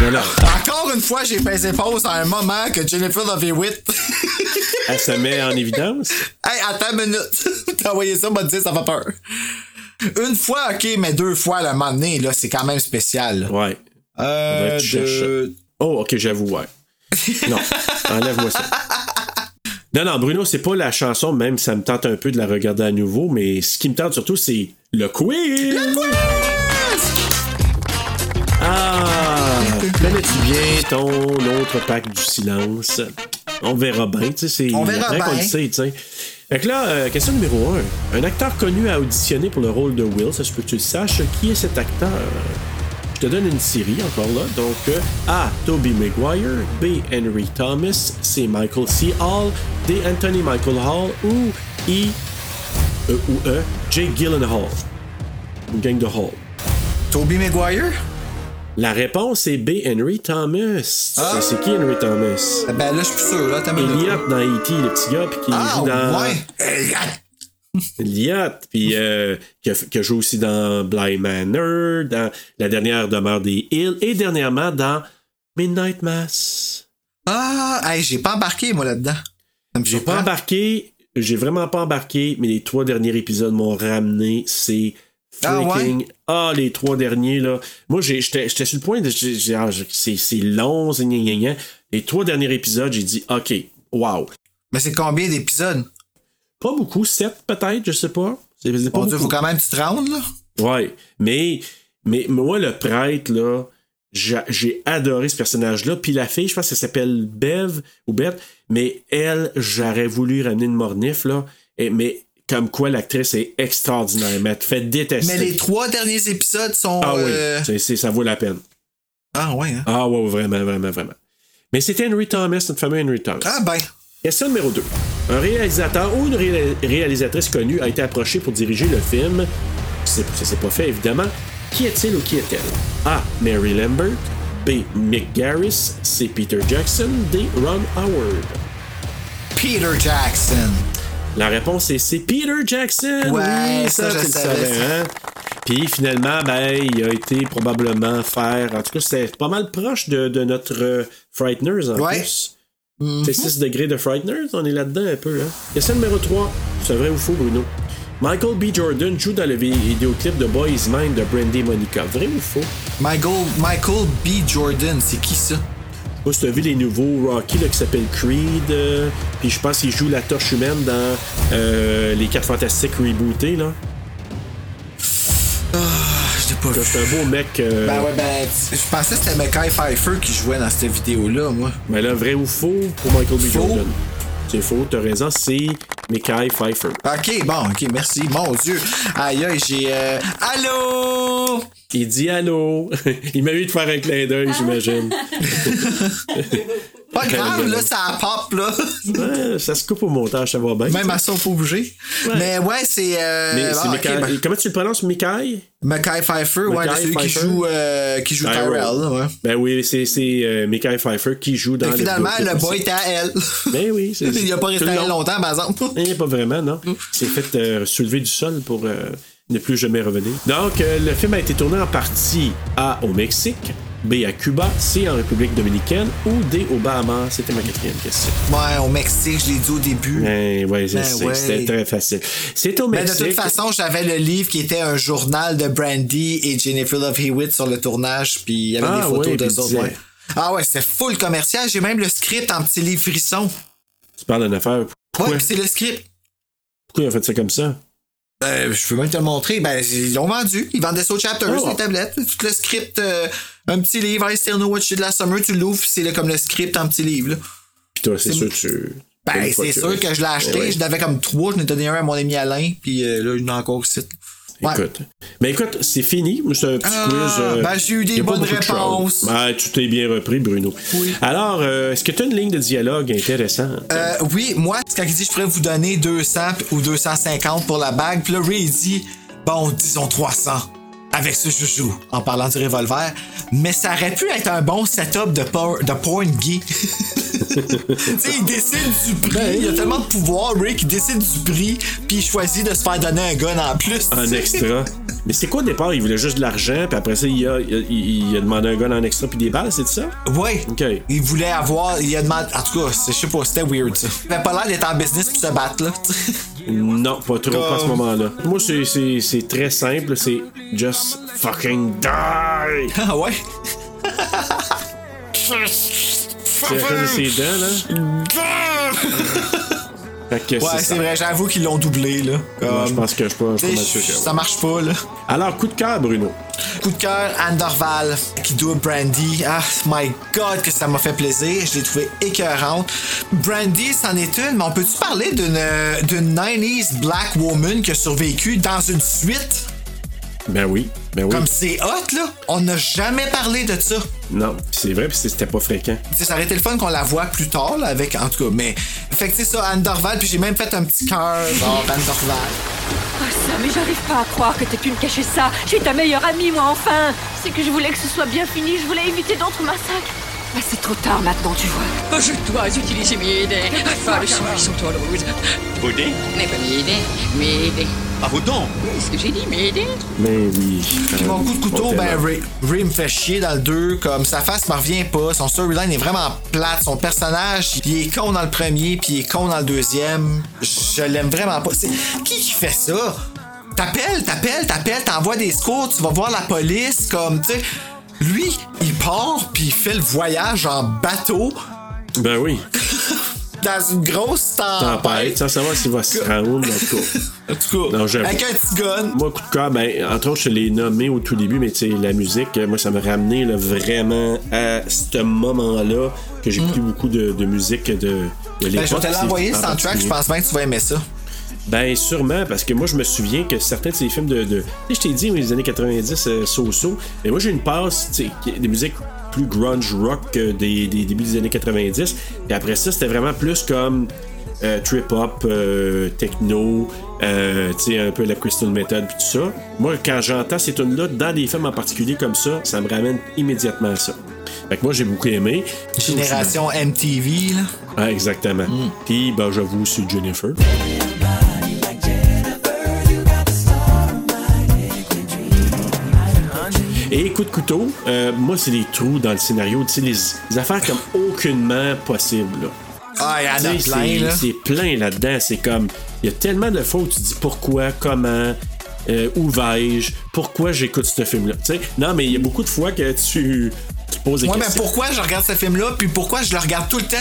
S8: Non, non,
S4: Encore une fois, j'ai pesé pause à un moment que Jennifer Lovey Witt. (laughs)
S8: elle se met en évidence.
S4: Hey, attends une minute. (laughs) T'as envoyé ça, m'a dit, ça va peur. Une fois, ok, mais deux fois, le moment donné, là, c'est quand même spécial. là.
S8: Ouais.
S4: Euh,
S8: Faudrait que tu cherches
S4: de-
S8: Oh, ok, j'avoue, ouais. (laughs) Non, enlève-moi ça. Non, non, Bruno, c'est pas la chanson, même ça me tente un peu de la regarder à nouveau, mais ce qui me tente surtout, c'est le quiz! Le Ah! Connais-tu bien ton autre pack du silence? On verra bien, tu sais, c'est
S4: On verra
S8: après qu'on
S4: bien.
S8: le sait, tu sais. Fait que là, euh, question numéro 1. Un acteur connu a auditionné pour le rôle de Will, ça se peut que tu le saches. Qui est cet acteur? Je te donne une série encore là. Donc, euh, A. Toby Maguire. B. Henry Thomas. C. Michael C. Hall. D. Anthony Michael Hall. Ou I. E, ou E. Jake Gyllenhaal. Une gang de Hall.
S4: Toby Maguire?
S8: La réponse est B. Henry Thomas.
S4: Ah!
S8: Ça, C'est qui Henry Thomas?
S4: Ben là, je suis plus sûr, là, t'as mis
S8: Elliot dans E.T., le petit gars, puis qui
S4: Ah,
S8: joue dans
S4: ouais! Elliot!
S8: Elliot, puis euh, qui, a- qui joue aussi dans Bly Manor, dans La dernière demeure des Hills, et dernièrement dans Midnight Mass.
S4: Ah, hey, j'ai pas embarqué, moi, là-dedans. Ça me
S8: J'ai pas
S4: surprend.
S8: embarqué, j'ai vraiment pas embarqué, mais les trois derniers épisodes m'ont ramené. C'est
S4: Ah, ouais?
S8: Freaking. Ah, les trois derniers, là. Moi, j'ai- j'étais j'étais sur le point de. j'ai- j'ai- ah, j'ai- C'est c'est long, c'est gna, gna, gna. Les trois derniers épisodes, j'ai dit, OK, wow.
S4: Mais c'est combien d'épisodes?
S8: Pas beaucoup, sept peut-être, je sais pas. C'est c'est pas
S4: Mon Dieu,
S8: beaucoup.
S4: faut quand même que tu te rendes, là.
S8: Ouais, mais, mais moi, le prêtre, là, j'a- j'ai adoré ce personnage-là. Puis la fille, je pense qu'elle s'appelle Bev ou Beth, mais elle, j'aurais voulu ramener une mornif, là. Et, mais comme quoi, l'actrice est extraordinaire. Mais elle te fait détester.
S4: Mais les trois derniers épisodes sont.
S8: Ah
S4: euh,
S8: oui, c'est- c'est- ça vaut la peine.
S4: Ah ouais, hein?
S8: Ah ouais, vraiment, vraiment, vraiment. Mais c'était Henry Thomas, notre fameux Henry Thomas.
S4: Ah ben.
S8: Question numéro 2. Un réalisateur ou une réa- réalisatrice connue a été approché pour diriger le film. C'est- Ça s'est pas fait, évidemment. Qui est-il ou qui est-elle? A. Mary Lambert. B. Mick Garris. C. Peter Jackson. D. Ron Howard.
S4: Peter Jackson.
S8: La réponse est c'est Peter Jackson.
S4: Ouais,
S8: oui,
S4: ça,
S8: ça,
S4: je
S8: tu le
S4: savais,
S8: savais,
S4: ça.
S8: hein? Puis finalement, ben, il a été probablement faire. En tout cas, c'est pas mal proche de, de notre euh, Frighteners en
S4: Ouais. Mm-hmm.
S8: plus. C'est 6 degrés de Frighteners, on est là-dedans un peu. Hein? Question numéro 3. C'est vrai ou faux, Bruno? Michael B. Jordan joue dans le vi- vidéoclip de Boys Mind de Brandy Monica. Vrai ou faux?
S4: Michael, Michael B. Jordan, c'est qui ça?
S8: Moi, si t'as vu les nouveaux Rocky là, qui s'appelle Creed, euh, puis je pense qu'il joue la torche humaine dans euh, les 4 Fantastiques rebootés. Là.
S4: Ah, je l'ai pas vu.
S8: C'est un beau mec. euh,
S4: Ben ouais, ben, tu- je pensais que c'était Mackay Pfeiffer qui jouait dans cette vidéo-là, moi.
S8: Mais là, vrai ou faux pour Michael B.
S4: Faux.
S8: Jordan? C'est faux, t'as raison, c'est Mickey Pfeiffer.
S4: Ok, bon, ok, merci. Mon Dieu. Aïe, aïe, j'ai. euh, Allô?
S8: Il dit allô. (laughs) Il m'a eu de faire un clin d'œil, j'imagine.
S4: Pas grave, là, ça pop, là.
S8: Ouais, ça se coupe au montage, ça va bien.
S4: Même à ça, faut bouger. Mais ouais, c'est. euh,
S8: Mais c'est
S4: bon, ok,
S8: Mickey-
S4: ben,
S8: Comment tu le prononces, Mickey?
S4: Mackay Pfeiffer, ouais,
S8: Mackay
S4: celui qui
S8: Pfeiffer.
S4: joue, euh, qui joue Tyrell, là, ouais.
S8: Ben oui, c'est c'est, euh, Mickey Pfeiffer qui joue dans
S4: Fait que
S8: le
S4: finalement,
S8: vidéoclip
S4: le boy
S8: aussi.
S4: était à elle.
S8: Ben oui, c'est-
S4: (laughs) Il a pas resté
S8: tout
S4: à
S8: le
S4: elle
S8: long.
S4: longtemps, par exemple.
S8: Eh, pas vraiment, non. Il s'est fait euh, soulever du sol pour euh, ne plus jamais revenir. Donc, euh, le film a été tourné en partie A au Mexique, B à Cuba, C en République dominicaine ou D au Bahamas. C'était ma quatrième question.
S4: Ouais, au Mexique, je l'ai dit au début.
S8: Eh, ouais, c'est-
S4: Ben
S8: c'est-
S4: ouais.
S8: c'était très facile. C'est au
S4: Mais
S8: Mexique.
S4: de toute façon, j'avais le livre qui était un journal de Brandy et Jennifer Love Hewitt sur le tournage, puis il y avait
S8: Ah
S4: des photos
S8: ouais,
S4: de
S8: puis
S4: ça.
S8: disait-
S4: ouais. Ah ouais, c'était full commercial. J'ai même le script en petit livre frisson.
S8: tu parles d'une affaire.
S4: Ouais,
S8: Pourquoi,
S4: puis c'est le script.
S8: pourquoi ils ont fait ça comme ça?
S4: Euh, je peux même te le montrer. Ben, ils l'ont vendu. Ils vendaient ça au chapter,
S8: Oh.
S4: sur les tablettes. Tout le script, euh, un petit livre, I still know what you did last summer, tu l'ouvres, puis c'est le- comme le script en petit livre. là.
S8: Puis toi, c'est
S4: C'est-
S8: sûr que tu. t'as
S4: Ben,
S8: une
S4: c'est
S8: voiture.
S4: sûr que je l'ai acheté.
S8: Eh ouais.
S4: J'en avais comme trois. Je n'ai donné un à mon ami Alain, puis euh, là, il y en a encore ici. Ouais.
S8: Écoute. Mais écoute, c'est fini. C'est un petit
S4: Ah,
S8: quiz. euh,
S4: ben, j'ai eu des
S8: y a pas
S4: bonnes
S8: beaucoup de choses.
S4: réponses.
S8: Ben, tu t'es bien repris, Bruno. Alors, euh, est-ce que tu as une ligne de dialogue intéressante?
S4: Euh, oui, moi, quand il dit je pourrais vous donner 200 ou 250 pour la bague, puis là, Ray il dit bon, disons 300 avec ce joujou en parlant du revolver, mais ça aurait pu être un bon setup de, por- de porn gay. (laughs) tu sais, il décide du prix, il y a tellement de pouvoir, Ray qui décide du prix, puis il choisit de se faire donner un gun en plus.
S8: En extra. Mais c'est quoi au départ? Il voulait juste de l'argent, puis après ça, il a, il a- il- il a demandé un gun en extra puis des balles, c'est ça?
S4: Ouais.
S8: OK.
S4: Il voulait avoir, il a demandé, en tout cas, c'est- je sais pas, c'était weird ça. Il avait pas l'air d'être en business pour se battre là. tu sais.
S8: Non, pas trop pas à ce
S4: Comme-
S8: moment-là. Moi, c'est- c'est c'est très simple, c'est just fucking die!
S4: Ah ouais?
S8: Tu reconnais ses dents, là? Fait que
S4: Ouais,
S8: c'est ça.
S4: c'est vrai, j'avoue qu'ils l'ont doublé, là.
S8: Moi, je
S4: Comme-
S8: pense que je suis pas, je suis pas mal
S4: T'sais,
S8: sûr que-
S4: Ça marche pas, là.
S8: Alors, coup de cœur, Bruno.
S4: Coup de cœur, Anne Dorval, qui double Brandy. Ah, my God, que ça m'a fait plaisir. Je l'ai trouvée écœurante. Brandy, c'en est une, mais on peut-tu parler d'une d'une 90s black woman qui a survécu dans une suite?
S8: Ben oui, ben oui.
S4: Comme c'est hot, là. On n'a jamais parlé de ça.
S8: Non, pis c'est vrai, puis c'était pas fréquent.
S4: T'sais, ça aurait été le fun qu'on la voit plus tard, là, avec, en tout cas, mais. Fait que c'est ça, Anne Dorval, puis j'ai même fait un petit cœur, genre, Anne Dorval.
S15: Oh ça, mais j'arrive pas à croire que t'aies pu me cacher ça. J'ai ta meilleure amie, moi, enfin. C'est que je voulais que ce soit bien fini. Je voulais éviter d'autres massacres.
S11: Bah, c'est trop tard maintenant, tu vois.
S15: Oh, je dois utiliser mes idées.
S16: Vous dites
S11: N'est pas mes idées, mes idées.
S16: À vos dents
S11: Qu'est-ce que j'ai dit, mes idées
S8: Mais Ben oui.
S4: Puis mon coup de couteau, ben Ray, Ray me fait chier dans le 2, comme sa face me revient pas, son storyline est vraiment plate, son personnage, il est con dans le premier, puis il est con dans le deuxième. Je l'aime vraiment pas. C'est- Qui qui fait ça? T'appelles, t'appelles, t'appelles, t'envoies des secours, tu vas voir la police, comme, tu sais. Lui, il part, puis il fait le voyage en bateau.
S8: Ben oui.
S4: dans une grosse
S8: Tempête,
S4: tempête.
S8: sans savoir s'il va se rendre, en
S4: (laughs)
S8: tout
S4: cas. En tout cas,
S8: Non, j'avoue.
S4: avec un petit gun.
S8: Moi, coup de cœur, ben, entre autres, je l'ai nommé au tout début, mais tu sais, la musique, euh, moi, ça m'a ramené là, vraiment à ce moment-là que j'ai écouté beaucoup de, de musique de, de
S4: Hmm.
S8: l'époque.
S4: Ben, je vais te
S8: C'est-
S4: l'envoyer le
S8: en
S4: soundtrack, je
S8: particulier.
S4: pense bien que tu vas aimer ça.
S8: Ben, sûrement, parce que moi, je me souviens que certains de ces films de. de- tu sais, je t'ai dit, les années 90, euh, so-so. Mais moi, j'ai une passe, tu sais, qui- des musiques plus grunge rock que des, des débuts des années 90. Puis après ça, c'était vraiment plus comme euh, trip-hop, euh, techno, euh, tu sais, un peu la Crystal Method, puis tout ça. Moi, quand j'entends ces tunes-là, dans des films en particulier comme ça, ça me ramène immédiatement à ça. Fait que moi, j'ai beaucoup aimé.
S4: Génération MTV, là.
S8: Ah, exactement.
S4: Hmm.
S8: Puis, ben, j'avoue, c'est Jennifer. Et coup de couteau, euh, moi, c'est les trous dans le scénario, tu sais, les, les affaires comme aucunement possible. là.
S4: Ah, il y en a
S8: Tu sais,
S4: plein,
S8: c'est-
S4: là.
S8: C'est plein là-dedans. C'est comme, il y a tellement de fois où tu dis pourquoi, comment, euh, où vais-je, pourquoi j'écoute ce film-là. Tu sais, non, mais il y a beaucoup de fois que tu, tu poses des
S4: Ouais, ben
S8: questions.
S4: pourquoi je regarde ce film-là, puis pourquoi je le regarde tout le temps?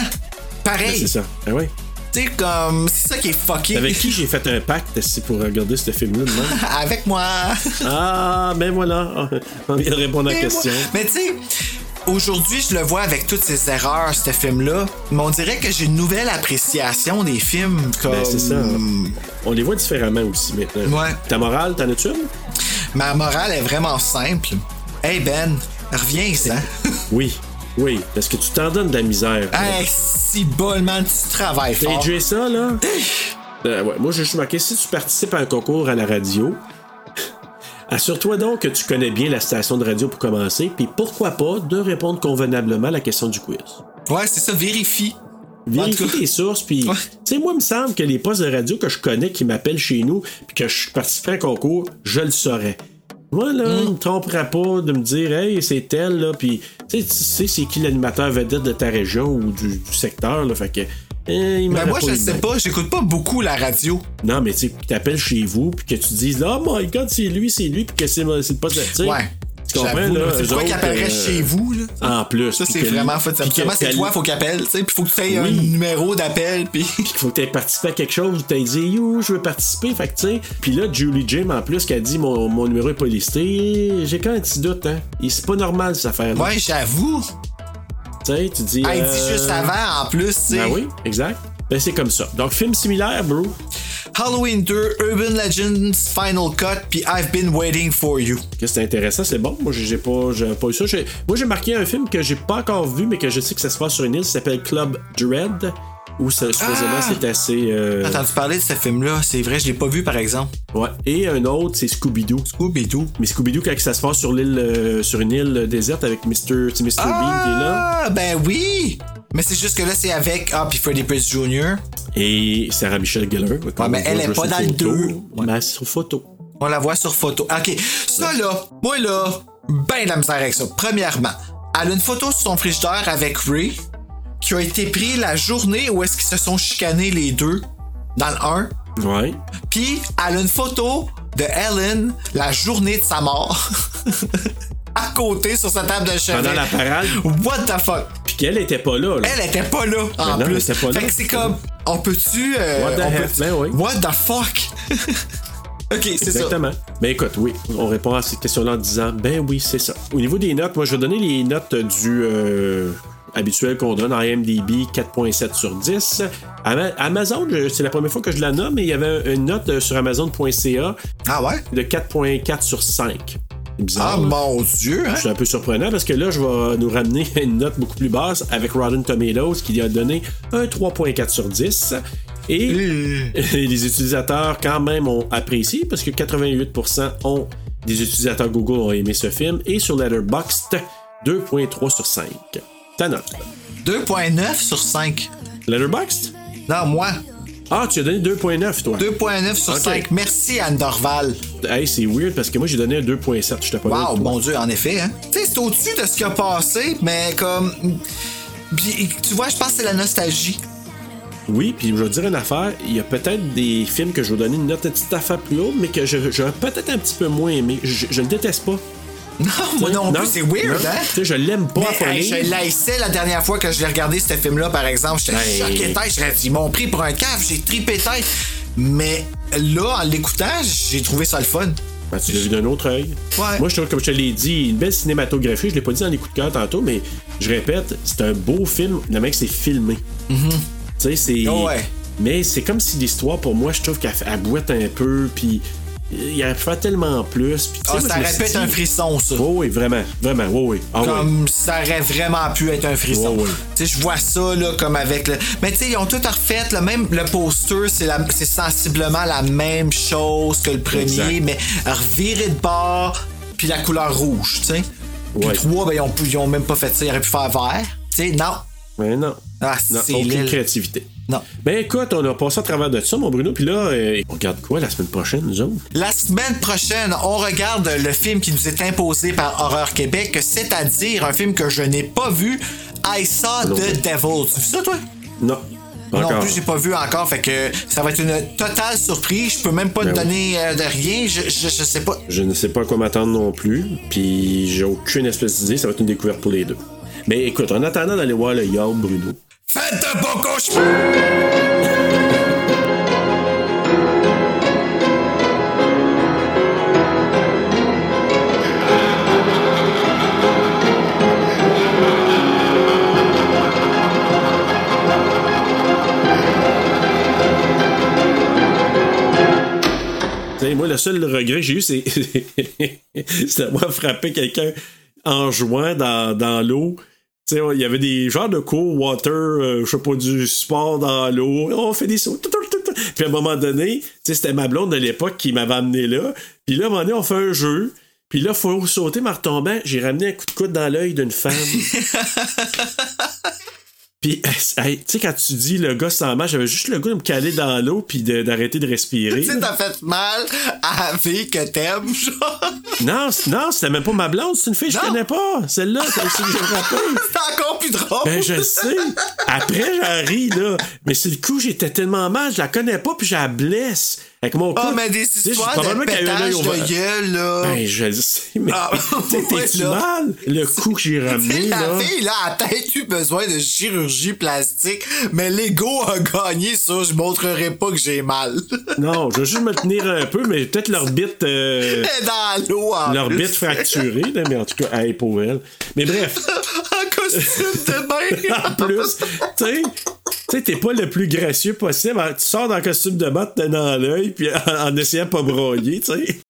S8: Ben,
S4: Pareil.
S8: c'est ça. Ah ouais.
S4: Tu sais, comme, c'est ça qui est fucké.
S8: Avec qui j'ai fait un pacte c'est pour regarder ce film-là demain?
S4: (laughs) Avec moi.
S8: Ah, ben voilà, on vient de répondre à la
S4: Mais
S8: question.
S4: Ben moi- Mais tu sais, aujourd'hui, je le vois avec toutes ces erreurs, ce film-là. Mais on dirait que j'ai une nouvelle appréciation des films. Comme...
S8: Ben, c'est ça. On les voit différemment aussi maintenant.
S4: Ouais.
S8: Ta morale, t'en as-tu une?
S4: Ma morale est vraiment simple. Hey Ben, reviens hein. ici. (laughs)
S8: Oui, oui, parce que tu t'en donnes de la misère.
S4: hey, si bol, man, tu travailles
S8: T'as
S4: fort.
S8: joué ça, là? Euh, ouais, moi, j'ai juste marqué, si tu participes à un concours à la radio, (laughs) assure-toi donc que tu connais bien la station de radio pour commencer, puis pourquoi pas de répondre convenablement à la question du quiz.
S4: Ouais, c'est ça, vérifie.
S8: Vérifie
S4: En tout cas-
S8: tes sources, puis... Tu sais, moi, il me semble que les postes de radio que je connais qui m'appellent chez nous, puis que je participerais à un concours, je le saurais. Moi, là,
S4: Mm.
S8: il me trompera pas de me dire « Hey, c'est tel, là », puis... Tu sais, tu sais c'est qui l'animateur vedette de ta région ou du, du secteur, là, fait que... euh, il
S4: Ben
S8: m'aurait
S4: moi, je
S8: les
S4: sais
S8: mêmes.
S4: pas, j'écoute pas beaucoup la radio.
S8: Non, mais tu sais, que t'appelles chez vous, puis que tu dises « Oh my God, c'est lui, c'est lui », puis que c'est c'est le poste de... tu sais,
S4: Ouais.
S8: Tu comprends,
S4: J'avoue,
S8: là?
S4: là, c'est
S8: eux
S4: toi qui
S8: autres,
S4: appellerais
S8: euh,
S4: chez vous, là.
S8: En plus.
S4: Ça,
S8: puis
S4: c'est
S8: que-
S4: vraiment fait.
S8: puis que
S4: Habituellement, c'est
S8: t'as-
S4: toi, faut qu'appelle, tu sais, puis faut que tu aies un
S8: Oui.
S4: numéro d'appel, puis. (laughs)
S8: qu'il faut que tu participé à quelque chose, tu as dit Yo, je veux participer, fait que tu sais. Puis là, Julie Jim, en plus, qui a dit mon, mon numéro est pas listé, j'ai quand même un petit doute, hein. Et c'est pas normal, cette affaire-là.
S4: Ouais, j'avoue.
S8: Tu sais, tu dis.
S4: Elle
S8: euh,
S4: dit juste avant, en plus, tu sais.
S8: Ben oui, exact. Ben c'est comme ça. Donc, film similaire, bro.
S4: Halloween 2, Urban Legends, Final Cut, puis I've Been Waiting for You.
S8: Que c'est intéressant, c'est bon. Moi, j'ai j'ai pas, j'ai pas eu ça. J'ai- Moi, j'ai marqué un film que j'ai pas encore vu, mais que je sais que ça se passe sur une île, ça s'appelle Club Dread. Où ça- supposément
S4: Ah!
S8: c'est assez. euh,
S4: J'ai entendu parler de ce film-là, c'est vrai, je l'ai pas vu par exemple.
S8: Ouais. Et un autre, c'est Scooby-Doo.
S4: Scooby-Doo.
S8: Mais Scooby-Doo, quand ça se passe sur l'île, euh, sur une île déserte avec Mr. c'est Mr. Bean qui est là.
S4: Ah, ben oui! Mais c'est juste que là, c'est avec. Ah, puis Freddie Prinze Jr.
S8: Et Sarah Michelle Gellar.
S4: Ouais, mais elle est pas dans le deux.
S8: Mais sur photo.
S4: On la voit sur photo. OK. Ça, là, moi, là, ben de la misère avec ça. Premièrement, elle a une photo sur son frigidaire avec Ray qui a été prise la journée où est-ce qu'ils se sont chicanés les deux dans le 1.
S8: Ouais.
S4: Puis, elle a une photo de Ellen la journée de sa mort (laughs) à côté sur sa table de chevet.
S8: Pendant la parade.
S4: What the fuck?
S8: Puis qu'elle était pas là. là.
S4: Elle était pas là, en
S8: Ah, non, elle
S4: plus.
S8: était pas là.
S4: Fait que c'est comme, on peut-tu... euh,
S8: What the
S4: on
S8: heck,
S4: peut-tu-
S8: ben oui.
S4: What the fuck? (laughs) OK, c'est ça.
S8: Exactement. Ben écoute, oui, on répond à cette question-là en disant, ben oui, c'est ça. Au niveau des notes, moi je vais donner les notes du euh, habituel qu'on donne en IMDb, 4.7 sur 10. Ama- Amazon, je- c'est la première fois que je la nomme, mais il y avait une note euh, sur Amazon.ca
S4: Ah ouais?
S8: de 4.4 sur 5. C'est bizarre.
S4: Ah
S8: là.
S4: mon dieu, hein?
S8: C'est un peu surprenant parce que là, je vais nous ramener (laughs) à une note beaucoup plus basse avec Rotten Tomatoes qui lui a donné un 3.4 sur 10. Et (laughs) les utilisateurs, quand même, ont apprécié parce que 88% ont, des utilisateurs Google ont aimé ce film. Et sur Letterboxd, 2.3 sur 5. Ta note.
S4: 2.9 sur 5.
S8: Letterboxd?
S4: Non, moi.
S8: Ah, tu as donné 2.9, toi.
S4: 2.9 sur
S8: Ok.
S4: 5. Merci, Anne Dorval.
S8: Hey, c'est weird parce que moi, j'ai donné un 2.7. Je t'ai pas
S4: Wow,
S8: donné, toi.
S4: mon dieu, en effet, hein? Tu sais, c'est au-dessus de ce qui a passé, mais comme. Puis, tu vois, je pense que c'est la nostalgie. (laughs)
S8: Oui, puis je vais dire une affaire, il y a peut-être des films que je vais donner une note une petite affaire plus haute, mais que je, je vais peut-être un petit peu moins aimé. Je, je le déteste pas.
S4: Non, moi non, plus, c'est weird, hein?
S8: Tu sais, je l'aime pas à
S4: Mais,
S8: folie.
S4: hey, je l'haïssais la dernière fois que je l'ai regardé, ce film-là, par exemple. J'étais
S8: Hey.
S4: choqué tête. J'aurais dit, ils m'ont pris pour un cave, j'ai tripé tête. Mais là, en l'écoutant, j'ai trouvé ça le fun.
S8: Ben, tu l'as vu d'un autre œil. Moi, je trouve, comme je te l'ai dit, une belle cinématographie. Je l'ai pas dit dans les coups de cœur tantôt, mais je répète, c'est un beau film. Le mec, c'est filmé. Tu sais, c'est.
S4: Ah Mm-hmm. ouais.
S8: Mais c'est comme si l'histoire, pour moi, je trouve qu'elle elle boite un peu, puis euh, il aurait pu faire tellement plus. Puis, tu sais,
S4: Ah,
S8: moi,
S4: ça
S8: je me
S4: répète
S8: suis dit-
S4: un frisson, ça.
S8: Oui, oui, vraiment, vraiment, oui, oui. Ah, oui.
S4: comme ça aurait vraiment pu être un frisson.
S8: Ouais, ouais.
S4: Tu sais, je vois ça là comme avec le mais tu sais ils ont tout refait là, même le poster c'est la c'est sensiblement la même chose que le premier
S8: Exact.
S4: mais reviré de bord puis la couleur rouge, tu sais. Puis
S8: Ouais.
S4: trois ben ils ont, pu- ils ont même pas fait ça, ils auraient pu faire vert. Tu sais, non.
S8: Mais non.
S4: Ah,
S8: Non,
S4: c'est
S8: aucune
S4: laid.
S8: créativité.
S4: Non.
S8: Ben écoute, on a passé à travers de ça, mon Bruno, puis là, euh, on regarde quoi la semaine prochaine, nous autres?
S4: La semaine prochaine, on regarde le film qui nous est imposé par Horreur Québec, c'est-à-dire un film que je n'ai pas vu, I Saw
S8: Non.
S4: the Devil. Tu as vu ça, toi?
S8: Non. Pas
S4: Non
S8: encore.
S4: plus, j'ai pas vu encore, fait que ça va être une totale surprise. Je peux même pas
S8: Ben
S4: te
S8: oui.
S4: donner euh, de rien. Je, je, je sais pas.
S8: Je ne sais pas à quoi m'attendre non plus, puis j'ai aucune espèce d'idée, ça va être une découverte pour les deux. Mais écoute, en attendant d'aller voir le Yard Bruno.
S4: Faites un bon cauchemar!
S8: Tu sais, moi, le seul regret que j'ai eu, c'est (laughs) c'est d'avoir frappé quelqu'un en jouant dans, dans l'eau. Tu sais, il y avait des genres de cours water, euh, je sais pas, du sport dans l'eau. On fait des sauts. tout, tout, tout, tout. Puis à un moment donné, tu sais, c'était ma blonde de l'époque qui m'avait amené là. Puis là, à un moment donné, on fait un jeu. Puis là, faut sauter, mais en retombant, j'ai ramené un coup de coude dans l'œil
S4: (laughs)
S8: d'une femme. Puis, hey, tu sais, quand tu dis le gars sans main, j'avais juste le goût de me caler dans l'eau puis de- d'arrêter de respirer.
S4: Tu sais, t'as fait mal à la fille que t'aimes, genre. (laughs)
S8: Non, c- non, c'était même pas ma blonde, c'est une fille que je
S4: Non.
S8: connais pas. Celle-là, c'est aussi que j'ai frappé.
S4: C'est encore plus drôle.
S8: Ben, je le sais. Après, j'en ris, là. Mais sur le coup, j'étais tellement mal, je la connais pas, puis je la blesse. Avec mon coup.
S4: Ah, mais des
S8: tu sais,
S4: histoires de
S8: probablement qu'elle a eu un œil
S4: pétage
S8: ouvert.
S4: de gueule, là.
S8: Ben, je le sais, mais. (laughs)
S4: Ah,
S8: t'sais,
S4: ouais,
S8: T'es-tu
S4: là.
S8: mal?
S4: (laughs)
S8: Le coup que j'ai ramené,
S4: la
S8: là.
S4: fille, là, a peut-être eu besoin de chirurgie plastique, mais l'ego a gagné sur je montrerai pas que j'ai mal. (laughs)
S8: Non, je veux juste me tenir un peu, mais peut-être l'orbite. euh,
S4: Elle est dans l'eau, (laughs) en
S8: L'orbite
S4: plus.
S8: fracturée, là, mais en tout cas, hey, pour elle. Mais bref.
S4: (laughs) en costume de bain.
S8: en (laughs) plus, tu sais, tu sais, t'es pas le plus gracieux possible. Tu sors dans le costume de bain, t'es dans l'œil, puis en, en essayant de pas broyer, tu sais.